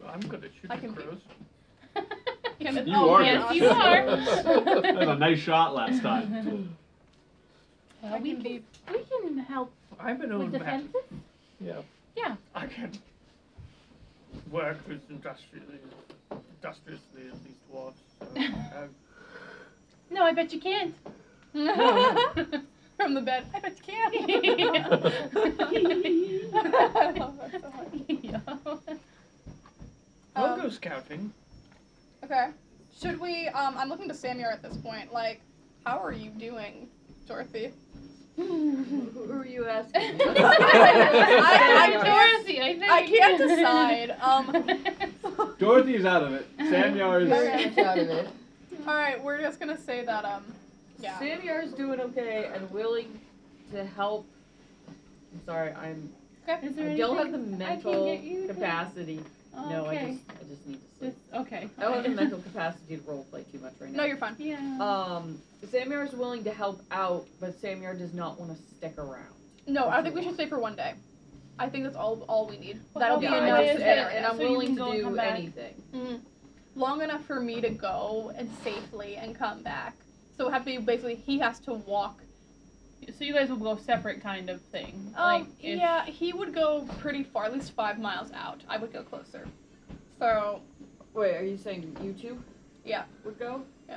Speaker 10: Well, I'm good at
Speaker 5: I
Speaker 10: shooting
Speaker 5: can be-
Speaker 10: crows.
Speaker 5: Can it-
Speaker 2: You
Speaker 5: oh,
Speaker 2: are
Speaker 5: yes,
Speaker 2: good.
Speaker 5: you are.
Speaker 2: that was a nice shot last time.
Speaker 14: Well, we can be, we can help
Speaker 10: I'm an
Speaker 14: with
Speaker 10: old man.
Speaker 14: defenses.
Speaker 11: Yeah.
Speaker 14: Yeah.
Speaker 10: I can work as industriously, industriously as these dwarves. So, um,
Speaker 14: No, I bet you can't.
Speaker 5: From the bed, I bet you can. I love that so much.
Speaker 10: I'll
Speaker 5: Um,
Speaker 10: go scouting.
Speaker 5: Okay. Should we? Um, I'm looking to Samir at this point. Like, how are you doing, Dorothy?
Speaker 7: Who are you asking?
Speaker 5: I, I, can't,
Speaker 14: Dorothy, I think.
Speaker 5: I can't decide. Um,
Speaker 2: Dorothy's out of it. Samyar is.
Speaker 7: Very much out of it.
Speaker 5: all right, we're just gonna say that. Um, yeah.
Speaker 8: Samyar's doing okay and willing to help. I'm sorry, I'm.
Speaker 5: Okay.
Speaker 14: Is there
Speaker 8: I don't have
Speaker 14: anything
Speaker 8: the
Speaker 14: I can
Speaker 8: mental
Speaker 14: get you to-
Speaker 8: capacity.
Speaker 14: Oh,
Speaker 8: No, I
Speaker 14: okay.
Speaker 8: just, I just need to sleep.
Speaker 14: Just- okay.
Speaker 8: I don't have the mental capacity to roleplay too much right now.
Speaker 5: No, you're fine.
Speaker 14: Yeah.
Speaker 8: Um, Samyar is willing to help out, but Samyar does not want to stick around.
Speaker 5: No, I think we should stay for one day. I think that's all all we need. That'll be
Speaker 8: Yeah, I
Speaker 5: enough.
Speaker 8: just-
Speaker 14: to
Speaker 8: and,
Speaker 14: stay around,
Speaker 8: and I'm
Speaker 14: so you
Speaker 8: willing
Speaker 14: can
Speaker 8: to
Speaker 14: go and come
Speaker 8: do
Speaker 14: back.
Speaker 8: anything.
Speaker 5: Mm. Long enough for me to go and safely and come back. So it have to be basically he has to walk.
Speaker 14: So you guys will go separate kind of thing.
Speaker 5: Um,
Speaker 14: like if,
Speaker 5: yeah, he would go pretty far, at least five miles out. I would go closer. So
Speaker 8: Wait, are you saying you two
Speaker 5: yeah,
Speaker 8: would go?
Speaker 5: Yeah.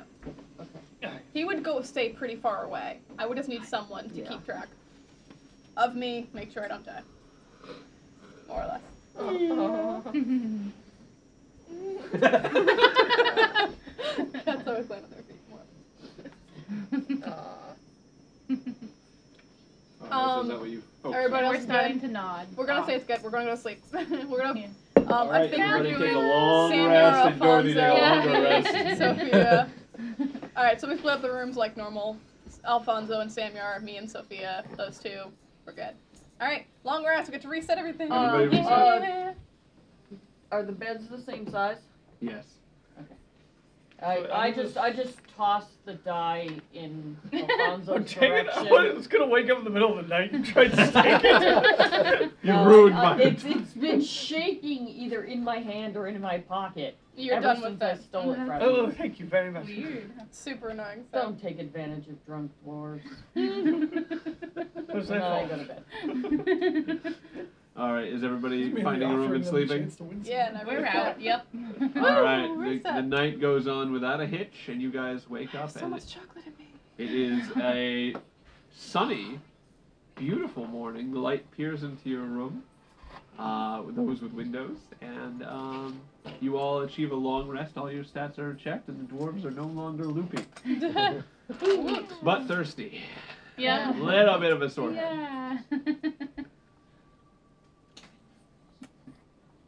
Speaker 8: Okay.
Speaker 5: he would go stay pretty far away. I would just need someone to
Speaker 8: Yeah.
Speaker 5: keep track of me, make sure I don't die. More or less.
Speaker 8: Uh,
Speaker 5: That's always land on their feet. More.
Speaker 11: Oh,
Speaker 5: Um,
Speaker 11: is that what you? Oh,
Speaker 5: Everybody else
Speaker 14: We're
Speaker 5: is
Speaker 14: starting
Speaker 5: good.
Speaker 14: to nod.
Speaker 5: We're gonna
Speaker 14: off.
Speaker 5: say it's good. We're gonna go to sleep. We're gonna.
Speaker 14: Yeah.
Speaker 5: Um,
Speaker 2: All
Speaker 5: I
Speaker 2: right,
Speaker 5: think we're
Speaker 2: everybody
Speaker 5: doing.
Speaker 2: take a long
Speaker 5: Samuel
Speaker 2: rest, and Dorothy take a
Speaker 5: Alfonso.
Speaker 2: longer rest.
Speaker 5: Sophia. All right, so we split up the rooms like normal. Alfonso and Samyar, me and Sophia, those two. We're good. All right, long rest. We get to reset everything.
Speaker 2: Everybody
Speaker 5: Yeah.
Speaker 8: reset. uh, Are the beds the same size?
Speaker 2: Yes.
Speaker 8: I,
Speaker 10: So
Speaker 8: I
Speaker 10: I'm
Speaker 8: just
Speaker 10: just-
Speaker 8: I just tossed the die in
Speaker 10: Oh,
Speaker 8: Alfonso's
Speaker 10: dang it,
Speaker 8: direction.
Speaker 10: I was gonna wake up in the middle of the night and try to take it.
Speaker 5: Oh,
Speaker 2: You
Speaker 8: No,
Speaker 2: ruined
Speaker 8: I-
Speaker 2: my.
Speaker 8: It's, it's been shaking either in my hand or in my pocket.
Speaker 5: You're
Speaker 8: ever
Speaker 5: done with
Speaker 8: since I
Speaker 5: that.
Speaker 8: stole it from
Speaker 10: Oh,
Speaker 8: you.
Speaker 10: thank you very much.
Speaker 5: Weird. Super annoying. So.
Speaker 8: Don't take advantage of drunk dwarves.
Speaker 10: What's
Speaker 8: And
Speaker 10: that
Speaker 8: then I
Speaker 10: for?
Speaker 8: go to bed.
Speaker 2: All right, is
Speaker 1: Maybe
Speaker 2: everybody finding a
Speaker 1: offer
Speaker 2: room and
Speaker 1: another
Speaker 2: sleeping?
Speaker 1: chance to win
Speaker 5: Yeah,
Speaker 1: some.
Speaker 5: and I
Speaker 14: We're
Speaker 5: wrote
Speaker 14: out.
Speaker 5: that.
Speaker 14: Yep.
Speaker 2: All right,
Speaker 5: Woo,
Speaker 2: the, the
Speaker 5: where's that?
Speaker 2: night goes on without a hitch, and you guys wake up,
Speaker 5: So
Speaker 2: and
Speaker 5: much chocolate in me.
Speaker 2: it is a sunny, beautiful morning. The light peers into your room, uh, with those with windows, and um, you all achieve a long rest. All your stats are checked, and the dwarves are no longer loopy, but thirsty.
Speaker 14: yeah.
Speaker 2: Little bit of a sore head.
Speaker 14: Yeah.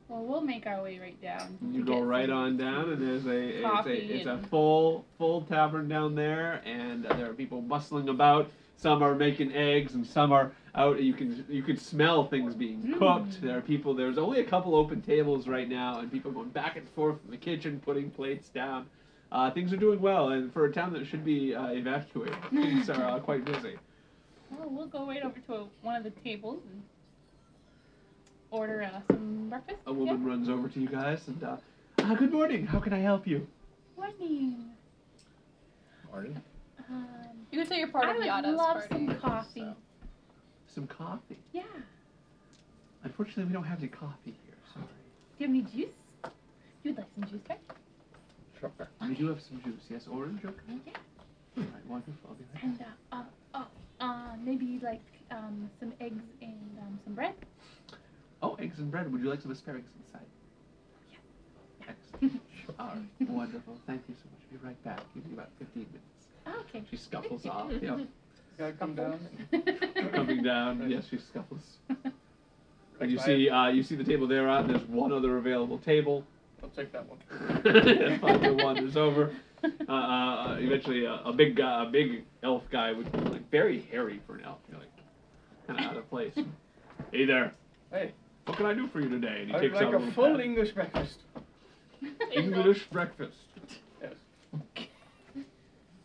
Speaker 14: well, we'll make our way right down.
Speaker 2: You
Speaker 14: to
Speaker 2: go
Speaker 14: get
Speaker 2: right
Speaker 14: some-
Speaker 2: on down, and there's a it's
Speaker 14: Coffee
Speaker 2: a, it's a
Speaker 14: and-
Speaker 2: full full tavern down there, and there are people bustling about. Some are making eggs, and some are out. You can you can smell things
Speaker 14: Mm.
Speaker 2: being cooked. There are people. There's only a couple open tables right now, and people going back and forth in the kitchen, putting plates down. Uh, things are doing well, and for a town that should be uh, evacuated, things are uh, quite busy.
Speaker 14: Well, Oh, we'll go right over to a, one of the tables and order uh, some breakfast.
Speaker 2: A woman runs over to you guys and, uh, ah, good morning. How can I help you?
Speaker 14: Yeah. Morning.
Speaker 11: Pardon?
Speaker 14: Um,
Speaker 5: You could say you're part
Speaker 14: I
Speaker 5: of
Speaker 14: would
Speaker 5: Yada's
Speaker 14: love
Speaker 5: party.
Speaker 14: some coffee.
Speaker 2: Some coffee.
Speaker 14: Yeah.
Speaker 2: Unfortunately, we don't have any coffee here. Sorry.
Speaker 14: Do you have any juice? You'd like some juice, right?
Speaker 11: Sure.
Speaker 2: We do have some juice. Yes, orange. Okay.
Speaker 14: Yeah.
Speaker 2: All right, wonderful. I'll be right
Speaker 14: And uh, uh, oh, uh, maybe like um, some eggs and um, some bread.
Speaker 2: back. Oh, eggs and bread. Would you like some asparagus inside? Excellent. All right, wonderful. Thank you so much. Be right back. Give me about 15 minutes.
Speaker 14: Oh, Okay.
Speaker 2: She scuffles off. Yeah,
Speaker 10: Gotta come down.
Speaker 2: coming down. Yes, she scuffles. And you see, uh, you see the table there out, and there's one other available table.
Speaker 10: I'll take that one.
Speaker 2: Father wanders over. Uh, uh, eventually, a, a big guy, a big elf guy, would like very hairy for an elf, you're like kind of out of place. hey there,
Speaker 10: Hey,
Speaker 2: what can I do for you today? And he
Speaker 10: I would
Speaker 2: takes
Speaker 10: like
Speaker 2: out
Speaker 10: a
Speaker 2: little
Speaker 10: full
Speaker 2: pad.
Speaker 10: English breakfast.
Speaker 2: English breakfast.
Speaker 10: Yes.
Speaker 5: It's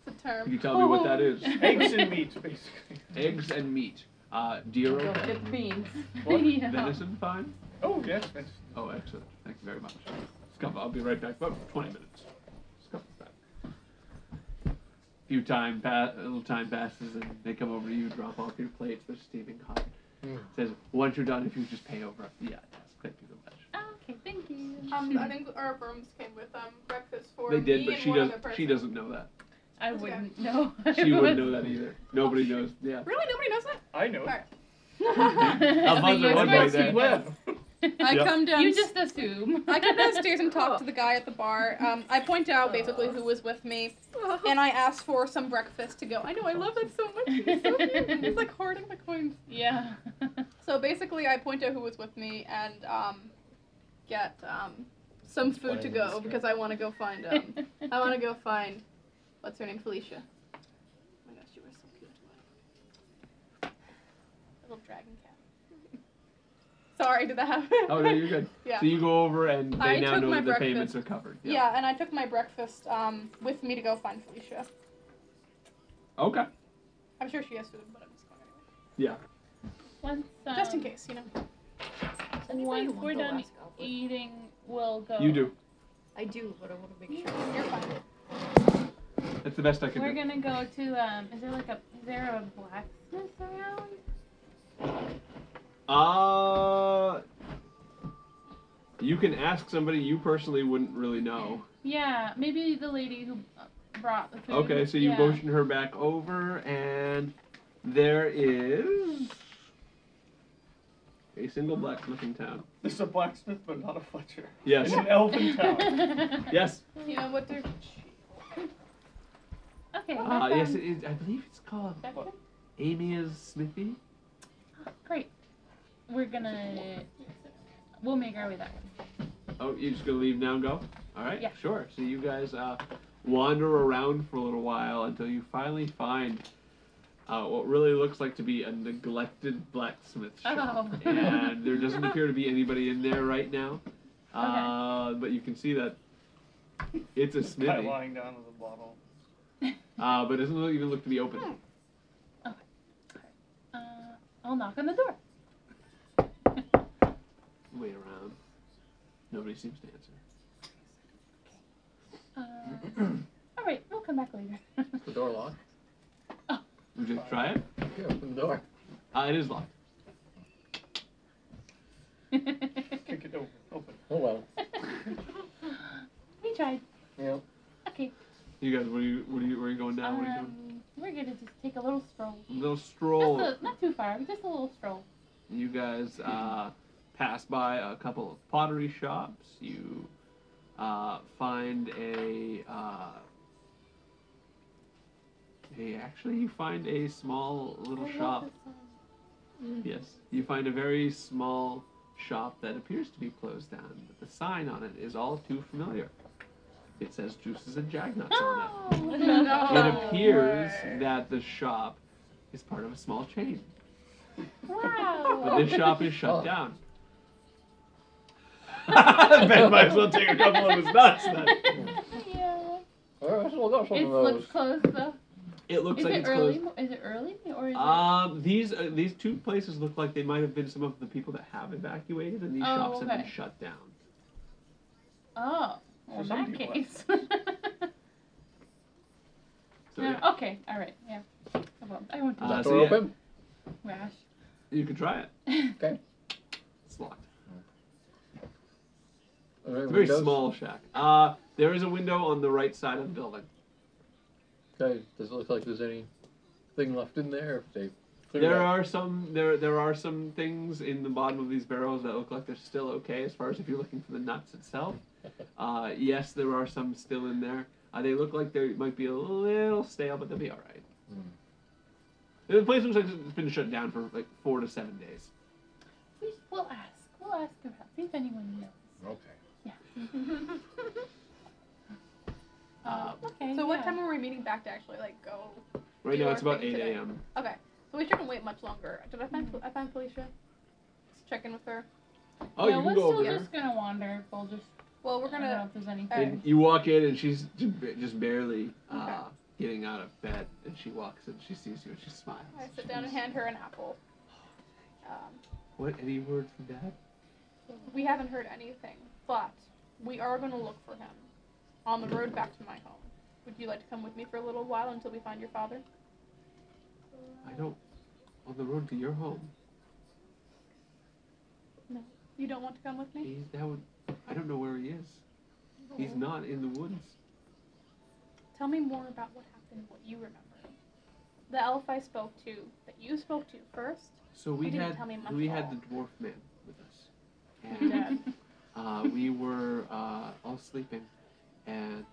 Speaker 5: a term.
Speaker 2: Can you tell me what that is?
Speaker 10: Eggs and meat, basically.
Speaker 2: Eggs and meat. Uh, deer
Speaker 8: Don't
Speaker 2: okay?
Speaker 8: get the beans.
Speaker 10: What?
Speaker 14: Yeah.
Speaker 2: Venison fine?
Speaker 10: Oh, yes, yes.
Speaker 2: Oh, excellent. Thank you very much. Scuff, I'll be right back. About 20 minutes. Scuff back. Few time pa- little time passes and they come over to you, drop off your plates. They're steaming hot.
Speaker 10: Hmm.
Speaker 2: Says once you're done, if you just pay over the uh, task, thank you so much.
Speaker 14: Oh, Okay, thank you.
Speaker 5: Um, I think our brooms came with um breakfast for
Speaker 2: they did,
Speaker 5: me
Speaker 2: but
Speaker 5: and
Speaker 2: she
Speaker 5: one
Speaker 2: does.
Speaker 5: other
Speaker 2: She
Speaker 5: person.
Speaker 2: doesn't know that.
Speaker 14: I
Speaker 5: That's okay.
Speaker 14: wouldn't know.
Speaker 2: She wouldn't know that either. Nobody knows. Yeah.
Speaker 5: Really, nobody knows that.
Speaker 10: I know.
Speaker 5: Alright.
Speaker 2: I'll buzz her
Speaker 14: You're
Speaker 2: one way
Speaker 14: supposed to
Speaker 2: there.
Speaker 10: Well,
Speaker 5: I
Speaker 2: Yep.
Speaker 5: come down.
Speaker 14: You just assume.
Speaker 5: I come downstairs and talk to the guy at the bar. Um, I point out basically who was with me, and I ask for some breakfast to go. I know I love that so much. It's so cute. It's like hoarding the coins.
Speaker 14: yeah.
Speaker 5: So basically, I point out who was with me and um, get um, some food to
Speaker 11: Find
Speaker 5: go
Speaker 11: this guy.
Speaker 5: because I want to go find um, I want to go find what's her name, Felicia. Oh my gosh, you were so cute. Little dragon cat. Sorry, did that happen?
Speaker 2: Oh no, you're good.
Speaker 5: Yeah.
Speaker 2: So you go over and they
Speaker 5: I
Speaker 2: now
Speaker 5: took
Speaker 2: know
Speaker 5: my
Speaker 2: that the payments
Speaker 5: breakfast.
Speaker 2: are covered.
Speaker 5: yeah. and I took my breakfast um, with me to go find Felicia.
Speaker 2: Okay.
Speaker 5: I'm sure she has food, but I'm just going anyway.
Speaker 2: Yeah.
Speaker 14: Once, um,
Speaker 5: just in case, you know.
Speaker 14: Once we're done eating, we'll go.
Speaker 2: You do.
Speaker 7: I do, but I want to make sure.
Speaker 5: You're fine.
Speaker 2: That's the best I can
Speaker 14: We're
Speaker 2: do.
Speaker 14: gonna go to um. Is there like a is there a blacksmith around?
Speaker 2: Uh, you can ask somebody you personally wouldn't really know.
Speaker 14: Yeah, maybe the lady who uh, brought the food.
Speaker 2: Okay, so you
Speaker 14: yeah.
Speaker 2: motion her back over, and there is a single blacksmith in town.
Speaker 10: this is a blacksmith, but not a Fletcher.
Speaker 2: Yes,
Speaker 10: In an elven town.
Speaker 2: yes.
Speaker 5: You know what? They're
Speaker 14: okay.
Speaker 2: Uh,
Speaker 14: I
Speaker 2: yes,
Speaker 14: found-
Speaker 2: it is, I believe it's called
Speaker 14: that's it?
Speaker 2: Amia's Smithy.
Speaker 14: Great. We're gonna. We'll make our way that way.
Speaker 2: Oh, you're just gonna leave now and go? Alright,
Speaker 14: Yeah.
Speaker 2: sure. So you guys uh, wander around for a little while until you finally find uh, what really looks like to be a neglected blacksmith shop.
Speaker 14: Oh.
Speaker 2: And there doesn't appear to be anybody in there right now. Uh, but you can see that it's a
Speaker 10: Guy
Speaker 2: smithy,
Speaker 10: lying down with a bottle.
Speaker 2: uh, but it doesn't even look to be open.
Speaker 14: Hmm. Uh, I'll knock on the door.
Speaker 2: Wait around. Nobody seems to answer.
Speaker 14: Uh, all right, we'll come back later.
Speaker 11: Is the door locked?
Speaker 2: Would you like to try it?
Speaker 11: Yeah, open the door.
Speaker 2: Uh, it is locked.
Speaker 10: Kick it open. Open.
Speaker 11: Oh well.
Speaker 14: we tried.
Speaker 11: Yeah.
Speaker 14: Okay.
Speaker 2: You guys, what are you, what are you, where are you going now? What are you doing?
Speaker 14: Um, we're gonna just take a little stroll.
Speaker 2: little
Speaker 14: Just
Speaker 2: stroll.
Speaker 14: a, not too far, just a little stroll.
Speaker 2: You guys uh, pass by a couple of pottery shops. You uh, find a. Uh, a actually, you find a small little
Speaker 14: I love
Speaker 2: shop. Mm-hmm.
Speaker 14: this one.
Speaker 2: Yes, you find a very small shop that appears to be closed down, but the sign on it is all too familiar. It says juices and jagnuts on
Speaker 14: Ah!
Speaker 2: it.
Speaker 14: Oh,
Speaker 2: It appears that the shop is part of a small chain,
Speaker 14: Wow.
Speaker 2: but this shop is shut
Speaker 11: Oh.
Speaker 2: down. ben might as well take a couple of his nuts then.
Speaker 14: yeah.
Speaker 11: All right, so we'll go some
Speaker 14: It
Speaker 11: of those.
Speaker 14: looks closed though.
Speaker 2: It looks
Speaker 14: is
Speaker 2: like
Speaker 14: it
Speaker 2: it's
Speaker 14: early?
Speaker 2: closed.
Speaker 14: mo- Is it early or is
Speaker 2: Um, these uh, these two places look like they might have been some of the people that have evacuated, and these
Speaker 14: Oh,
Speaker 2: shops have
Speaker 14: okay.
Speaker 2: been shut down.
Speaker 14: it? Oh, well, in
Speaker 10: some
Speaker 14: that
Speaker 10: people,
Speaker 14: case.
Speaker 2: So,
Speaker 14: No,
Speaker 2: yeah.
Speaker 14: Okay. All right. Yeah. No problem. I won't do
Speaker 2: Uh,
Speaker 11: Is that
Speaker 2: so
Speaker 11: door
Speaker 2: yeah.
Speaker 11: open?
Speaker 14: rash.
Speaker 2: You could try it.
Speaker 11: Okay.
Speaker 2: It's locked.
Speaker 11: Are there
Speaker 2: It's a very
Speaker 11: windows?
Speaker 2: small shack. Uh, there is a window on the right side of the building.
Speaker 11: Okay. Does it look like there's anything left in there? If they cleared
Speaker 2: There
Speaker 11: out-
Speaker 2: are some there there are some things in the bottom of these barrels that look like they're still okay as far as if you're looking for the nuts itself. Uh, yes, there are some still in there. Uh, they look like they might be a little stale, but they'll be all right.
Speaker 11: Mm.
Speaker 2: The place looks like it's been shut down for like four to seven days.
Speaker 14: We sh- we'll ask. We'll ask around. See if anyone knows.
Speaker 11: Okay.
Speaker 2: Uh,
Speaker 14: Oh, Okay.
Speaker 5: So what
Speaker 14: yeah.
Speaker 5: time are we meeting back to actually like go?
Speaker 2: right
Speaker 5: do
Speaker 2: now
Speaker 5: our
Speaker 2: it's about
Speaker 5: thing
Speaker 2: eight
Speaker 5: today?
Speaker 2: a.m.
Speaker 5: Okay, so we shouldn't wait much longer. Did I find I find Felicia? Let's check in with her.
Speaker 2: Oh,
Speaker 14: yeah,
Speaker 2: you can
Speaker 14: we're
Speaker 2: go
Speaker 14: still
Speaker 2: over there.
Speaker 14: just gonna wander. We'll just.
Speaker 5: Well, we're
Speaker 14: I don't know
Speaker 5: gonna.
Speaker 14: if there's anything.
Speaker 5: Alright.
Speaker 2: And you walk in, and she's j- ba- just barely uh, getting out of bed, and she walks in, she sees you, and she smiles.
Speaker 5: I sit down and hand her an apple. Um,
Speaker 2: What? Any word from Dad?
Speaker 5: we haven't heard anything, but we are gonna look for him on the road back to my home. Would you like to come with me for a little while until we find your father?
Speaker 2: I don't. On the road to your home.
Speaker 5: You don't want to come with me?
Speaker 2: He's that would. I don't know where he is. He's not in the woods.
Speaker 5: Tell me more about what happened, what you remember. The elf I spoke to, that you spoke to first,
Speaker 2: So we
Speaker 5: He didn't
Speaker 2: had
Speaker 5: tell me much
Speaker 2: we
Speaker 5: at
Speaker 2: had
Speaker 5: all.
Speaker 2: the dwarf man with us,
Speaker 5: my
Speaker 2: and
Speaker 5: dad.
Speaker 2: uh, we were uh, all sleeping, and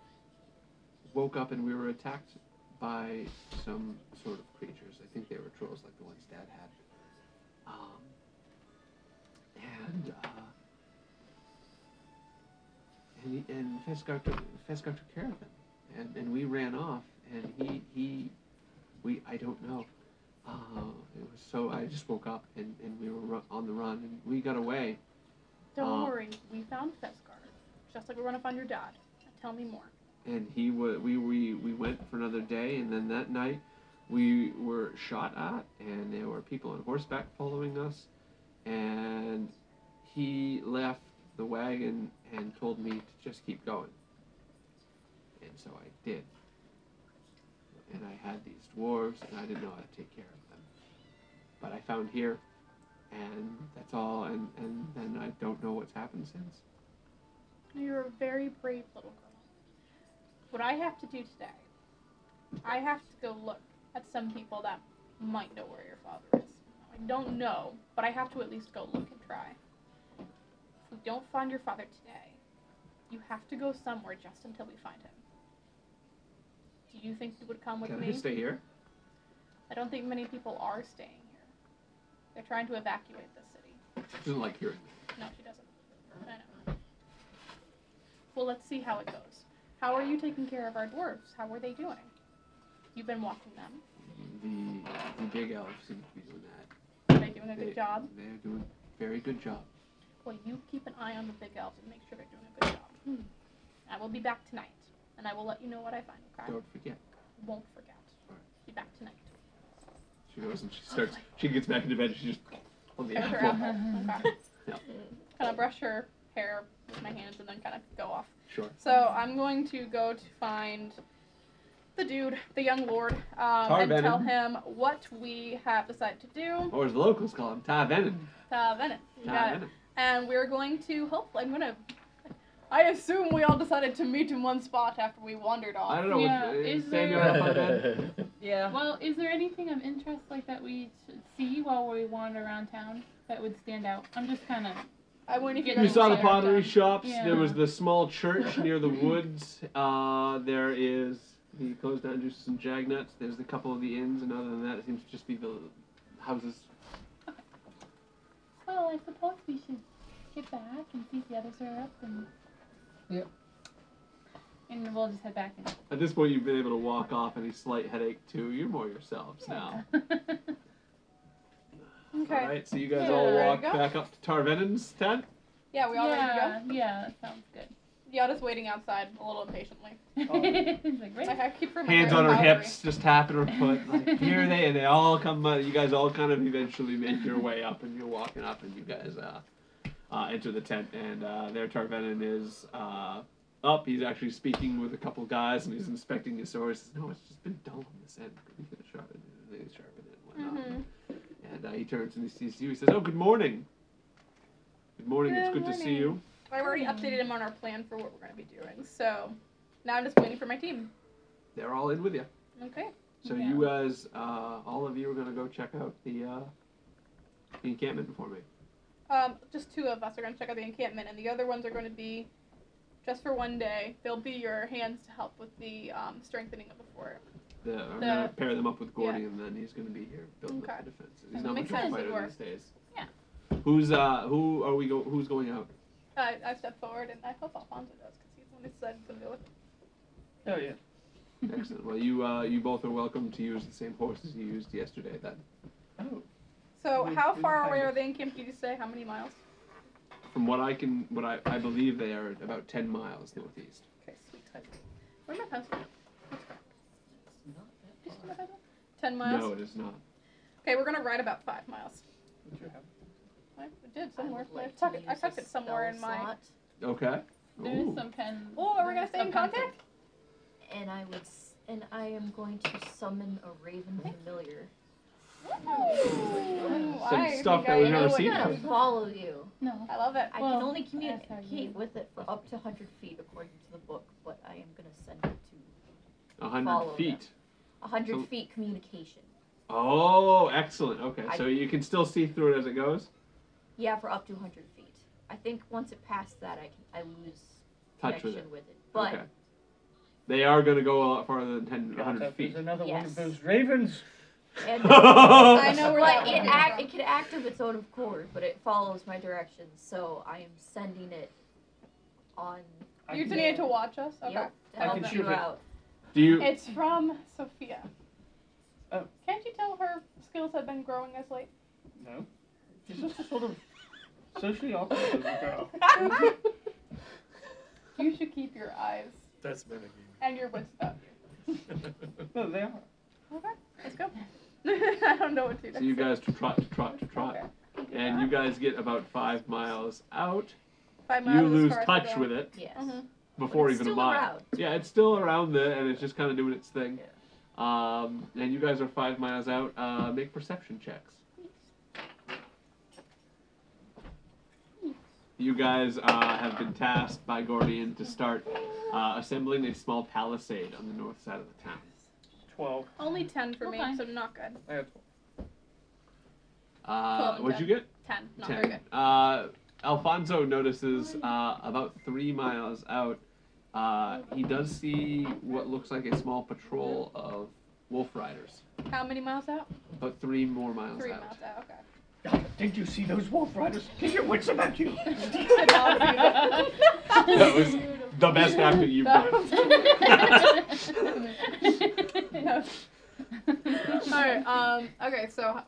Speaker 2: woke up and we were attacked by some sort of creatures. I think they were trolls, like the ones Dad had. Um, and uh, and he, and Feskar took Feskar took care of them, and and we ran off, and he he we I don't know. Uh, it was so I just woke up and, and we were ru- on the run and we got away.
Speaker 5: Don't
Speaker 2: Um,
Speaker 5: worry, we found Feskar. Just like we're gonna find your dad. Now Tell me more.
Speaker 2: and he wa we, we we went for another day and then that night we were shot at and there were people on horseback following us and he left the wagon and told me to just keep going and so i did and i had these dwarves and i didn't know how to take care of them but i found here and that's all and and then i don't know what's happened since
Speaker 5: You're a very brave little girl. What I have to do today, I have to go look at some people that might know where your father is. I don't know, but I have to at least go look and try. If we don't find your father today, you have to go somewhere just until we find him. Do you think you would come with
Speaker 2: can
Speaker 5: me?
Speaker 2: i stay here
Speaker 5: I don't think many people are staying here. They're trying to evacuate the city.
Speaker 2: she doesn't like hearing me
Speaker 5: No, she doesn't. I know. Well, let's see how it goes. How are you taking care of our dwarves? How are they doing? You've been walking them.
Speaker 2: the the big elves seem to be doing that.
Speaker 5: Are they doing a
Speaker 2: They-
Speaker 5: good job?
Speaker 2: They're doing a very good job.
Speaker 5: Well, you keep an eye on the big elves and make sure they're doing a good job. I will be back tonight, and I will let you know what I find. Okay?
Speaker 2: Don't forget.
Speaker 5: Won't forget. Be back tonight.
Speaker 2: She goes and she starts. She gets back into bed. and She just on the
Speaker 5: Tear her
Speaker 2: apple.
Speaker 5: apple. Okay.
Speaker 2: Yeah.
Speaker 5: Can I brush her hair with with my hands and then kind of go off.
Speaker 2: Sure.
Speaker 5: So I'm going to go to find the dude, the young lord, um,
Speaker 2: Tar
Speaker 5: and tell
Speaker 2: Venom.
Speaker 5: him what we have decided to do.
Speaker 2: Or as the locals call him, Ty Venom.
Speaker 5: Uh, Venom. You
Speaker 2: Ty
Speaker 5: got it.
Speaker 2: Venom.
Speaker 5: And we're going to hopefully I'm gonna I assume we all decided to meet in one spot after we wandered off.
Speaker 2: I don't know.
Speaker 14: Yeah,
Speaker 2: is,
Speaker 14: is
Speaker 2: Samuel
Speaker 14: there-
Speaker 2: up on that?
Speaker 8: Yeah.
Speaker 14: Well, is there anything of interest like that we should see while we wander around town that would stand out? I'm just kind of.
Speaker 5: I wonder if
Speaker 14: you
Speaker 2: You saw the pottery shops. There was the small church near the
Speaker 14: Mhm.
Speaker 2: woods. Uh, there is the closed down juices and jagnuts. There's a couple of the inns, and other than that, it seems to just be the houses.
Speaker 14: Well, I suppose we should get back and see if the others are up and.
Speaker 8: Yep.
Speaker 14: And we'll just head back and.
Speaker 2: At this point, you've been able to walk off any slight headache too. You're more yourselves now.
Speaker 5: Okay.
Speaker 2: All right, so you guys
Speaker 5: Yeah,
Speaker 2: all
Speaker 5: ready to
Speaker 2: walk
Speaker 5: go?
Speaker 2: back up to Tarvenon's tent.
Speaker 5: Yeah, we all
Speaker 14: yeah,
Speaker 5: ready to go?
Speaker 14: Yeah, that sounds good.
Speaker 5: Yada's waiting outside a little impatiently.
Speaker 14: He's like,
Speaker 5: Like
Speaker 14: "Ready?"
Speaker 5: I keep remembering
Speaker 2: Hands on her
Speaker 5: Calvary.
Speaker 2: hips, just tapping her foot. Like, here they, and they all come. uh, You guys all kind of eventually make your way up, and you're walking up, and you guys uh, uh, enter the tent, and uh, there Tarvenon is uh, up. He's actually speaking with a couple guys, and he's inspecting his sword. He says, "No, it's just been dull on this end. We could sharpen it, and they sharpen it, and whatnot."
Speaker 5: Mhm.
Speaker 2: And uh, he turns and he sees you. He says, "Oh, good morning. Good morning. it's
Speaker 5: Good
Speaker 2: good to see you."
Speaker 5: I've already updated him on our plan for what we're gonna be doing, so now I'm just waiting for my team.
Speaker 2: They're all in with you.
Speaker 5: Okay.
Speaker 2: So you guys, uh, all of you are gonna go check out the uh, the encampment for me.
Speaker 5: Um, just two of us are gonna check out the encampment, and the other ones are gonna be just for one day. They'll be your hands to help with the um, strengthening of the fort.
Speaker 2: The, I'm
Speaker 5: The-
Speaker 2: gonna pair them up with Gordy,
Speaker 5: yeah.
Speaker 2: and then he's gonna be here building up
Speaker 5: Okay.
Speaker 2: the defenses.
Speaker 5: That
Speaker 2: He's not
Speaker 5: makes
Speaker 2: much of a
Speaker 5: sense, it
Speaker 2: fighter
Speaker 5: works.
Speaker 2: these days.
Speaker 14: Yeah.
Speaker 2: Who's uh who are we go who's going out?
Speaker 5: I, I uh, step forward, and I hope Alfonso does, because he's the one who decided to do it.
Speaker 10: Oh yeah.
Speaker 2: Excellent. Well, you uh you both are welcome to use the same horses you used yesterday. Then
Speaker 10: Oh.
Speaker 5: So
Speaker 10: We-
Speaker 5: how
Speaker 10: we
Speaker 5: far
Speaker 10: find
Speaker 5: away
Speaker 10: it.
Speaker 5: are they in camp? Did you say how many miles?
Speaker 2: from what I can what I I believe they are about ten miles northeast.
Speaker 5: Okay, sweet type. Where's my pencil? Let's go. Did you see my pencil? Ten miles.
Speaker 2: No, it is not.
Speaker 5: Okay, we're gonna ride about five miles.
Speaker 10: Don't you have
Speaker 5: I did somewhere.
Speaker 7: would like
Speaker 5: I tuck
Speaker 7: to
Speaker 5: it. I
Speaker 7: use
Speaker 5: tucked
Speaker 7: a
Speaker 5: it somewhere in
Speaker 7: spell
Speaker 5: my.
Speaker 7: slot,
Speaker 2: Okay.
Speaker 14: There's
Speaker 2: Ooh.
Speaker 14: some pen.
Speaker 5: Oh, are we gonna
Speaker 14: there's
Speaker 5: stay in
Speaker 14: a pencil.
Speaker 5: contact?
Speaker 7: And I would, s- and I am going to summon a raven familiar.
Speaker 5: Ooh,
Speaker 2: Some
Speaker 5: I
Speaker 2: stuff
Speaker 5: think
Speaker 2: that
Speaker 5: I
Speaker 2: we've
Speaker 5: know
Speaker 2: never
Speaker 5: what
Speaker 2: seen
Speaker 5: that
Speaker 7: I
Speaker 2: before.
Speaker 5: is.
Speaker 7: follow you.
Speaker 14: No.
Speaker 5: I love it.
Speaker 7: I
Speaker 14: Well,
Speaker 7: can only
Speaker 14: that's how you-
Speaker 7: communicate with it for up to 100 feet according to the book, but I am going to send it to
Speaker 2: A hundred
Speaker 7: Follow
Speaker 2: feet.
Speaker 7: 100
Speaker 2: So-
Speaker 7: feet communication.
Speaker 2: Oh, excellent. Okay,
Speaker 7: I-
Speaker 2: so you can still see through it as it goes.
Speaker 7: Yeah, for up to 100 feet. I think once it passed that, I can I lose
Speaker 2: Touch with
Speaker 7: connection
Speaker 2: it.
Speaker 7: with it. But
Speaker 2: okay. They are going to go a lot farther than 10,
Speaker 10: God,
Speaker 2: 100
Speaker 10: that-
Speaker 2: feet.
Speaker 10: There's another one
Speaker 7: Yes.
Speaker 10: of those ravens.
Speaker 7: and
Speaker 5: I know where
Speaker 7: but
Speaker 5: that
Speaker 7: it
Speaker 5: one
Speaker 7: act,
Speaker 5: is.
Speaker 7: it can act of its own accord, but it follows my directions, so I am sending it on.
Speaker 10: I
Speaker 5: You're
Speaker 10: can-
Speaker 5: doing it to watch us. Okay.
Speaker 7: Yep, to
Speaker 10: I can
Speaker 7: help
Speaker 10: shoot
Speaker 7: you
Speaker 10: it.
Speaker 7: out.
Speaker 2: Do you?
Speaker 5: It's from Sophia.
Speaker 10: Oh.
Speaker 5: Can't you tell her skills have been growing as late?
Speaker 10: No. She's just a sort of socially awkward little girl.
Speaker 5: you should keep your eyes
Speaker 1: That's meant
Speaker 5: and your wits about
Speaker 10: No, they are.
Speaker 5: you. Okay, let's go. I don't know what to do.
Speaker 2: So you
Speaker 5: next.
Speaker 2: guys trot, trot, trot,
Speaker 5: Okay.
Speaker 2: and you guys get about five miles out.
Speaker 5: Five miles
Speaker 2: You
Speaker 5: as
Speaker 2: lose
Speaker 5: far as I
Speaker 2: touch
Speaker 5: go.
Speaker 2: with it
Speaker 7: Yes.
Speaker 5: Mhm.
Speaker 2: before
Speaker 7: it's
Speaker 2: even a
Speaker 7: still
Speaker 2: mile.
Speaker 7: around.
Speaker 2: Yeah, it's still around there, and it's just kind of doing its thing. Um, and you guys are five miles out. Uh, make perception checks. You guys uh, have been tasked by Gordian to start uh, assembling a small palisade on the north side of the town.
Speaker 10: Twelve.
Speaker 5: Only ten for me,
Speaker 14: Okay.
Speaker 5: so not good.
Speaker 10: I have twelve.
Speaker 5: Twelve
Speaker 2: Uh,
Speaker 5: and
Speaker 2: what'd you get?
Speaker 5: Ten, not very
Speaker 2: Ten.
Speaker 5: good.
Speaker 2: Uh, Alfonso notices uh, about three miles out. Uh, he does see what looks like a small patrol of wolf riders,
Speaker 5: How many miles out?
Speaker 2: about three more miles
Speaker 5: Three
Speaker 2: out.
Speaker 5: miles out. Okay.
Speaker 10: God, did you see those wolf riders? Get your wits about you.
Speaker 5: I apologize.
Speaker 2: That was the best acting you've
Speaker 5: That
Speaker 2: done.
Speaker 5: All right. Um. Okay. So.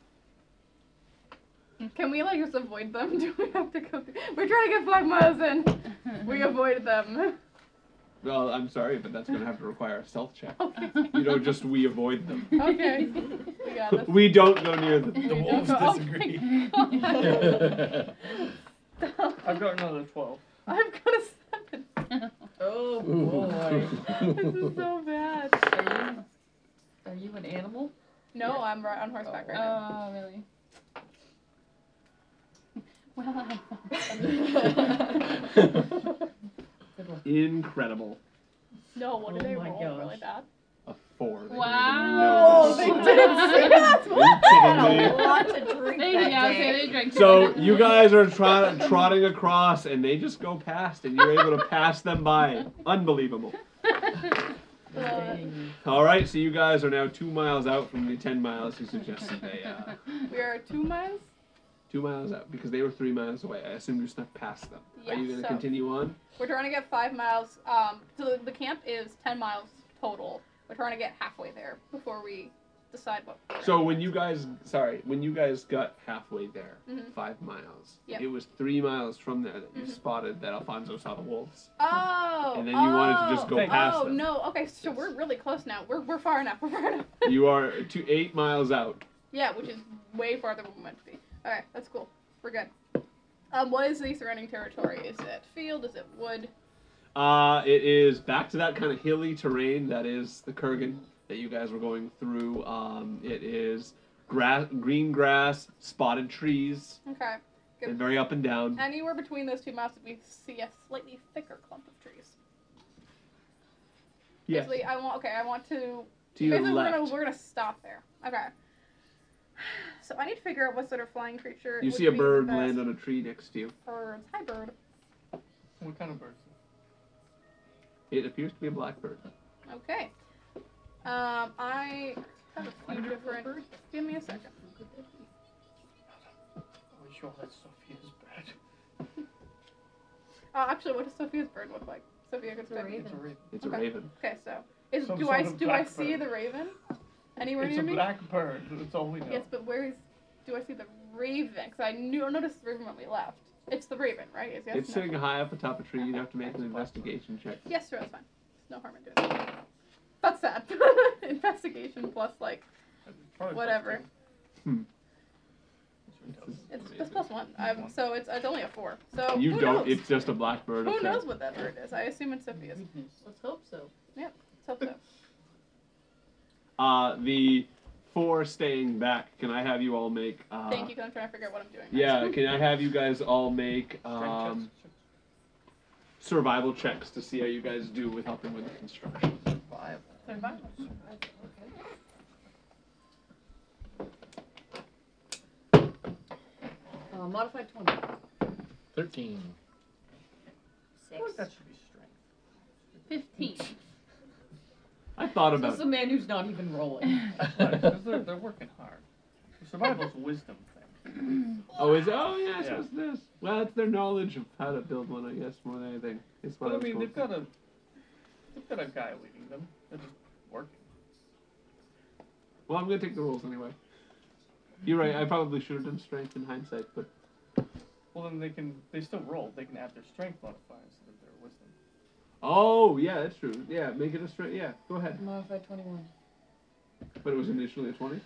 Speaker 5: Can we like just avoid them? Do we have to go? We're trying to get five miles in. We avoid them.
Speaker 2: Well, I'm sorry, but that's going to have to require a stealth check.
Speaker 5: Okay.
Speaker 2: You know, just we avoid them.
Speaker 5: Okay. We got this.
Speaker 2: We don't go near them.
Speaker 1: to be. The
Speaker 5: don't
Speaker 1: wolves
Speaker 5: go- oh
Speaker 1: disagree.
Speaker 5: my God.
Speaker 10: I've got another twelve.
Speaker 5: I've got a
Speaker 6: Oh
Speaker 14: this is so bad. Are
Speaker 6: you, are you an animal?
Speaker 5: No, I'm right on horseback right now.
Speaker 14: Oh, really?
Speaker 5: Well,
Speaker 2: Incredible.
Speaker 5: no, what did
Speaker 14: Oh
Speaker 5: they
Speaker 14: my
Speaker 5: roll
Speaker 14: gosh.
Speaker 5: really bad?
Speaker 2: Four. They
Speaker 5: Oh,
Speaker 14: Wow,
Speaker 2: don't even know
Speaker 14: they
Speaker 2: this.
Speaker 14: did. That's
Speaker 2: You
Speaker 14: what-
Speaker 2: kidding me?
Speaker 14: Had a lot
Speaker 7: to drink
Speaker 14: They-
Speaker 7: that
Speaker 14: yeah,
Speaker 7: day.
Speaker 14: okay, they drank
Speaker 2: So you guys are trot- trotting across, and they just go past, and you're able to pass them by. Unbelievable. All right, so you guys are now two miles out from the ten miles you suggested. They uh,
Speaker 5: we are two miles.
Speaker 2: two miles out because they were three miles away. I assume you snuck past them. are you
Speaker 5: Yeah,
Speaker 2: going to
Speaker 5: so-
Speaker 2: continue on?
Speaker 5: We're trying to get five miles. Um, so the camp is ten miles total. We're trying to get halfway there before we decide what.
Speaker 2: So when you guys, sorry, when you guys got halfway there,
Speaker 5: Mhm.
Speaker 2: five miles.
Speaker 5: Yep. Mm-hmm.
Speaker 2: It was three miles from there that you spotted that Alfonso saw the wolves.
Speaker 5: Oh.
Speaker 2: And then you wanted to just
Speaker 5: oh,
Speaker 2: go past
Speaker 5: Oh
Speaker 2: them.
Speaker 5: no. Okay, so we're really close now. We're we're far enough. We're far enough.
Speaker 2: you are two eight miles out.
Speaker 5: Yeah, which is way farther than we meant to be. All right, that's cool. We're good. Um, what is the surrounding territory? Is it field? Is it wood?
Speaker 2: Uh, it is back to that kind of hilly terrain that is the Kurgan that you guys were going through. Um, it is grass, green grass, spotted trees,
Speaker 5: Okay.
Speaker 2: and very up and down.
Speaker 5: Anywhere between those two mountains, we see a slightly thicker clump of trees.
Speaker 2: Yes.
Speaker 5: Basically, I want. Okay, I want to.
Speaker 2: To your
Speaker 5: basically, we're gonna
Speaker 2: left.
Speaker 5: we're gonna stop there. Okay. So I need to figure out what sort of flying creature.
Speaker 2: You
Speaker 5: would
Speaker 2: see a
Speaker 5: be the
Speaker 2: bird
Speaker 5: best.
Speaker 2: land on a tree next to you.
Speaker 5: Birds. Hi, bird.
Speaker 10: What kind of bird?
Speaker 2: It appears to be a blackbird.
Speaker 5: Okay. Um, I have a few different. Give me a second.
Speaker 10: We sure had Sophia's bird.
Speaker 5: Uh, actually, what does Sophia's bird look like? Sophia could spit.
Speaker 10: It's a raven.
Speaker 2: It's a
Speaker 5: Okay.
Speaker 2: raven.
Speaker 5: Okay, so is
Speaker 10: Some
Speaker 5: do
Speaker 10: sort
Speaker 5: I
Speaker 10: of
Speaker 5: do I see
Speaker 10: blackbird.
Speaker 5: the raven anywhere
Speaker 10: It's
Speaker 5: near
Speaker 10: a
Speaker 5: me?
Speaker 10: black bird. That's all we know.
Speaker 5: Yes, but where is do I see the raven? Because I knew I noticed the raven when we left. It's the raven, right? It's yes.
Speaker 2: It's
Speaker 5: no.
Speaker 2: sitting high up atop a tree. You'd have to make an investigation check.
Speaker 5: Yes, sure, that's fine. There's no harm in doing that. That's sad. Investigation plus like
Speaker 10: Probably
Speaker 5: whatever.
Speaker 2: Hmm.
Speaker 5: It's it's plus one. Um, so it's it's only a four. So
Speaker 2: You
Speaker 5: Oh, who
Speaker 2: don't.
Speaker 5: Knows?
Speaker 2: It's just a blackbird.
Speaker 5: Who
Speaker 2: okay.
Speaker 5: knows what that bird is? I assume it's Sophia's.
Speaker 8: Let's hope so.
Speaker 5: Yep. Let's hope
Speaker 2: Uh, the four staying back. Can I have you all make?
Speaker 5: so.
Speaker 2: Uh,
Speaker 5: Thank you. 'cause I'm trying to figure out what I'm doing.
Speaker 2: Yeah, can I have you guys all make um, survival checks to see how you guys do with helping with the construction?
Speaker 5: Survival.
Speaker 8: Uh, modified 20.
Speaker 11: Thirteen.
Speaker 10: Six. that should be strength.
Speaker 14: 15.
Speaker 2: I thought
Speaker 8: This
Speaker 2: about
Speaker 8: is a man who's not even rolling.
Speaker 10: Right, 'cause they're, they're working hard. Survival's a wisdom thing.
Speaker 2: Oh, is it? Oh, yeah,
Speaker 10: Yeah.
Speaker 2: so it's this. Well, it's their knowledge of how to build one, I guess, more than anything. It's what
Speaker 10: But I
Speaker 2: was
Speaker 10: mean,
Speaker 2: going
Speaker 10: they've
Speaker 2: for.
Speaker 10: got a they've got a guy leading them. They're just working.
Speaker 2: Well, I'm going to take the rules anyway. You're right, I probably should have done strength in hindsight, but
Speaker 10: Well, then they can they still roll. They can add their strength modifier instead of their wisdom.
Speaker 2: Oh, yeah, that's true. Yeah, make it a straight. Yeah, go ahead.
Speaker 8: Modified 21.
Speaker 2: But it was initially a 20?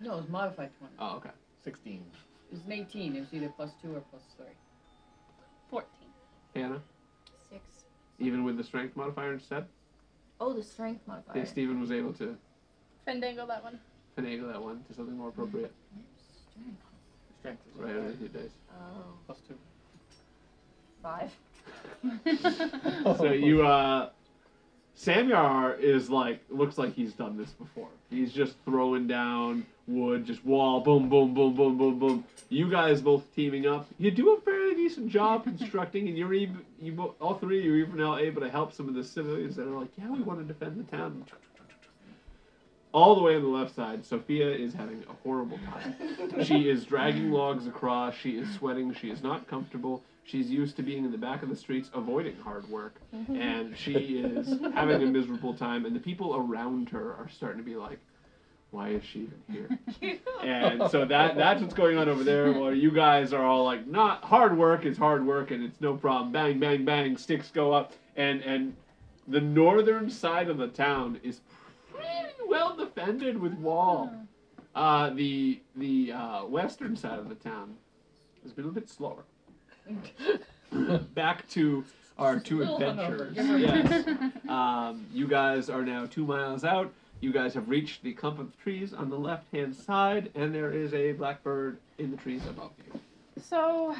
Speaker 8: No, it was modified 20.
Speaker 2: Oh, okay.
Speaker 11: 16.
Speaker 8: It was an 18. It was either plus 2 or plus 3.
Speaker 14: 14.
Speaker 2: Hannah,
Speaker 7: Six.
Speaker 2: even with the strength modifier instead?
Speaker 7: Oh, the strength
Speaker 2: Yeah,
Speaker 7: modifier.
Speaker 2: Steven was able to
Speaker 5: Fandango that one.
Speaker 2: finagle that one to something more appropriate.
Speaker 10: Strength is
Speaker 2: Right,
Speaker 10: okay.
Speaker 2: on the dice.
Speaker 7: Oh,
Speaker 10: plus two.
Speaker 7: five.
Speaker 2: so you uh Samyar is like looks like he's done this before. He's just throwing down wood, just wall, boom, boom, boom, boom, boom, boom. You guys both teaming up. You do a fairly decent job constructing, and you're even you bo- all three of you are even now able to help some of the civilians that are like, yeah, we want to defend the town. All the way on the left side, Sophia is having a horrible time. she is dragging logs across. She is sweating. She is not comfortable. She's used to being in the back of the streets, avoiding hard work and she is having a miserable time and the people around her are starting to be like why is she even here and so that that's what's going on over there while you guys are all like not hard work is hard work and it's no problem bang bang bang sticks go up and and the northern side of the town is pretty well defended with wall uh, the the uh, western side of the town has been a bit slower back to are two
Speaker 14: Still
Speaker 2: adventurers.
Speaker 14: hungover.
Speaker 2: Yes. Um, you guys are now two miles out. You guys have reached the clump of trees on the left hand side, and there is a blackbird in the trees above you.
Speaker 5: So,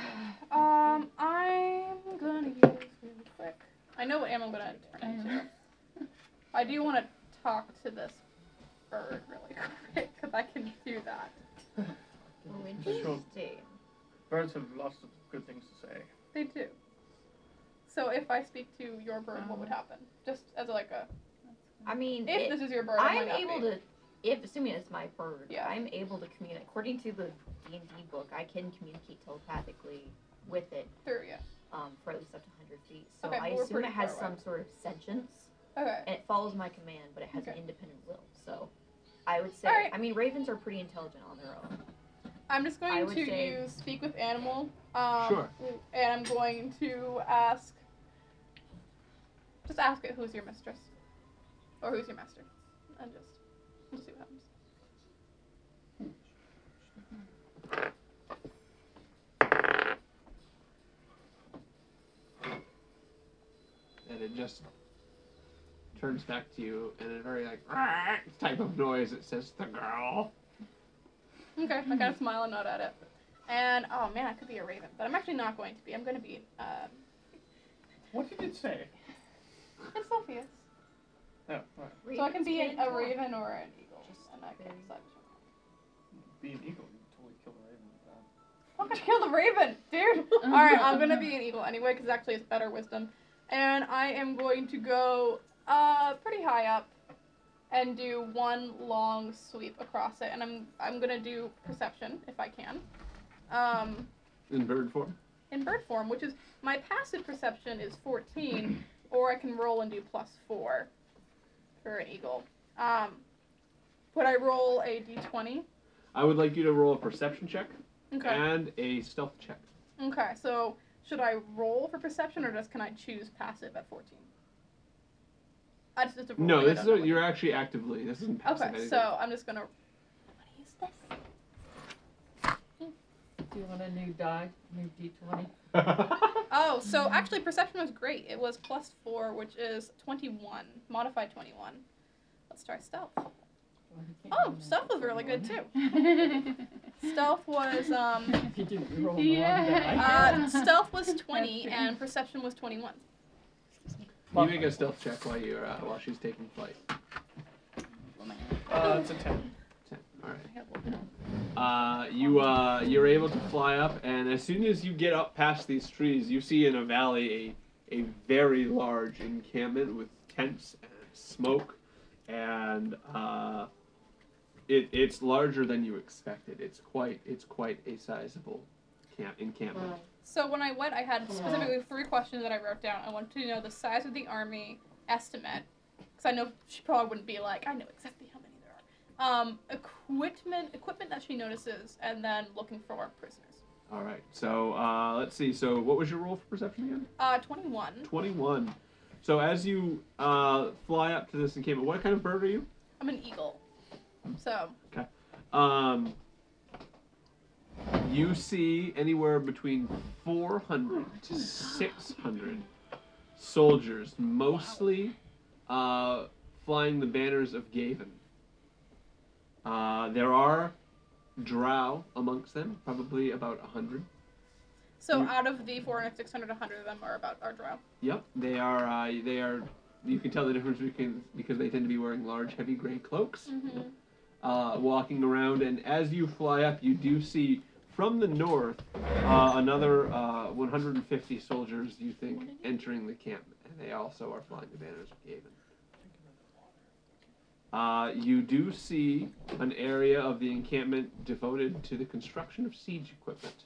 Speaker 5: um, I'm gonna use really quick. I know what ammo I'm gonna turn into. I do want to talk to this bird really quick because I can do that.
Speaker 13: Oh,
Speaker 10: Sure.
Speaker 13: interesting.
Speaker 10: Birds have lots of good things to say.
Speaker 5: They do. So if I speak to your bird, what would happen? Just as like a
Speaker 7: I mean,
Speaker 5: if
Speaker 7: Um, it-
Speaker 5: this is your bird,
Speaker 7: I'm
Speaker 5: it might
Speaker 7: able
Speaker 5: not be.
Speaker 7: to, if assuming it's my bird,
Speaker 5: Yeah.
Speaker 7: I'm able to communicate. According to the D and D book, I can communicate telepathically with it
Speaker 5: Through, yeah.
Speaker 7: um, for at least up to 100 feet. So
Speaker 5: Okay,
Speaker 7: I
Speaker 5: but we're
Speaker 7: assume it
Speaker 5: pretty
Speaker 7: has
Speaker 5: far away.
Speaker 7: some sort of sentience,
Speaker 5: Okay.
Speaker 7: and it follows my command, but it has an
Speaker 5: Okay.
Speaker 7: independent will. So I would say,
Speaker 5: Alright.
Speaker 7: I mean, ravens are pretty intelligent on their own.
Speaker 5: I'm just
Speaker 7: I
Speaker 5: going
Speaker 7: would
Speaker 5: to
Speaker 7: say-
Speaker 5: use speak with animal. Um,
Speaker 2: Sure.
Speaker 5: And I'm going to ask. Just ask it who's your mistress, or who's your master, and just we'll see what happens.
Speaker 2: And it just turns back to you in a very like "Rah!" type of noise. It says the girl.
Speaker 5: Okay, I gotta smile and nod at it. And oh man, I could be a raven, but I'm actually not going to be. I'm going to be um,
Speaker 10: What did it say?
Speaker 5: an Celsius.
Speaker 10: Oh, right.
Speaker 5: So I can be
Speaker 7: Ravens
Speaker 5: an, a
Speaker 7: can't talk.
Speaker 5: raven or an eagle, and I can
Speaker 7: very-
Speaker 5: decide.
Speaker 10: Be an eagle. You totally kill a raven. with that.
Speaker 5: I'm gonna kill the raven, dude. All right, I'm gonna be an eagle anyway, because actually it's better wisdom. And I am going to go uh pretty high up, and do one long sweep across it. And I'm I'm gonna do perception if I can, um,
Speaker 2: In bird form.
Speaker 5: in bird form, which is my passive perception is 14, or I can roll and do plus four for an eagle. Um, would I roll a d20?
Speaker 2: I would like you to roll a perception check
Speaker 5: Okay.
Speaker 2: and a stealth check.
Speaker 5: Okay, so should I roll for perception or just can I choose passive at 14? I just, it's a roll,
Speaker 2: No,
Speaker 5: I
Speaker 2: this
Speaker 5: don't
Speaker 2: is
Speaker 5: know
Speaker 2: a,
Speaker 5: what-
Speaker 2: you're actually actively. This isn't passive.
Speaker 5: Okay,
Speaker 2: anything.
Speaker 5: so I'm just gonna.
Speaker 6: Do you want a new die? New D20?
Speaker 5: Oh, so actually, perception was great. It was plus four, which is 21, modified 21. Let's try stealth. Oh, stealth was really good too. Stealth was um,
Speaker 6: If you didn't roll
Speaker 5: uh,
Speaker 14: Yeah.
Speaker 5: stealth was 20 and perception was 21.
Speaker 2: you make a stealth check while you're uh, while she's taking flight.
Speaker 10: Uh, it's a ten.
Speaker 2: Ten. All right. Uh, you uh, you're able to fly up, and as soon as you get up past these trees, you see in a valley a a very large encampment with tents and smoke, and uh, it it's larger than you expected. It's quite it's quite a sizable camp encampment.
Speaker 5: So when I went, I had specifically three questions that I wrote down. I wanted to know the size of the army estimate, because I know she probably wouldn't be like, I know exactly how many there are. Um, equipment, equipment that she notices, and then looking for prisoners.
Speaker 2: All right. So uh, let's see. So what was your roll for perception again?
Speaker 5: Uh, twenty-one.
Speaker 2: Twenty-one. So as you uh, fly up to this encampment, what kind of bird are you?
Speaker 5: I'm an eagle, so
Speaker 2: Um, you see anywhere between 400 to 600 soldiers, mostly uh, flying the banners of Gavin. Uh, there are drow amongst them, probably about 100.
Speaker 5: so
Speaker 2: You-
Speaker 5: out of the 400, 600, 100 of them are about our drow.
Speaker 2: Yep, they are. Uh, they are. You can tell the difference between because they tend to be wearing large, heavy gray cloaks.
Speaker 5: Mm-hmm.
Speaker 2: uh, walking around, and as you fly up, you do see from the north uh, another uh, 150 soldiers. You think entering the camp, and they also are flying the banners of Gavin. Uh, you do see an area of the encampment devoted to the construction of siege equipment.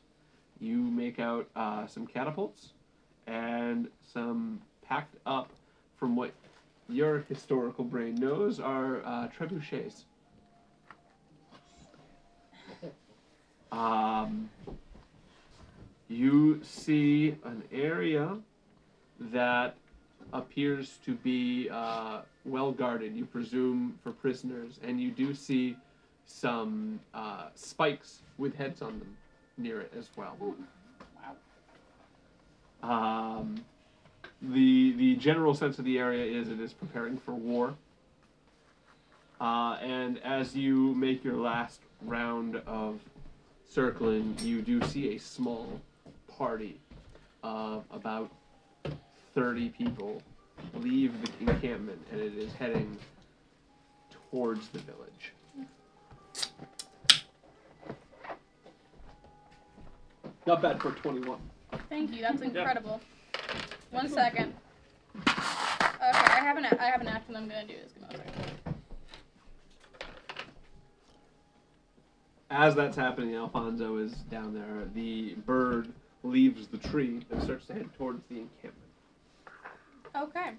Speaker 2: You make out uh, some catapults and some packed up, from what your historical brain knows, are uh, trebuchets. Um, you see an area that appears to be uh, well guarded, you presume, for prisoners, and you do see some uh, spikes with heads on them near it as well. Um, the the general sense of the area is it is preparing for war. Uh, and as you make your last round of circling, you do see a small party of about 30 people leave the encampment and it is heading towards the village. Not bad for 21.
Speaker 5: Thank you. That's incredible. One second. Okay, I have an a- I have an action. I'm gonna do this. Give me one second.
Speaker 2: As that's happening, Alfonso is down there. The bird leaves the tree and starts to head towards the encampment.
Speaker 5: Okay.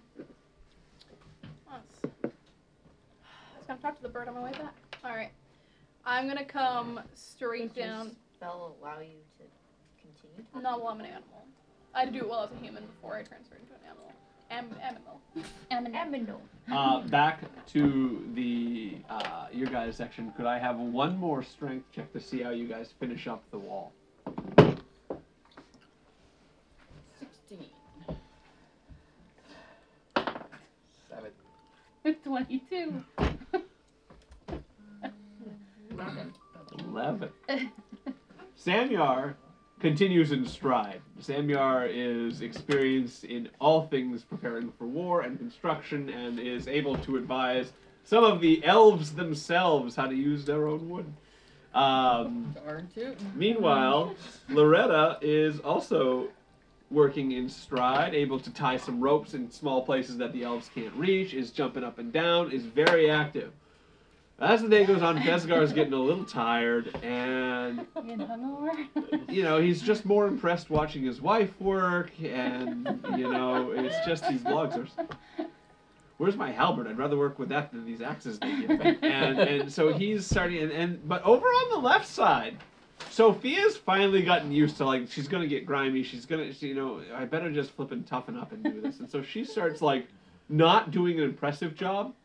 Speaker 5: Nice. I was gonna talk to the bird on my way back. All right. I'm gonna come straight down.
Speaker 7: Spell allow you to continue. talking?
Speaker 5: Not while I'm an animal. I had to do it while I was a human before I transferred into an animal. Am animal.
Speaker 7: Aminal.
Speaker 2: Uh, back to the uh, your guys section. Could I have one more strength check to see how you guys finish up the wall?
Speaker 8: 16.
Speaker 11: Seven.
Speaker 14: 22.
Speaker 2: Eleven. Samyar continues in stride. Samyar is experienced in all things preparing for war and construction and is able to advise some of the elves themselves how to use their own wood. Um,
Speaker 8: Darn tootin'.
Speaker 2: meanwhile, Loretta is also working in stride, able to tie some ropes in small places that the elves can't reach, is jumping up and down, is very active. As the day goes on, Vesgar's getting a little tired and
Speaker 14: Being hungover.
Speaker 2: you know, he's just more impressed watching his wife work, and you know, it's just these logs are. Where's my halberd? I'd rather work with that than these axes they give me. And and so he's starting, and, and but over on the left side, Sophia's finally gotten used to like she's gonna get grimy. She's gonna, she, you know, I better just flip and toughen up and do this. And so she starts like not doing an impressive job,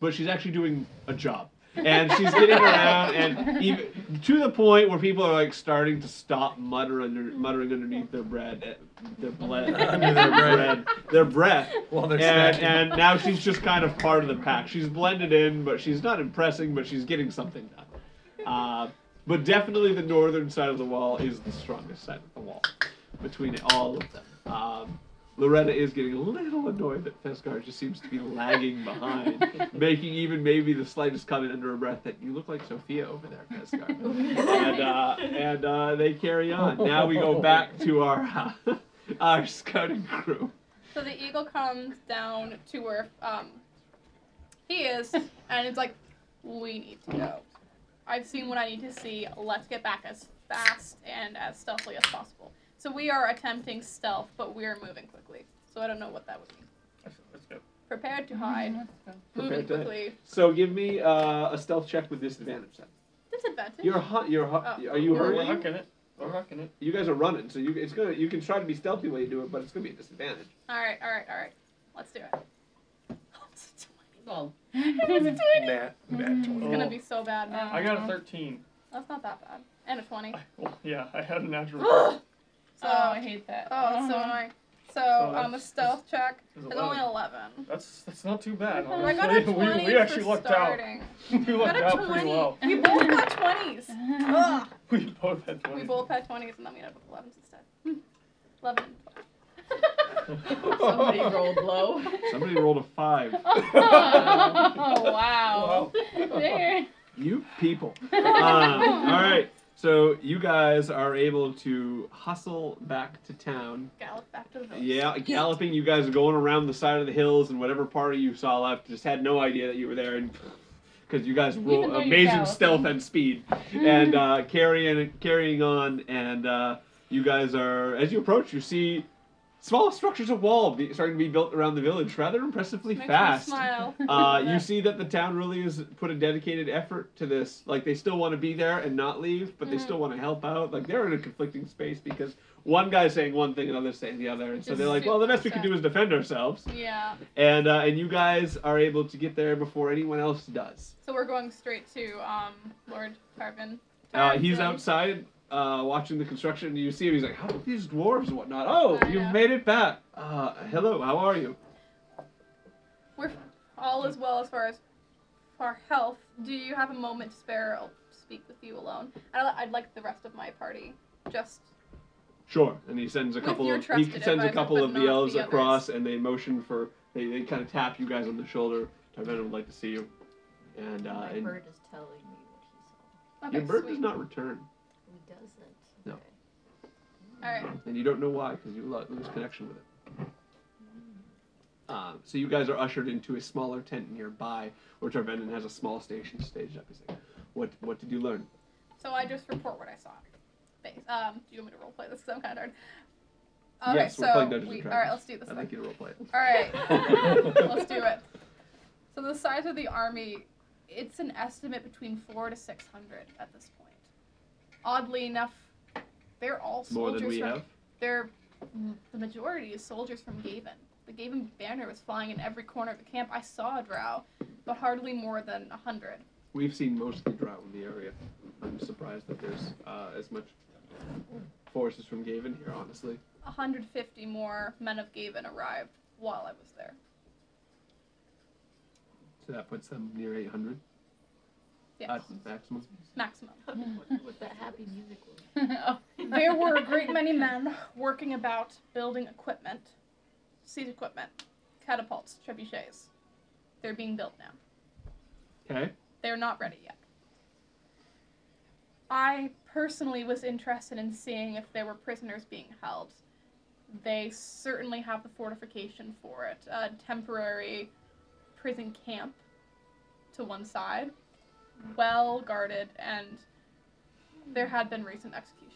Speaker 2: but she's actually doing a job. And she's getting around, and even to the point where people are like starting to stop mutter under, muttering underneath their bread, eh, their bread,
Speaker 1: Under their bread.
Speaker 2: their breath.
Speaker 1: While they're
Speaker 2: and,
Speaker 1: snacking.
Speaker 2: and now she's just kind of part of the pack. She's blended in, but she's not impressing, but she's getting something done. Uh, but definitely the northern side of the wall is the strongest side of the wall between all of them. Um, Loretta is getting a little annoyed that Fesgar just seems to be lagging behind, making even maybe the slightest comment under her breath that you look like Sophia over there, Fesgar. and uh, and uh, they carry on. Now we go back to our uh, our scouting crew.
Speaker 5: So the eagle comes down to where um, he is, and it's like, we need to go. I've seen what I need to see. Let's get back as fast and as stealthily as possible. So we are attempting stealth, but we are moving quickly. So I don't know what that would mean.
Speaker 10: Let's go.
Speaker 5: Prepared to
Speaker 4: Mm-hmm.
Speaker 5: hide, moving
Speaker 2: Prepared to hide.
Speaker 5: quickly.
Speaker 2: So give me uh, a stealth check with disadvantage. Then
Speaker 5: Disadvantage.
Speaker 2: you're hu- you're hu-
Speaker 5: Oh.
Speaker 2: are you
Speaker 10: We're
Speaker 2: hurrying?
Speaker 10: rocking it. We're rocking it.
Speaker 2: You guys are running, so you it's gonna you can try to be stealthy while you do it, but it's gonna be a disadvantage.
Speaker 5: All right, all right, all right. Let's do it.
Speaker 8: Well,
Speaker 5: It's a 20.
Speaker 1: Nat, nat 20.
Speaker 5: It's gonna be so bad now.
Speaker 10: I got a 13.
Speaker 5: That's not that bad. And a twenty.
Speaker 10: Well, yeah, I had a natural.
Speaker 5: oh,
Speaker 14: Oh, I hate that.
Speaker 5: Oh, it's so
Speaker 14: Uh-huh.
Speaker 5: annoying. So
Speaker 10: Oh,
Speaker 5: um, a
Speaker 10: that's-
Speaker 5: stealth check
Speaker 10: that's
Speaker 5: is only
Speaker 10: 11.
Speaker 5: eleven.
Speaker 10: That's that's not too bad.
Speaker 5: But I got a
Speaker 10: honestly.
Speaker 5: twenty
Speaker 10: we, we actually
Speaker 5: for
Speaker 10: lucked
Speaker 5: starting.
Speaker 10: out. We
Speaker 5: I got
Speaker 10: lucked
Speaker 5: a
Speaker 10: out pretty
Speaker 5: 20.
Speaker 10: well.
Speaker 5: We both got twenties. Ugh.
Speaker 10: We both had
Speaker 5: We
Speaker 10: 20.
Speaker 5: both had twenties, and then we ended up with elevens instead. Hmm. Eleven. and 12.
Speaker 8: somebody rolled low.
Speaker 2: Somebody rolled a five.
Speaker 14: oh, wow. There.
Speaker 2: You people. Um, all right. So you guys are able to hustle back to town.
Speaker 5: Gallop back to the village.
Speaker 2: Yeah, galloping. You guys are going around the side of the hills, and whatever party you saw left just had no idea that you were there, and because you guys
Speaker 14: Even
Speaker 2: roll
Speaker 14: though you're
Speaker 2: amazing
Speaker 14: galloping.
Speaker 2: stealth and speed, and uh, carrying carrying on, and uh, you guys are as you approach, you see small structures of wall be, starting to be built around the village, rather impressively
Speaker 5: Makes
Speaker 2: fast.
Speaker 5: me smile.
Speaker 2: Uh, you see that the town really has put a dedicated effort to this. Like they still want to be there and not leave, but they still
Speaker 5: Mm.
Speaker 2: want to help out. Like they're in a conflicting space because one guy's saying one thing, another's saying the other, and so
Speaker 5: Just
Speaker 2: they're like, "Well, the best we can
Speaker 5: super
Speaker 2: do is defend ourselves."
Speaker 5: Yeah.
Speaker 2: And uh, and you guys are able to get there before anyone else does.
Speaker 5: So we're going straight to um Lord Tarvin.
Speaker 2: Uh, he's
Speaker 5: Tarvin.
Speaker 2: outside uh, watching the construction, and you see him. He's like, "How did these dwarves and whatnot? Oh,
Speaker 5: I
Speaker 2: you've
Speaker 5: know.
Speaker 2: made it back. Uh, hello, how are you?
Speaker 5: We're all as well as far as our health. Do you have a moment to spare? I'll speak with you alone. I'd, I'd like the rest of my party. Just
Speaker 2: Sure. And he sends a
Speaker 5: With
Speaker 2: couple
Speaker 5: your
Speaker 2: of he
Speaker 5: trusted
Speaker 2: sends a
Speaker 5: advisor,
Speaker 2: couple
Speaker 5: but
Speaker 2: of the
Speaker 5: not
Speaker 2: elves
Speaker 5: the others.
Speaker 2: across, and they motion for they, they kind of tap you guys on the shoulder. Tarvenon would like to see you, and uh,
Speaker 7: My
Speaker 2: and
Speaker 7: bird is telling me what he saw.
Speaker 2: your bird does not return,
Speaker 7: He doesn't.
Speaker 2: No.
Speaker 5: all right.
Speaker 2: and you don't know why because you lo- lose connection with it. Um, so you guys are ushered into a smaller tent nearby, where Tarvenon has a small station staged up. He's like, "What what did you learn?"
Speaker 5: So I just report what I saw. Thanks. Um, do you want me to roleplay this? 'Cause I'm kind of tired. Okay,
Speaker 2: yes,
Speaker 5: so
Speaker 2: we're playing Dungeons
Speaker 5: we-
Speaker 2: and
Speaker 5: all
Speaker 2: Dragons.
Speaker 5: right, let's do this.
Speaker 2: I'd
Speaker 5: then.
Speaker 2: like you to roleplay it.
Speaker 5: All right, let's do it. So the size of the army, it's an estimate between four to six hundred at this point. Oddly enough, they're all soldiers.
Speaker 2: More than we
Speaker 5: from,
Speaker 2: have?
Speaker 5: They're the majority is soldiers from Gaven. The Gaven banner was flying in every corner of the camp. I saw a drow, but hardly more than a hundred.
Speaker 2: We've seen mostly drought in the area. I'm surprised that there's uh, as much forces from Gaven here, honestly.
Speaker 5: 150 more men of Gaven arrived while I was there.
Speaker 2: So that puts them near 800
Speaker 5: Yes.
Speaker 2: at maximum.
Speaker 5: Maximum.
Speaker 7: What that happy music was.
Speaker 5: there were a great many men working about building equipment, siege equipment, catapults, trebuchets. They're being built now.
Speaker 2: Okay.
Speaker 5: They're not ready yet. I personally was interested in seeing if there were prisoners being held. They certainly have the fortification for it. A temporary prison camp to one side, well guarded, and there had been recent executions.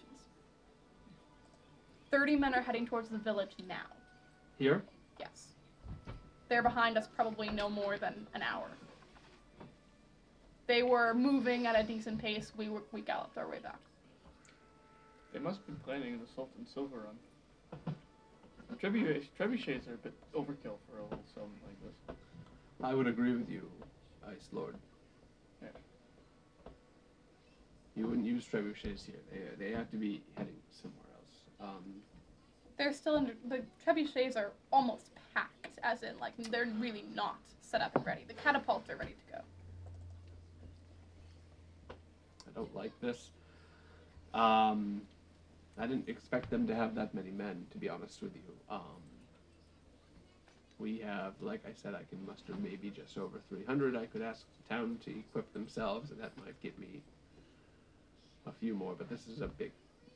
Speaker 5: 30 men are heading towards the village now.
Speaker 2: Here?
Speaker 5: Yes. They're behind us probably no more than an hour. They were moving at a decent pace. We were, we galloped our way back.
Speaker 10: They must be planning an assault and silver run. Trebuchets, trebuchets are a bit overkill for a little something like this.
Speaker 2: I would agree with you, Ice Lord.
Speaker 10: Yeah.
Speaker 2: You wouldn't use trebuchets here. They, they have to be heading somewhere else. Um,
Speaker 5: They're still in the trebuchets are almost packed, as in like they're really not set up and ready. The catapults are ready to go.
Speaker 2: I don't like this. Um, I didn't expect them to have that many men, to be honest with you. Um, we have, like I said, I can muster maybe just over 300. I could ask the town to equip themselves, and that might get me a few more. But this is a big,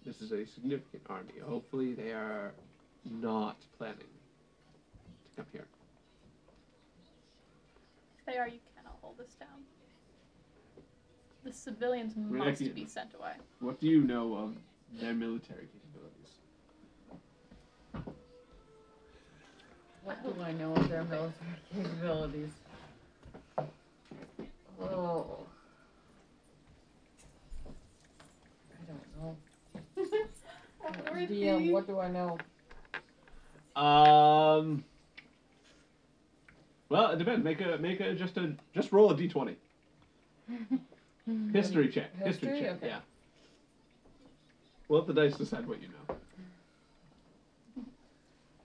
Speaker 2: this is a significant army. Hopefully, they are not planning to come here.
Speaker 5: If they are, you cannot hold this down. The civilians
Speaker 2: We're
Speaker 5: must
Speaker 2: lucky.
Speaker 5: be sent away.
Speaker 2: What do you know of their military capabilities?
Speaker 8: What do I know of their military capabilities? Oh. I don't know. DM, what do I know?
Speaker 2: Um. Well, it depends. Make a make a just a just roll a d twenty. History check. History,
Speaker 8: History?
Speaker 2: check.
Speaker 8: Okay.
Speaker 2: Yeah. We'll let the dice decide what you know.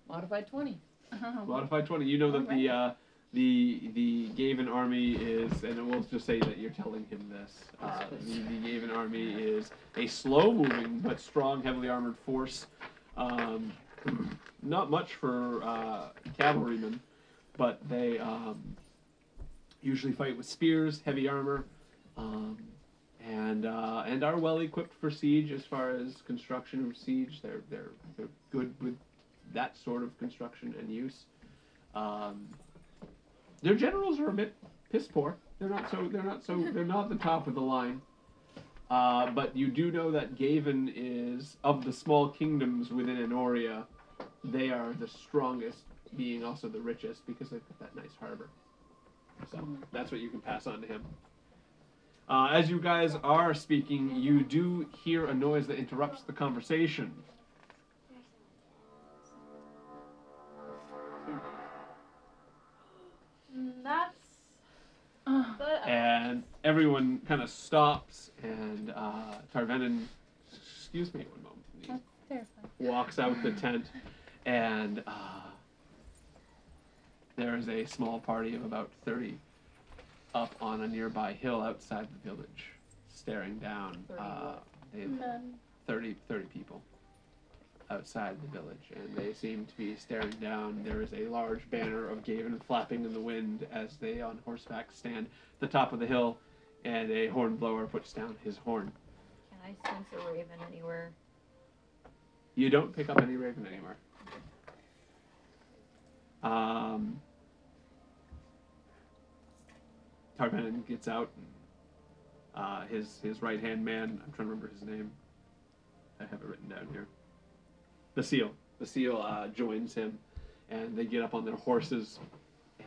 Speaker 8: Modified 20.
Speaker 2: Modify twenty. You know that the uh, the the Gaven army is, and we'll just say that you're telling him this. Uh, the, the Gaven army is a slow-moving but strong, heavily armored force. Um, not much for uh, cavalrymen, but they um, usually fight with spears, heavy armor, um, and uh, and are well equipped for siege as far as construction of siege. They're they're they're good with that sort of construction and use. Um, their generals are a bit piss poor. They're not so they're not so they're not the top of the line. Uh, but you do know that Gaven is of the small kingdoms within Anoria, they are the strongest, being also the richest because they've got that nice harbor. So that's what you can pass on to him. Uh, as you guys are speaking, you do hear a noise that interrupts the conversation.
Speaker 5: That's
Speaker 7: uh, Oh.
Speaker 2: and everyone kind of stops, and uh, Tarvenin, excuse me one moment, please,
Speaker 14: Terrifying.
Speaker 2: walks out the tent, and uh, there is a small party of about 30 up on a nearby hill outside the village, staring down.
Speaker 5: 30
Speaker 2: Uh, they,
Speaker 5: Men.
Speaker 2: 30, 30 people outside the village, and they seem to be staring down. There is a large banner of Gavin flapping in the wind as they on horseback stand at the top of the hill, and a horn blower puts down his horn.
Speaker 7: Can I sense a raven anywhere?
Speaker 2: You don't pick up any raven anymore. Um, Tarvenin gets out. And, uh, his his right hand man. I'm trying to remember his name. I have it written down here. The seal. The seal uh, joins him, and they get up on their horses,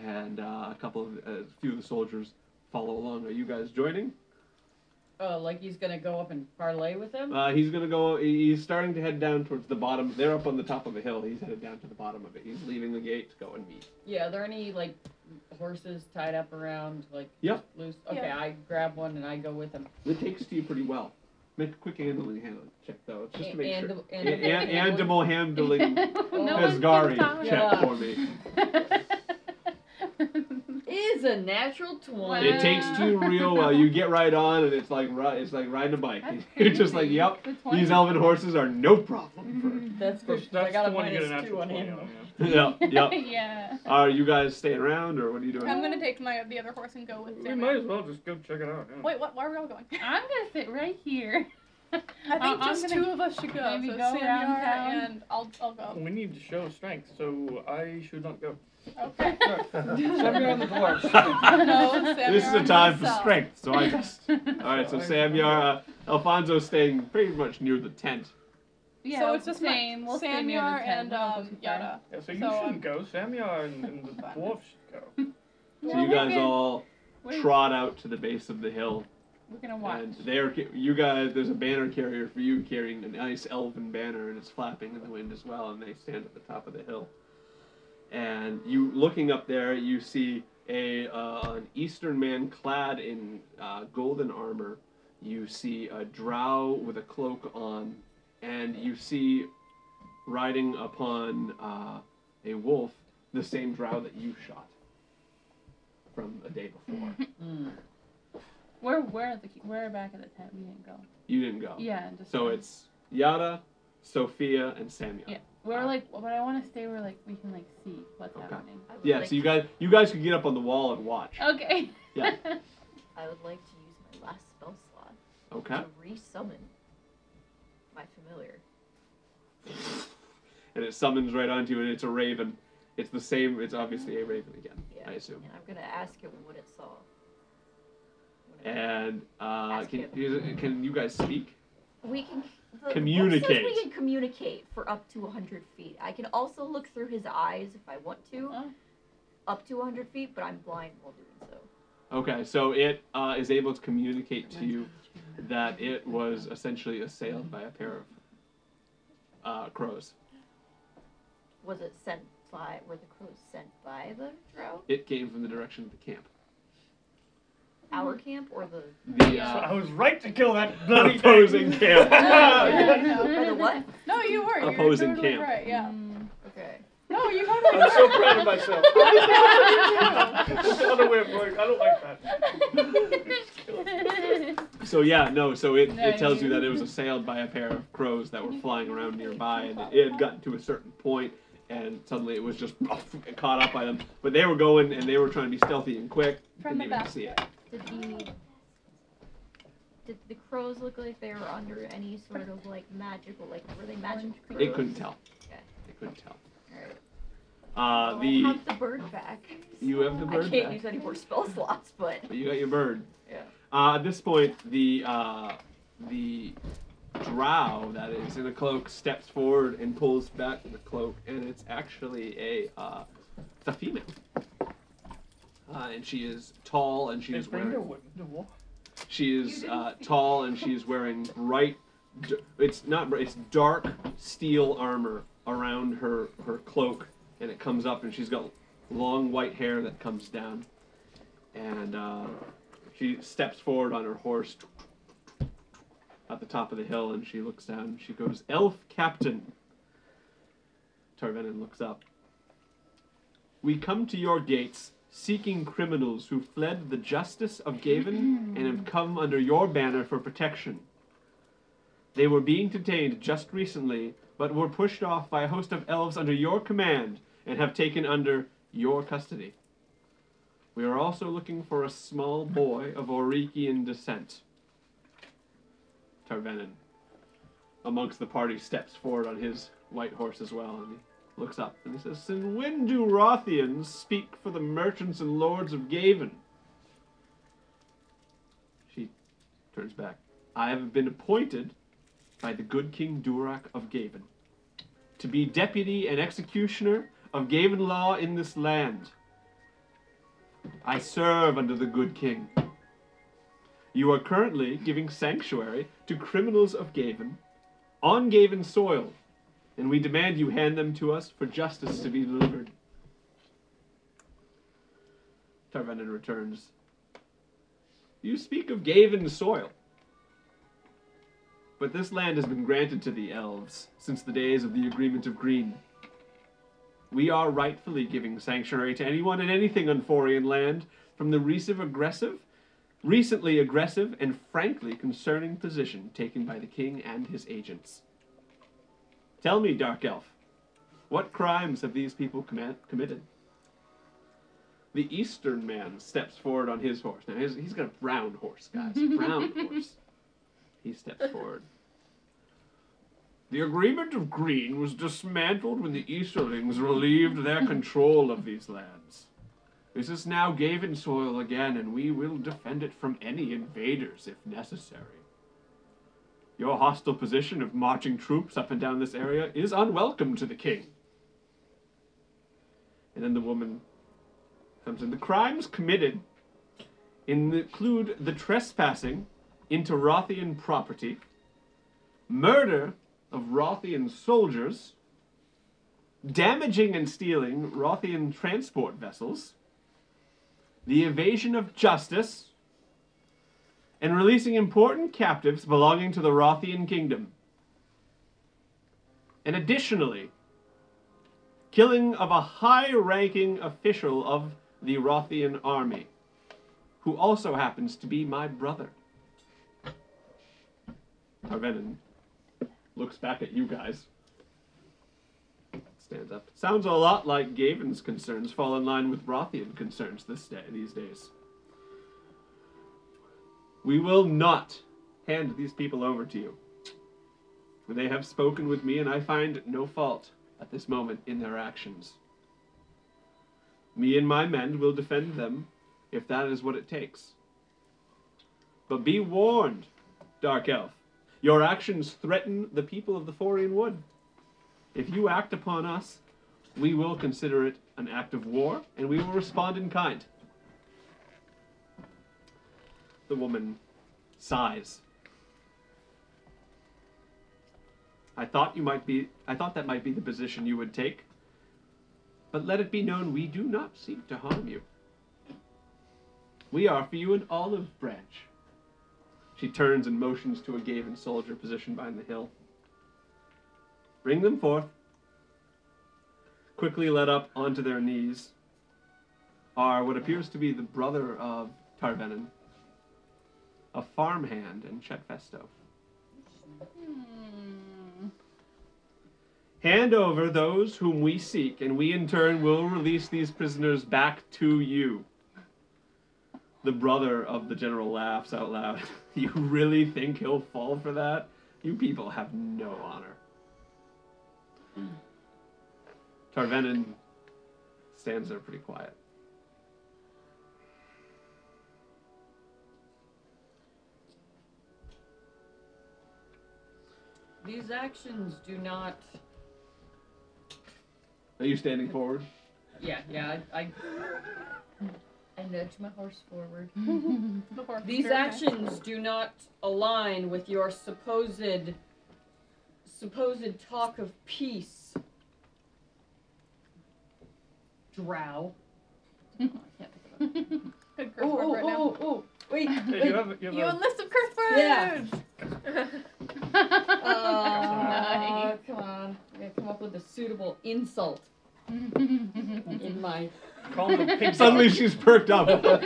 Speaker 2: and uh, a couple of a few of the soldiers follow along. Are you guys joining?
Speaker 8: Uh, like he's gonna go up and parlay with them?
Speaker 2: Uh, he's gonna go. he- He's starting to head down towards the bottom. They're up on the top of a hill. He's headed down to the bottom of it. He's leaving the gate to go and meet.
Speaker 8: Yeah, are there any like horses tied up around like
Speaker 2: Yep.
Speaker 8: loose? Okay,
Speaker 2: Yeah.
Speaker 8: I grab one and I go with him.
Speaker 2: It takes to you pretty well. Make a quick handling handle check though, just to make
Speaker 8: And-
Speaker 2: sure.
Speaker 8: and-
Speaker 2: A- a- animal handling
Speaker 8: No
Speaker 2: as
Speaker 8: one's
Speaker 2: Gari
Speaker 8: gonna
Speaker 2: check
Speaker 8: talk.
Speaker 2: for me.
Speaker 8: Is a natural twenty.
Speaker 2: It takes to you real well. You get right on, and it's like ri- it's like riding a bike. You're just like, yep, these elven horses are no problem.
Speaker 8: That's good. 'cause I
Speaker 10: That's
Speaker 8: got a
Speaker 10: the one you get
Speaker 8: minus
Speaker 10: an
Speaker 8: two
Speaker 10: actual
Speaker 8: on
Speaker 10: 20
Speaker 8: animal.
Speaker 2: yep, yep.
Speaker 5: yeah.
Speaker 2: Are you guys staying around, or what are you doing?
Speaker 5: I'm gonna take my the other horse and go with
Speaker 10: We
Speaker 5: Sam.
Speaker 10: might as well just go check it out. yeah.
Speaker 5: Wait, what? Why are we all going? Uh,
Speaker 14: I'm gonna sit right here.
Speaker 5: I think
Speaker 14: I'm
Speaker 5: just
Speaker 14: gonna
Speaker 5: two of us should go.
Speaker 14: maybe
Speaker 5: so
Speaker 14: go
Speaker 5: Sam,
Speaker 14: around
Speaker 5: Yara,
Speaker 14: town.
Speaker 5: and I'll, I'll go.
Speaker 10: We need to show strength, so I should not go.
Speaker 5: Okay.
Speaker 10: Sam, you're on the board.
Speaker 5: No, Sam,
Speaker 2: this is
Speaker 5: you're
Speaker 2: a
Speaker 5: on
Speaker 2: time for
Speaker 5: myself.
Speaker 2: strength, so I just. All right, so Sam, Yara, Alfonso's staying pretty much near the tent.
Speaker 14: Yeah,
Speaker 5: so it's just my-
Speaker 14: same. We'll stay
Speaker 5: Sam,
Speaker 14: near the
Speaker 5: Yar,
Speaker 14: tent.
Speaker 5: and
Speaker 14: We don't go
Speaker 5: um,
Speaker 14: too far.
Speaker 5: Yara.
Speaker 10: Yeah, so you
Speaker 5: So,
Speaker 10: shouldn't
Speaker 5: um,
Speaker 10: go. Samyar and, and the dwarf should go.
Speaker 2: So
Speaker 14: No, we're
Speaker 2: you guys
Speaker 14: good.
Speaker 2: all
Speaker 14: We're-
Speaker 2: trot out to the base of the hill,
Speaker 14: We're gonna watch.
Speaker 2: and there you guys. There's a banner carrier for you carrying a nice elven banner, and it's flapping in the wind as well. And they stand at the top of the hill, and you looking up there, you see a uh, an eastern man clad in uh, golden armor. You see a drow with a cloak on, and you see riding upon uh, a wolf the same drow that you shot from the day before.
Speaker 8: Mm.
Speaker 14: We're we're at the we're back at the tent. We didn't go.
Speaker 2: You didn't go.
Speaker 14: Yeah, and just
Speaker 2: So it's Yada, Sophia, and Samuel.
Speaker 14: yeah. We're like, but I want to stay where like we can like see what's happening.
Speaker 2: Yeah, so you guys you guys could get up on the wall and watch.
Speaker 14: Okay.
Speaker 2: Yeah.
Speaker 7: I would like to use my last spell slot
Speaker 2: Okay.
Speaker 7: to resummon my familiar.
Speaker 2: And it summons right onto you and it's a raven. It's the same it's obviously a raven again, I assume.
Speaker 7: And I'm gonna ask it what it saw.
Speaker 2: And uh,
Speaker 7: Ask
Speaker 2: can
Speaker 7: it.
Speaker 2: you, can you guys speak?
Speaker 7: We can the book says
Speaker 2: Communicate.
Speaker 7: We can communicate for up to 100 feet. I can also look through his eyes if I want to,
Speaker 5: Oh.
Speaker 7: up to 100 feet, but I'm blind while doing so.
Speaker 2: Okay, so it uh, is able to communicate to you that it was essentially assailed by a pair of uh, crows.
Speaker 7: Was it sent by? Were the crows sent by the drow?
Speaker 2: It came from the direction of the camp.
Speaker 7: Our camp or the?
Speaker 2: The
Speaker 10: So
Speaker 2: uh,
Speaker 10: I was right to kill that bloody thing.
Speaker 2: opposing
Speaker 10: Oh,
Speaker 2: camp.
Speaker 7: Or the what?
Speaker 5: No, you were. You were
Speaker 2: Opposing
Speaker 5: totally
Speaker 2: camp.
Speaker 5: right. Yeah.
Speaker 7: Okay.
Speaker 5: No, you totally.
Speaker 10: I'm so proud of myself.
Speaker 5: I
Speaker 10: That's another way of going. I don't like that.
Speaker 2: So yeah, no. So it,
Speaker 14: No,
Speaker 2: it tells you
Speaker 14: you-
Speaker 2: that it was assailed by a pair of crows that were flying around nearby, and it had gotten to a certain point, and suddenly it was just caught up by them. But they were going, and they were trying to be stealthy and quick.
Speaker 5: From
Speaker 2: Didn't
Speaker 5: the
Speaker 2: even
Speaker 5: back.
Speaker 2: see it.
Speaker 7: Did the did the crows look like they were under any sort of like magical like were they magic crows?
Speaker 2: It couldn't tell.
Speaker 7: Okay.
Speaker 2: It couldn't tell.
Speaker 7: Alright.
Speaker 2: Uh,
Speaker 7: I
Speaker 2: the
Speaker 7: have the bird back.
Speaker 2: you have the
Speaker 7: I
Speaker 2: bird
Speaker 7: can't
Speaker 2: back,
Speaker 7: use any more spell slots, but
Speaker 2: but you got your bird.
Speaker 7: yeah.
Speaker 2: Uh, at this point, the uh, the drow that is in the cloak steps forward and pulls back the cloak, and it's actually a uh, it's a female. Uh, and she is tall, and she
Speaker 10: They
Speaker 2: is
Speaker 10: bring the
Speaker 2: wearing
Speaker 10: wood- the wall.
Speaker 2: she is uh, tall, and she is wearing bright. d- It's not. br- It's dark steel armor around her her cloak, and it comes up, and she's got long white hair that comes down, and uh, she steps forward on her horse at the top of the hill, and she looks down. And she goes, "Elf Captain." Tarvenin looks up. We come to your gates seeking criminals who fled the justice of Gavin and have come under your banner for protection. They were being detained just recently, but were pushed off by a host of elves under your command and have taken under your custody. We are also looking for a small boy of Orikian descent. Tarvenin, amongst the party, steps forward on his white horse as well, and he looks up and he says, "And when do Rothians speak for the merchants and lords of Gaven?" She turns back. I have been appointed by the good King Durak of Gaven to be deputy and executioner of Gaven law in this land. I serve under the good king. You are currently giving sanctuary to criminals of Gaven on Gaven soil, and we demand you hand them to us for justice to be delivered. Tarvenin returns. You speak of Gaven soil. But this land has been granted to the elves since the days of the Agreement of Green. We are rightfully giving sanctuary to anyone and anything on foreign land, from the recent aggressive, recently aggressive, and frankly concerning position taken by the king and his agents. Tell me, Dark Elf, what crimes have these people comma- committed? The Eastern man steps forward on his horse. Now, he's, he's got a brown horse, guys. Brown horse. He steps forward. The agreement of Green was dismantled when the Easterlings relieved their control of these lands. This is now Gaven soil again, and we will defend it from any invaders if necessary. Your hostile position of marching troops up and down this area is unwelcome to the king. And then the woman comes in. The crimes committed include the trespassing into Rothian property, murder of Rothian soldiers, damaging and stealing Rothian transport vessels, the evasion of justice, and releasing important captives belonging to the Rothian kingdom. And additionally, killing of a high ranking official of the Rothian army, who also happens to be my brother. Arvenin looks back at you guys. Stands up. Sounds a lot like Gavin's concerns fall in line with Rothian concerns this day, these days. We will not hand these people over to you. They have spoken with me, and I find no fault at this moment in their actions. Me and my men will defend them if that is what it takes. But be warned, Dark Elf. Your actions threaten the people of the Forian Wood. If you act upon us, we will consider it an act of war, and we will respond in kind. The woman sighs. I thought you might be I thought that might be the position you would take. But let it be known we do not seek to harm you. We are for you an olive branch. She turns and motions to a Gaven soldier positioned behind the hill. Bring them forth. Quickly led up onto their knees are what appears to be the brother of Tarvenin, a farmhand and Chetfesto. Hmm. Hand over those whom we seek, and we in turn will release these prisoners back to you. The brother of the general laughs out loud. You really think he'll fall for that? You people have no honor. Tarvenin stands there pretty quiet.
Speaker 8: These actions do not.
Speaker 2: Are you standing forward?
Speaker 8: Yeah, yeah, I. I I nudge my horse forward. These
Speaker 14: Sure, okay.
Speaker 8: actions do not align with your supposed supposed talk of peace. Drow.
Speaker 5: Good curse
Speaker 8: Oh,
Speaker 5: word
Speaker 8: oh,
Speaker 5: right now.
Speaker 8: oh, oh, wait,
Speaker 10: Hey,
Speaker 8: wait.
Speaker 10: you have, you have
Speaker 5: You
Speaker 10: a,
Speaker 5: enlist some curse words.
Speaker 8: Yeah.
Speaker 14: That's
Speaker 8: Uh,
Speaker 14: nice.
Speaker 8: Oh, Come on, we gotta come up with a suitable insult. in my.
Speaker 10: Call him the pig
Speaker 2: Suddenly she's perked up. Hold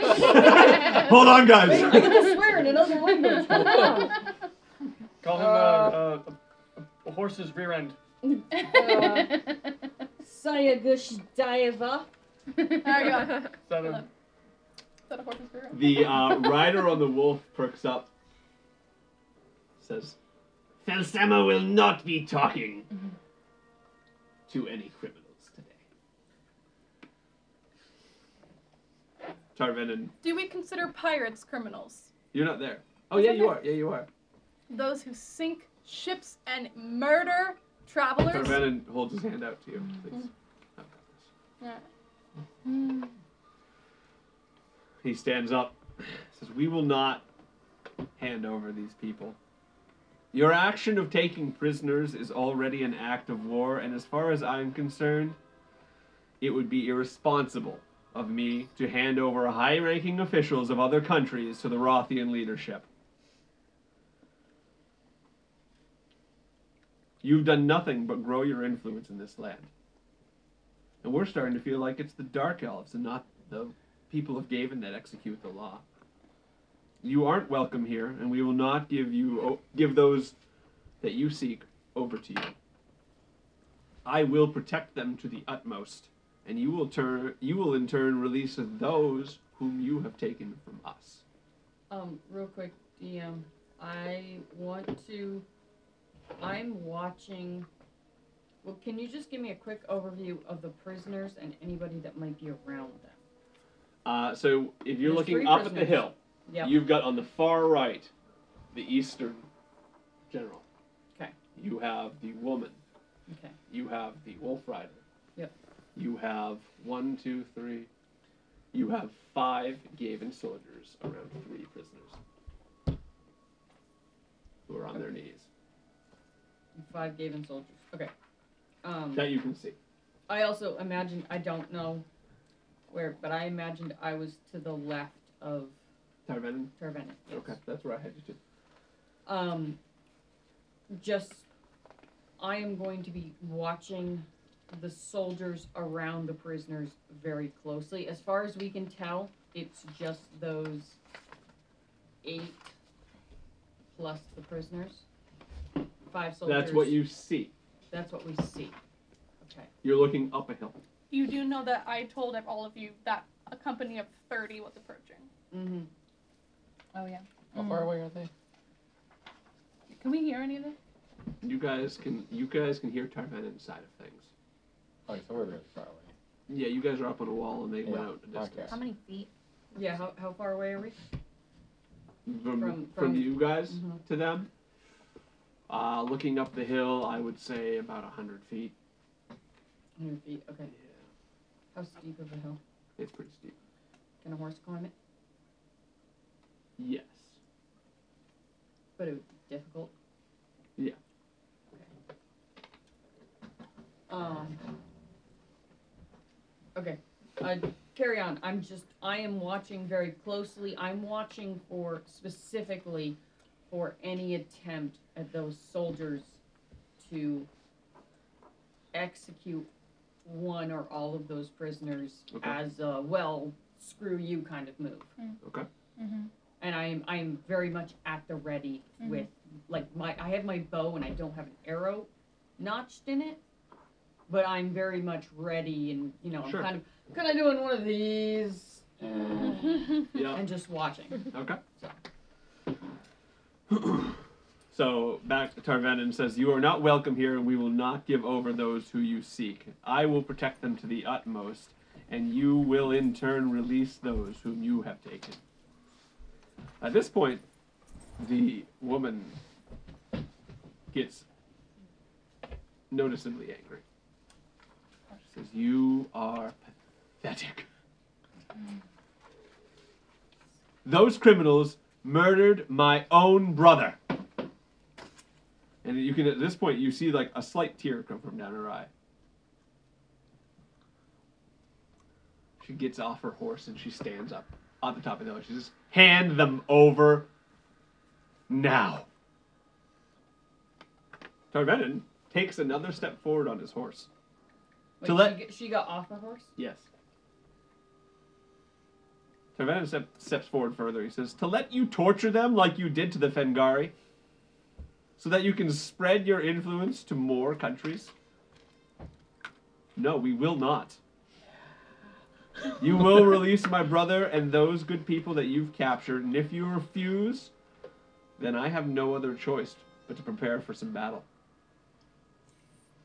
Speaker 2: on,
Speaker 8: Wait, I
Speaker 2: guys.
Speaker 8: can swear in another language. Hold on.
Speaker 10: Call him uh, uh, a, a horse's rear end.
Speaker 8: Uh, Sayagushdayeva.
Speaker 5: There
Speaker 10: Is that a,
Speaker 5: you go.
Speaker 2: The uh, rider on the wolf perks up. Says, Felsema will not be talking to any criminals today. Tarvin and
Speaker 5: Do we consider pirates criminals?
Speaker 2: you're not there. Oh yeah, you are. Yeah, you are.
Speaker 5: Those who sink ships and murder travelers?
Speaker 2: Tarvin holds his hand out to you. Please. I've got this. He stands up, says, "We will not hand over these people. Your action of taking prisoners is already an act of war, and as far as I am concerned, it would be irresponsible of me to hand over high-ranking officials of other countries to the Rothian leadership. You've done nothing but grow your influence in this land." And we're starting to feel like it's the Dark Elves and not the people of Gaven that execute the law. You aren't welcome here, and we will not give you o- give those that you seek over to you. I will protect them to the utmost, and you will turn you will in turn release those whom you have taken from us.
Speaker 8: Um, real quick, DM. I want to. I'm watching. Well, can you just give me a quick overview of the prisoners and anybody that might be around them?
Speaker 2: Uh, so if you're
Speaker 8: There's
Speaker 2: looking
Speaker 8: three
Speaker 2: up at the
Speaker 8: prisoners.
Speaker 2: hill,
Speaker 8: Yep.
Speaker 2: you've got on the far right the Eastern General.
Speaker 8: Okay.
Speaker 2: You have the woman.
Speaker 8: Okay.
Speaker 2: You have the Wolf Rider.
Speaker 8: Yep.
Speaker 2: You have one, two, three. You have five Gaven soldiers around three prisoners who are on their knees
Speaker 8: Five Gaven soldiers. Okay. Um,
Speaker 2: that you can see.
Speaker 8: I also imagined. I don't know where, but I imagined I was to the left of
Speaker 2: Tarvenin.
Speaker 8: Tervenin. Yes.
Speaker 2: Okay, that's where I had you to.
Speaker 8: Um, just, I am going to be watching the soldiers around the prisoners very closely. As far as we can tell, it's just those eight plus the prisoners. Five soldiers.
Speaker 2: That's what you see.
Speaker 8: That's what we see. Okay.
Speaker 2: You're looking up a hill.
Speaker 5: You do know that I told all of you that a company of 30 was approaching.
Speaker 8: Mm-hmm.
Speaker 4: Oh yeah.
Speaker 11: How far away are they?
Speaker 4: Can we hear any of this?
Speaker 2: You guys can you guys can hear Tarvenin's side of things.
Speaker 11: Okay, so we're really far away.
Speaker 2: Yeah, you guys are up on a wall and they went
Speaker 11: Yeah,
Speaker 2: out a distance.
Speaker 15: How many feet?
Speaker 8: Yeah, how, how far away are we?
Speaker 2: From, from,
Speaker 8: From- from-
Speaker 2: you guys
Speaker 8: Mhm.
Speaker 2: to them, uh, looking up the hill, I would say about 100 feet.
Speaker 8: 100 feet. Okay. How steep of a hill?
Speaker 2: It's pretty steep.
Speaker 8: Can a horse climb it?
Speaker 2: Yes.
Speaker 8: But it would be difficult.
Speaker 2: Yeah.
Speaker 8: Um. Okay. Uh, carry on. I'm just. I am watching very closely. I'm watching for specifically for any attempt at those soldiers to execute one or all of those prisoners
Speaker 2: Okay.
Speaker 8: as a well screw you kind of move
Speaker 2: Okay.
Speaker 4: Mm-hmm.
Speaker 8: and I'm I'm very much at the ready
Speaker 4: Mhm.
Speaker 8: with like my I have my bow and I don't have an arrow notched in it, but I'm very much ready and you know I'm
Speaker 2: Sure.
Speaker 8: kind of kind of doing one of these uh,
Speaker 2: Yeah.
Speaker 8: and just watching.
Speaker 2: Okay. So back to Tarvenin says, "You are not welcome here, and we will not give over those who you seek. I will protect them to the utmost, and you will in turn release those whom you have taken." At this point, the woman gets noticeably angry. She says, "You are pathetic." Those criminals murdered my own brother. And you can, at this point, you see like a slight tear come from down her eye. She gets off her horse and she stands up on the top of the hill. She says, Hand them over now. Tarvenin takes another step forward on his horse.
Speaker 8: Wait,
Speaker 2: to let
Speaker 8: she, g- she got off her horse?
Speaker 2: Yes. Tarvenin step, steps forward further. He says, To let you torture them like you did to the Fengari, so that you can spread your influence to more countries? No, we will not. You will release my brother and those good people that you've captured, and if you refuse, then I have no other choice but to prepare for some battle.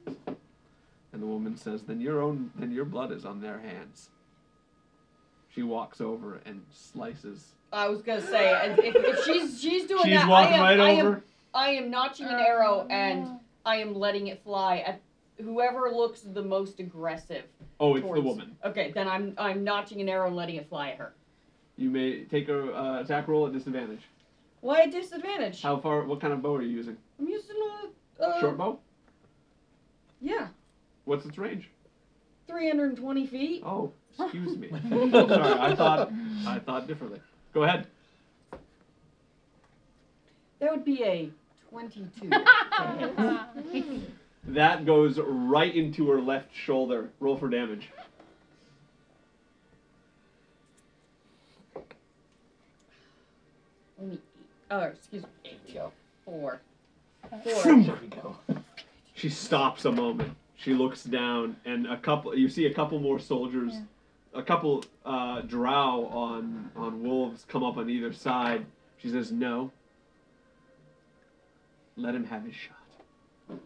Speaker 2: And the woman says, "Then your own, then your blood is on their hands." She walks over and slices.
Speaker 8: I was gonna say, and if, if she's she's doing
Speaker 2: She's
Speaker 8: that,
Speaker 2: walking
Speaker 8: I am,
Speaker 2: right
Speaker 8: I
Speaker 2: over.
Speaker 8: am I am notching an arrow and I am letting it fly at whoever looks the most aggressive.
Speaker 2: Oh, it's the
Speaker 8: towards-
Speaker 2: woman.
Speaker 8: Okay, then I'm I'm notching an arrow and letting it fly at her.
Speaker 2: You may take a uh, attack roll at disadvantage.
Speaker 8: Why a disadvantage?
Speaker 2: How far? What kind of bow are you using?
Speaker 8: I'm using a uh,
Speaker 2: Short bow.
Speaker 8: Yeah,
Speaker 2: What's its range?
Speaker 8: 320 feet.
Speaker 2: Oh, excuse me. Oh, Sorry, I thought I thought differently. Go ahead.
Speaker 8: That would be a 22.
Speaker 2: That goes right into her left shoulder. Roll for damage.
Speaker 8: Only eight. Oh, excuse me. Eight. Four.
Speaker 2: Vroom.
Speaker 8: Four.
Speaker 2: She stops a moment. She looks down, and a couple. You see a couple more soldiers, a couple uh, drow on on wolves come up on either side. She says, "No. Let him have his shot."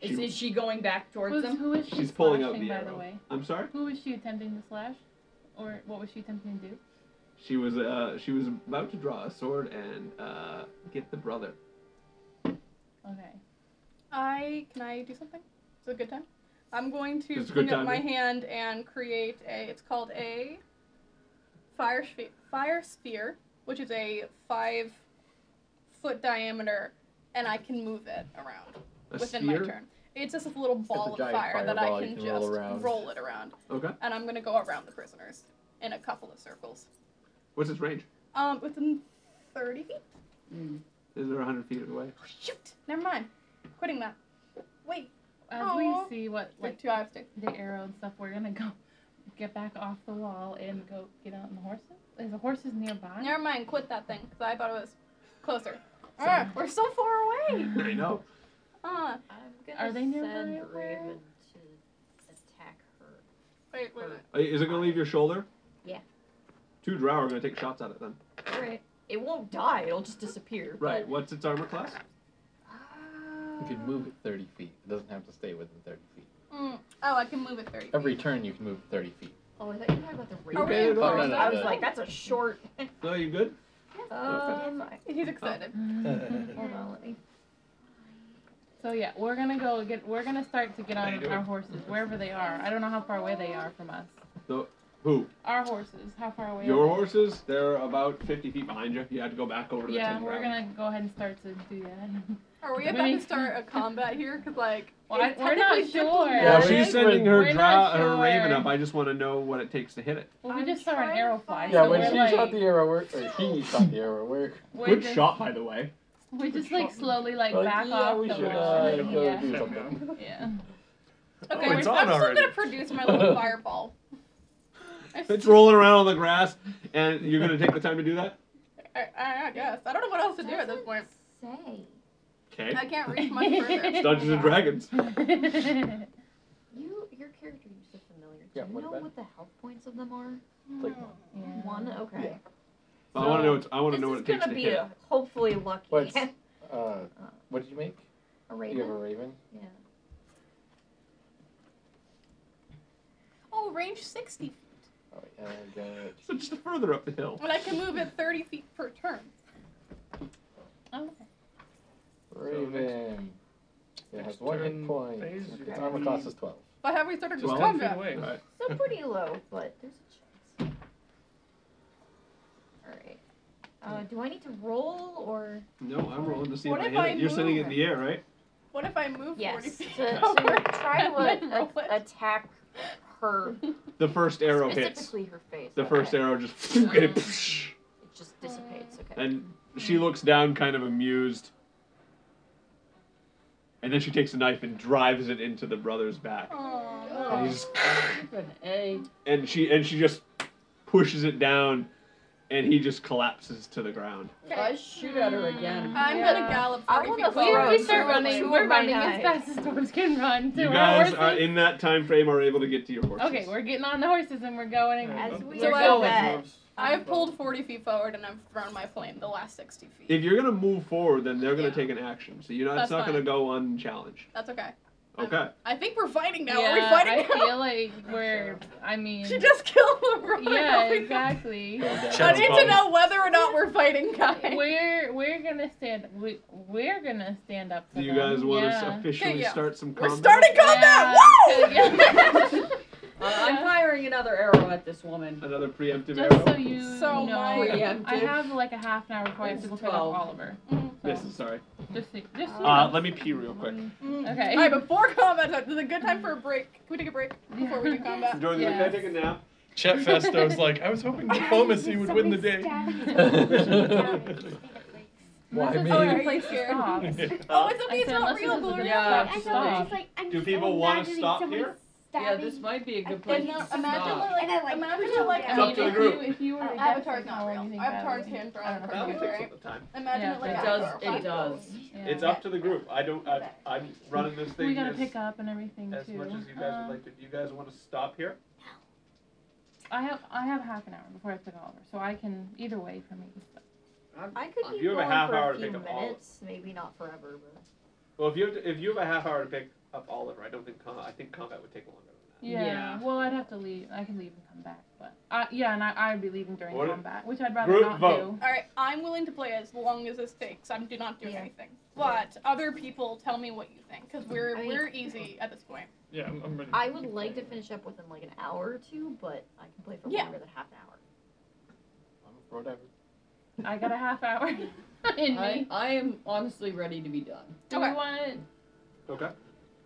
Speaker 8: Is, is she going back towards
Speaker 4: Who's-
Speaker 8: them?
Speaker 4: who is she
Speaker 2: She's pulling out
Speaker 4: slashing,
Speaker 2: the
Speaker 4: by the
Speaker 2: arrow.
Speaker 4: way?
Speaker 2: I'm sorry.
Speaker 4: Who was she attempting to slash? Or what was she attempting to do?
Speaker 2: She was uh, she was about to draw a sword and uh, get the brother.
Speaker 4: Okay.
Speaker 5: I can I do something? Is it a good time? I'm going to
Speaker 2: It's a good
Speaker 5: bring up
Speaker 2: time,
Speaker 5: my
Speaker 2: yeah.
Speaker 5: hand and create a. It's called a fire sphere, fire sphere, which is a five foot diameter, and I can move it around
Speaker 2: A
Speaker 5: within
Speaker 2: sphere?
Speaker 5: my turn. It's just a little ball of
Speaker 11: giant
Speaker 5: fire, that I
Speaker 11: fireball you
Speaker 5: can,
Speaker 11: can roll
Speaker 5: just
Speaker 11: around.
Speaker 5: it around,
Speaker 2: Okay.
Speaker 5: and I'm gonna go around the prisoners in a couple of circles.
Speaker 2: What's its range?
Speaker 5: Um, within thirty feet. Oh,
Speaker 2: Is there 100 feet away?
Speaker 5: Shoot! Never mind. Quitting that. Wait.
Speaker 4: As
Speaker 5: Aw.
Speaker 4: we see what
Speaker 5: Like
Speaker 4: like
Speaker 5: two eyes stick.
Speaker 4: the arrow and stuff, we're gonna go get back off the wall and go get out on the horses. Is the horses nearby?
Speaker 5: Never mind, quit that thing, because I thought it was closer. Ah, we're so far away!
Speaker 2: I know.
Speaker 5: Ah.
Speaker 7: I'm gonna
Speaker 4: Are they nearby
Speaker 7: send
Speaker 4: over?
Speaker 7: Raven to attack her.
Speaker 5: Wait, wait, wait.
Speaker 2: Uh, Is it gonna leave your shoulder?
Speaker 7: Yeah.
Speaker 2: Two drow are gonna take shots at it then.
Speaker 7: Alright. It won't
Speaker 6: Ah,
Speaker 7: die, it'll just disappear.
Speaker 2: Right. What's its armor class?
Speaker 7: Uh,
Speaker 11: You can move it 30 feet. It doesn't have to stay within 30 feet.
Speaker 5: Mm. Oh, I can move it 30.
Speaker 11: Every turn you can move 30 feet.
Speaker 7: Oh, I thought you were talking about the
Speaker 2: You
Speaker 7: Raven.
Speaker 2: bet
Speaker 8: Oh,
Speaker 2: it
Speaker 11: all.
Speaker 7: part.
Speaker 11: No, no, no,
Speaker 7: I was
Speaker 11: no.
Speaker 7: like, that's a short.
Speaker 2: No, you good?
Speaker 7: Um,
Speaker 5: He's excited.
Speaker 2: Uh,
Speaker 7: hold on, let me.
Speaker 4: So yeah, we're gonna go get. We're gonna start to get
Speaker 2: How you
Speaker 4: on
Speaker 2: doing?
Speaker 4: our horses wherever they are. I don't know how far away they are from us.
Speaker 2: So, who?
Speaker 4: Our horses. How far away?
Speaker 2: Your
Speaker 4: are they?
Speaker 2: horses? They're about 50 feet behind you. You had to go back over to the
Speaker 4: Yeah,
Speaker 2: 10
Speaker 4: we're
Speaker 2: drow.
Speaker 4: gonna go ahead and start to do that.
Speaker 5: Are we about to start a combat here? Because, like,
Speaker 4: Well, I-
Speaker 5: it's
Speaker 4: we're not
Speaker 5: technically
Speaker 4: sure.
Speaker 5: 50
Speaker 2: Yeah,
Speaker 4: Yeah,
Speaker 11: she's
Speaker 2: she's sending her
Speaker 4: we're
Speaker 2: drow,
Speaker 4: not
Speaker 2: her raven
Speaker 4: sure.
Speaker 2: up. I just want to know what it takes to hit it.
Speaker 4: Well, we
Speaker 5: I'm
Speaker 4: just saw an
Speaker 5: trying
Speaker 4: arrow
Speaker 5: to
Speaker 4: fly.
Speaker 5: find-
Speaker 11: Yeah,
Speaker 4: so
Speaker 11: when
Speaker 4: we're
Speaker 11: she
Speaker 4: like,
Speaker 11: shot the arrow, we're, or he shot the arrow, we're,
Speaker 4: we're
Speaker 2: Good
Speaker 4: just,
Speaker 2: shot, by the way.
Speaker 4: We're just like slowly like
Speaker 11: like,
Speaker 4: back
Speaker 11: yeah,
Speaker 4: off
Speaker 11: we
Speaker 4: the
Speaker 11: should uh,
Speaker 4: wall.
Speaker 11: go
Speaker 4: yeah.
Speaker 11: do something.
Speaker 4: yeah.
Speaker 5: Okay,
Speaker 2: Oh, it's
Speaker 5: I'm
Speaker 2: on
Speaker 5: still
Speaker 2: already.
Speaker 5: gonna produce my little fireball.
Speaker 2: It's rolling around on the grass, and you're gonna take the time to do that.
Speaker 5: I, I, I guess. I don't know what else to do at
Speaker 7: Doesn't
Speaker 5: this point.
Speaker 7: Say.
Speaker 2: Okay.
Speaker 5: I can't reach much further.
Speaker 2: It's Dungeons and Dragons.
Speaker 7: You, your character used a familiar. Do
Speaker 11: Yeah,
Speaker 7: you
Speaker 11: what
Speaker 7: know
Speaker 11: about
Speaker 7: what the health points of them are?
Speaker 11: Like,
Speaker 4: Yeah.
Speaker 7: One? Okay.
Speaker 2: I want to know. It's, I want
Speaker 7: Hmm. This
Speaker 2: to know what
Speaker 7: is
Speaker 2: it takes to
Speaker 7: gonna be
Speaker 2: hit. it.
Speaker 7: a hopefully lucky.
Speaker 11: what's, uh, what did you make?
Speaker 7: a
Speaker 11: You have a
Speaker 7: raven?
Speaker 11: raven?
Speaker 7: Yeah.
Speaker 5: Oh, range 60 feet.
Speaker 11: Oh, and, uh,
Speaker 2: So just further up the hill.
Speaker 5: And I can move it 30 feet per turn.
Speaker 4: Okay.
Speaker 11: raven. It has one hit
Speaker 10: turn
Speaker 11: point.
Speaker 10: phase, you
Speaker 11: Its
Speaker 10: can
Speaker 11: armor
Speaker 10: be-
Speaker 11: class is 12.
Speaker 5: But have we started this
Speaker 2: Well,
Speaker 5: combat?
Speaker 10: away.
Speaker 2: All right.
Speaker 7: So pretty low, but there's a chance. Alright. Uh, do I need to roll or?
Speaker 2: No, I'm rolling to see
Speaker 5: What
Speaker 2: if I
Speaker 5: if
Speaker 2: hit
Speaker 5: I
Speaker 2: it. You're sending it in
Speaker 5: move?
Speaker 2: the air, right?
Speaker 5: What if I move 40
Speaker 7: Yes. To,
Speaker 5: feet? Oh,
Speaker 7: to try to
Speaker 5: Then
Speaker 7: uh,
Speaker 5: roll it.
Speaker 7: attack her.
Speaker 2: The first arrow hits.
Speaker 7: Specifically her face.
Speaker 2: The first
Speaker 7: okay.
Speaker 2: arrow just and it
Speaker 7: It just dissipates. Okay.
Speaker 2: and she looks down, kind of amused. And then she takes a knife and drives it into the brother's back. And he's and she and she just pushes it down, and he just collapses to the ground.
Speaker 6: I shoot at her again.
Speaker 5: I'm gonna gallop.
Speaker 7: I
Speaker 5: 40
Speaker 7: wanna
Speaker 5: feet
Speaker 7: throw
Speaker 5: forward.
Speaker 7: it.
Speaker 4: We start running. We're
Speaker 7: by
Speaker 4: running as
Speaker 7: nine.
Speaker 4: fast as dogs can run. So
Speaker 2: You
Speaker 4: we're
Speaker 2: guys
Speaker 4: horses.
Speaker 2: are in that time frame are able to get to your horses.
Speaker 4: Okay, we're getting on the horses and we're going. And
Speaker 7: As we
Speaker 5: So
Speaker 7: are
Speaker 5: I
Speaker 7: going.
Speaker 5: bet. I've pulled 40 feet forward and I've thrown my flame the last 60 feet.
Speaker 2: If you're gonna move forward, then they're gonna
Speaker 5: Yeah.
Speaker 2: take an action. So you're not.
Speaker 5: That's
Speaker 2: it's not
Speaker 5: fine.
Speaker 2: gonna go unchallenged.
Speaker 5: That's okay.
Speaker 2: Okay.
Speaker 5: I think we're fighting now.
Speaker 4: yeah,
Speaker 5: Are we fighting
Speaker 4: I
Speaker 5: now?
Speaker 4: feel like we're. I mean.
Speaker 5: She just killed LeBron.
Speaker 4: Yeah, exactly.
Speaker 5: I
Speaker 2: Challenge
Speaker 5: need to
Speaker 2: bonus.
Speaker 5: know whether or not we're fighting, guys.
Speaker 4: We're we're gonna stand. We we're gonna stand up. For
Speaker 2: Do you
Speaker 4: them.
Speaker 2: guys want
Speaker 4: yeah.
Speaker 2: to officially
Speaker 5: Okay, yeah.
Speaker 2: start some
Speaker 5: We're
Speaker 2: combat?
Speaker 5: starting combat. Whoa!
Speaker 4: Yeah, so, yeah.
Speaker 6: Uh, I'm firing another arrow at this woman.
Speaker 2: Another preemptive
Speaker 4: Just so
Speaker 2: arrow.
Speaker 4: you
Speaker 5: So
Speaker 4: know,
Speaker 5: my-
Speaker 4: I have like a half an hour before I have to
Speaker 6: It's
Speaker 4: pick up
Speaker 6: 12.
Speaker 4: Oliver.
Speaker 2: Yes, I'm sorry.
Speaker 4: Just so, just so
Speaker 2: Uh, let me pee real quick.
Speaker 4: Mm, Okay.
Speaker 5: All right, before combat, time, this is a good time for a break. Can we take a break before we do combat?
Speaker 2: Jordan's like,
Speaker 4: Yes.
Speaker 2: can I take a nap?
Speaker 1: Chet Festo's like, I was hoping diplomacy would win the day.
Speaker 11: Why
Speaker 4: This is where
Speaker 11: me?
Speaker 5: Oh,
Speaker 4: the place
Speaker 5: here.
Speaker 4: stops.
Speaker 5: Oh, it's okay.
Speaker 4: I
Speaker 5: It's
Speaker 4: said,
Speaker 5: not
Speaker 4: unless it
Speaker 5: real,
Speaker 4: doesn't
Speaker 5: Gloria.
Speaker 6: Yeah,
Speaker 12: I know,
Speaker 6: stop.
Speaker 12: it's just like, I'm
Speaker 2: Do
Speaker 12: just-
Speaker 2: people
Speaker 12: I'm
Speaker 2: wanna
Speaker 12: not doing
Speaker 2: stop
Speaker 12: someone
Speaker 2: here?
Speaker 6: Yeah,
Speaker 12: stabbing.
Speaker 6: this might be a good
Speaker 12: And
Speaker 6: place
Speaker 5: now
Speaker 6: to stop.
Speaker 5: imagine,
Speaker 12: And I like
Speaker 5: Imagine,
Speaker 12: push
Speaker 5: like, I
Speaker 12: it
Speaker 2: It's up
Speaker 5: mean,
Speaker 2: to the
Speaker 5: if
Speaker 2: group.
Speaker 4: You, if you were to guess,
Speaker 5: Avatar's
Speaker 4: it's
Speaker 5: not
Speaker 4: how
Speaker 5: real.
Speaker 4: anything
Speaker 5: Avatar's
Speaker 4: bad.
Speaker 5: hand
Speaker 4: I don't know.
Speaker 5: drawn.
Speaker 2: That would take
Speaker 5: Right?
Speaker 2: some time.
Speaker 5: Imagine
Speaker 4: Yeah.
Speaker 5: it like
Speaker 6: It
Speaker 5: that
Speaker 6: does.
Speaker 5: for a
Speaker 6: It
Speaker 5: fight.
Speaker 6: does.
Speaker 4: Yeah.
Speaker 2: It's up to the group. I don't. I, I'm running this thing
Speaker 4: We gotta
Speaker 2: as,
Speaker 4: pick up and everything
Speaker 2: as
Speaker 4: too.
Speaker 2: much as you guys
Speaker 4: Um,
Speaker 2: would like to. Do you guys want to stop here?
Speaker 4: I have I have half an hour before I have to go over, so I can either way for me. But
Speaker 7: I could keep
Speaker 2: You have a
Speaker 7: going
Speaker 2: half
Speaker 7: for
Speaker 2: hour
Speaker 7: a
Speaker 2: to
Speaker 7: few
Speaker 2: pick up all of
Speaker 7: minutes, maybe not forever, but
Speaker 2: Well, if you have to, if you have a half hour to pick up Oliver, I don't think com- I think combat would take longer than
Speaker 4: yeah,
Speaker 6: Yeah.
Speaker 4: Well, I'd have to leave. I could leave and come back, but I, yeah, and I I'd be leaving during
Speaker 2: What if-
Speaker 4: combat, which I'd rather
Speaker 2: Group
Speaker 4: not
Speaker 2: vote.
Speaker 5: All right, I'm willing to play as long as this takes. I do not do
Speaker 7: Yeah.
Speaker 5: anything. But other people tell me what you think, because we're
Speaker 7: I mean-
Speaker 5: we're easy at this point.
Speaker 10: Yeah, I'm, I'm ready.
Speaker 7: I would like to finish up within like an hour or two, but I can play for
Speaker 5: Yeah.
Speaker 7: longer than half an hour.
Speaker 11: Whatever.
Speaker 4: do. I got a half hour in
Speaker 6: I,
Speaker 4: me.
Speaker 6: I am honestly ready to be done.
Speaker 4: Do
Speaker 5: Okay.
Speaker 4: we want
Speaker 2: do. Okay.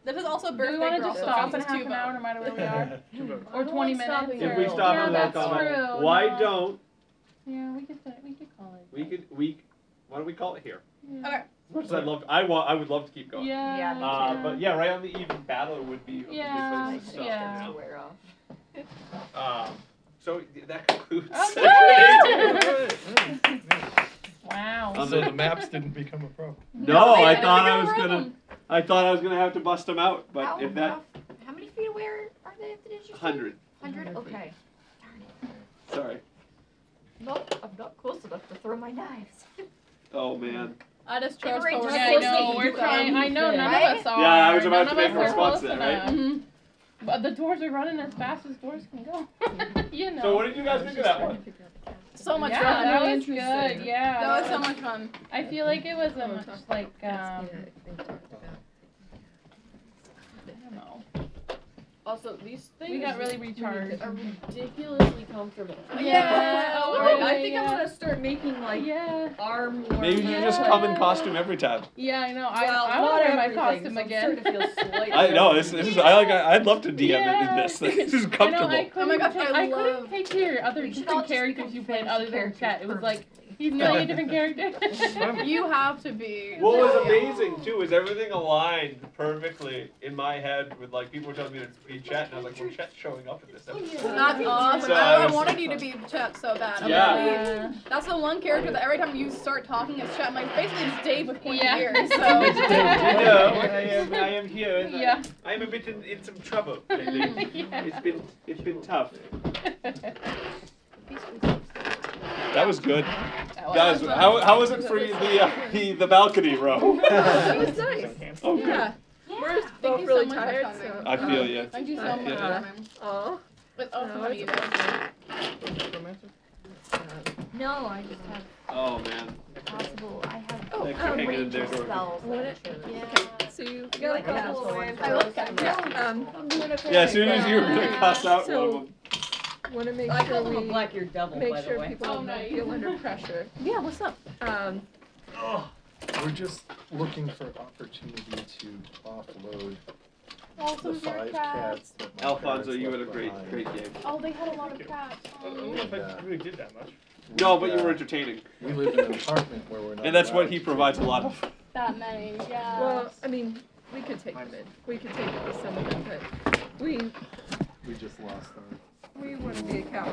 Speaker 5: This is also
Speaker 4: do we
Speaker 5: birthday
Speaker 4: want to
Speaker 5: girl.
Speaker 4: just
Speaker 5: so
Speaker 4: stop
Speaker 5: it's
Speaker 4: at half
Speaker 5: two
Speaker 4: an hour no
Speaker 5: votes.
Speaker 4: matter where we are,
Speaker 10: Two votes.
Speaker 4: or
Speaker 13: don't
Speaker 4: twenty
Speaker 13: like
Speaker 4: minutes?
Speaker 13: stopping
Speaker 2: If we
Speaker 13: True.
Speaker 2: stop
Speaker 4: yeah,
Speaker 2: and
Speaker 4: that's
Speaker 2: let combat,
Speaker 4: true.
Speaker 2: why
Speaker 4: no.
Speaker 2: don't
Speaker 4: Yeah, we could set, we could call it.
Speaker 2: we
Speaker 4: that.
Speaker 2: could we? Why don't we call it here?
Speaker 4: Yeah.
Speaker 5: Okay.
Speaker 2: As much as I'd love, to, I want, I would love to keep going.
Speaker 4: Yeah.
Speaker 7: Yeah, me
Speaker 2: Uh, but yeah, right on the eve of battle would be a
Speaker 4: Yeah,
Speaker 2: good place to
Speaker 7: Just
Speaker 2: stop
Speaker 4: yeah.
Speaker 7: to
Speaker 2: now.
Speaker 7: wear off.
Speaker 2: Um, so that concludes.
Speaker 4: Oh, Wow.
Speaker 2: Um,
Speaker 1: So the maps didn't become a problem.
Speaker 2: no,
Speaker 5: I
Speaker 2: I
Speaker 5: didn't
Speaker 2: thought
Speaker 5: think
Speaker 2: I
Speaker 5: I
Speaker 2: was
Speaker 5: read
Speaker 2: gonna.
Speaker 5: them.
Speaker 2: I thought I was gonna have to bust them out, but
Speaker 7: how,
Speaker 2: if that
Speaker 7: rough- how many feet away are- are they of the ninja?
Speaker 2: hundred,
Speaker 7: Hundred. Okay.
Speaker 2: sorry.
Speaker 7: Nope, I'm not close enough to throw my knives.
Speaker 2: Oh man.
Speaker 5: I just
Speaker 7: They
Speaker 5: charge
Speaker 7: were
Speaker 5: forward.
Speaker 7: just
Speaker 4: Yeah, I
Speaker 7: close
Speaker 4: know.
Speaker 7: to
Speaker 4: We're
Speaker 7: you,
Speaker 4: trying. I know none
Speaker 7: right?
Speaker 4: of us are.
Speaker 2: Yeah, I was
Speaker 4: none
Speaker 2: about to
Speaker 4: of
Speaker 2: make
Speaker 4: us
Speaker 2: a
Speaker 4: are close
Speaker 2: response to that,
Speaker 4: enough.
Speaker 2: right?
Speaker 5: Mm-hmm.
Speaker 4: But the doors are running as fast as doors can go. you know.
Speaker 2: So what did you guys think of that one?
Speaker 5: So much
Speaker 4: yeah,
Speaker 5: fun.
Speaker 4: that
Speaker 6: Really
Speaker 4: was
Speaker 6: interesting.
Speaker 4: good. Yeah.
Speaker 5: That was so much fun.
Speaker 4: I feel like it was a much like um. I don't know.
Speaker 6: Also, these things
Speaker 4: We got really recharged.
Speaker 6: are ridiculously comfortable.
Speaker 5: Yeah.
Speaker 6: Oh,
Speaker 4: Alright,
Speaker 6: I think I'm
Speaker 4: yeah.
Speaker 6: gonna start making like
Speaker 4: Yeah.
Speaker 6: arm.
Speaker 2: Maybe you
Speaker 6: warmers.
Speaker 2: just
Speaker 4: Yeah.
Speaker 2: come in costume every time.
Speaker 4: Yeah, I know. I
Speaker 6: Well,
Speaker 4: I
Speaker 6: not
Speaker 4: want to wear my
Speaker 6: everything,
Speaker 4: costume
Speaker 6: so I'm
Speaker 4: again.
Speaker 6: starting to feel slightly-
Speaker 2: I know this. This is. I like. I, I'd love to DM it in
Speaker 4: Yeah.
Speaker 2: this. This
Speaker 4: I know,
Speaker 2: is
Speaker 4: I
Speaker 2: comfortable.
Speaker 4: couldn't
Speaker 5: Oh my gosh,
Speaker 4: take-
Speaker 5: I
Speaker 4: I couldn't
Speaker 5: love-
Speaker 4: take your other
Speaker 7: We should all
Speaker 4: different
Speaker 7: just
Speaker 4: characters
Speaker 7: become
Speaker 4: you played
Speaker 7: fantasy
Speaker 4: other than
Speaker 7: characters
Speaker 4: Chet. It was like
Speaker 7: permanently.
Speaker 4: he's a million different characters.
Speaker 5: You have to be.
Speaker 2: What was amazing too is everything aligned perfectly in my head with like people were telling me to be Chet, and I was like, well, Chet's showing up in this episode.
Speaker 5: That's awesome.
Speaker 2: So
Speaker 5: oh,
Speaker 2: I
Speaker 5: I
Speaker 2: was-
Speaker 5: wanted you to be Chet so bad. I'm
Speaker 2: Yeah.
Speaker 5: really-
Speaker 4: Yeah.
Speaker 5: That's the one character that every time you start talking as Chet, I'm like, basically it's Dave with pointy
Speaker 4: Yeah.
Speaker 5: ears. So
Speaker 2: I know. I am. I am here. And
Speaker 4: Yeah.
Speaker 2: I, I am a bit in, in some trouble lately. It's been. It's been tough. That was good, guys. How, how was it for the uh, the the balcony row?
Speaker 5: that was nice.
Speaker 2: Oh, good.
Speaker 5: Yeah.
Speaker 8: We're
Speaker 5: Thank
Speaker 8: both
Speaker 5: you so
Speaker 8: really
Speaker 5: much for
Speaker 8: tired,
Speaker 5: coming.
Speaker 8: so.
Speaker 6: Uh,
Speaker 2: I feel you.
Speaker 5: Thank you so
Speaker 8: Yeah.
Speaker 5: much for coming.
Speaker 8: Oh.
Speaker 5: It's awesome
Speaker 8: No,
Speaker 5: having you
Speaker 8: it's
Speaker 5: guys.
Speaker 7: No, I just have
Speaker 2: Oh man.
Speaker 7: possible. I have
Speaker 2: Oh,
Speaker 7: a
Speaker 2: hanging in
Speaker 7: range
Speaker 2: there,
Speaker 7: of
Speaker 2: Dora.
Speaker 7: spells. that I
Speaker 8: Would it-
Speaker 7: chose.
Speaker 8: Yeah. So you
Speaker 7: You like that
Speaker 8: couple
Speaker 7: one?
Speaker 8: waves.
Speaker 7: I
Speaker 5: love that.
Speaker 8: Yeah. Um,
Speaker 2: Yeah. As soon as you were gonna
Speaker 8: Yeah.
Speaker 2: cuss out
Speaker 8: So-
Speaker 2: one of them.
Speaker 8: want to make
Speaker 6: I
Speaker 8: sure
Speaker 6: call him a
Speaker 8: we
Speaker 6: black eared devil, by
Speaker 8: make
Speaker 6: the
Speaker 8: sure
Speaker 6: way.
Speaker 8: people
Speaker 4: Oh,
Speaker 8: don't
Speaker 4: nice.
Speaker 8: feel under pressure.
Speaker 5: Yeah, what's up?
Speaker 8: Um,
Speaker 1: Ugh. Oh, We're just looking for opportunity to offload the five cats. that my
Speaker 2: Alfonso,
Speaker 1: parents
Speaker 2: you had a
Speaker 1: left
Speaker 2: great,
Speaker 1: behind.
Speaker 2: great game.
Speaker 3: Oh, they had a lot of cats.
Speaker 10: I don't know if I really did that much.
Speaker 1: We,
Speaker 2: No, but you
Speaker 1: uh,
Speaker 2: were entertaining,
Speaker 1: We live in an apartment where we're not.
Speaker 2: and that's what
Speaker 1: allowed
Speaker 2: he
Speaker 1: to-
Speaker 2: provides a lot of.
Speaker 3: That many, yeah.
Speaker 8: well, I mean, We could take them in. We could take them with some of them, but we
Speaker 11: We just lost our.
Speaker 8: we want to be accountable.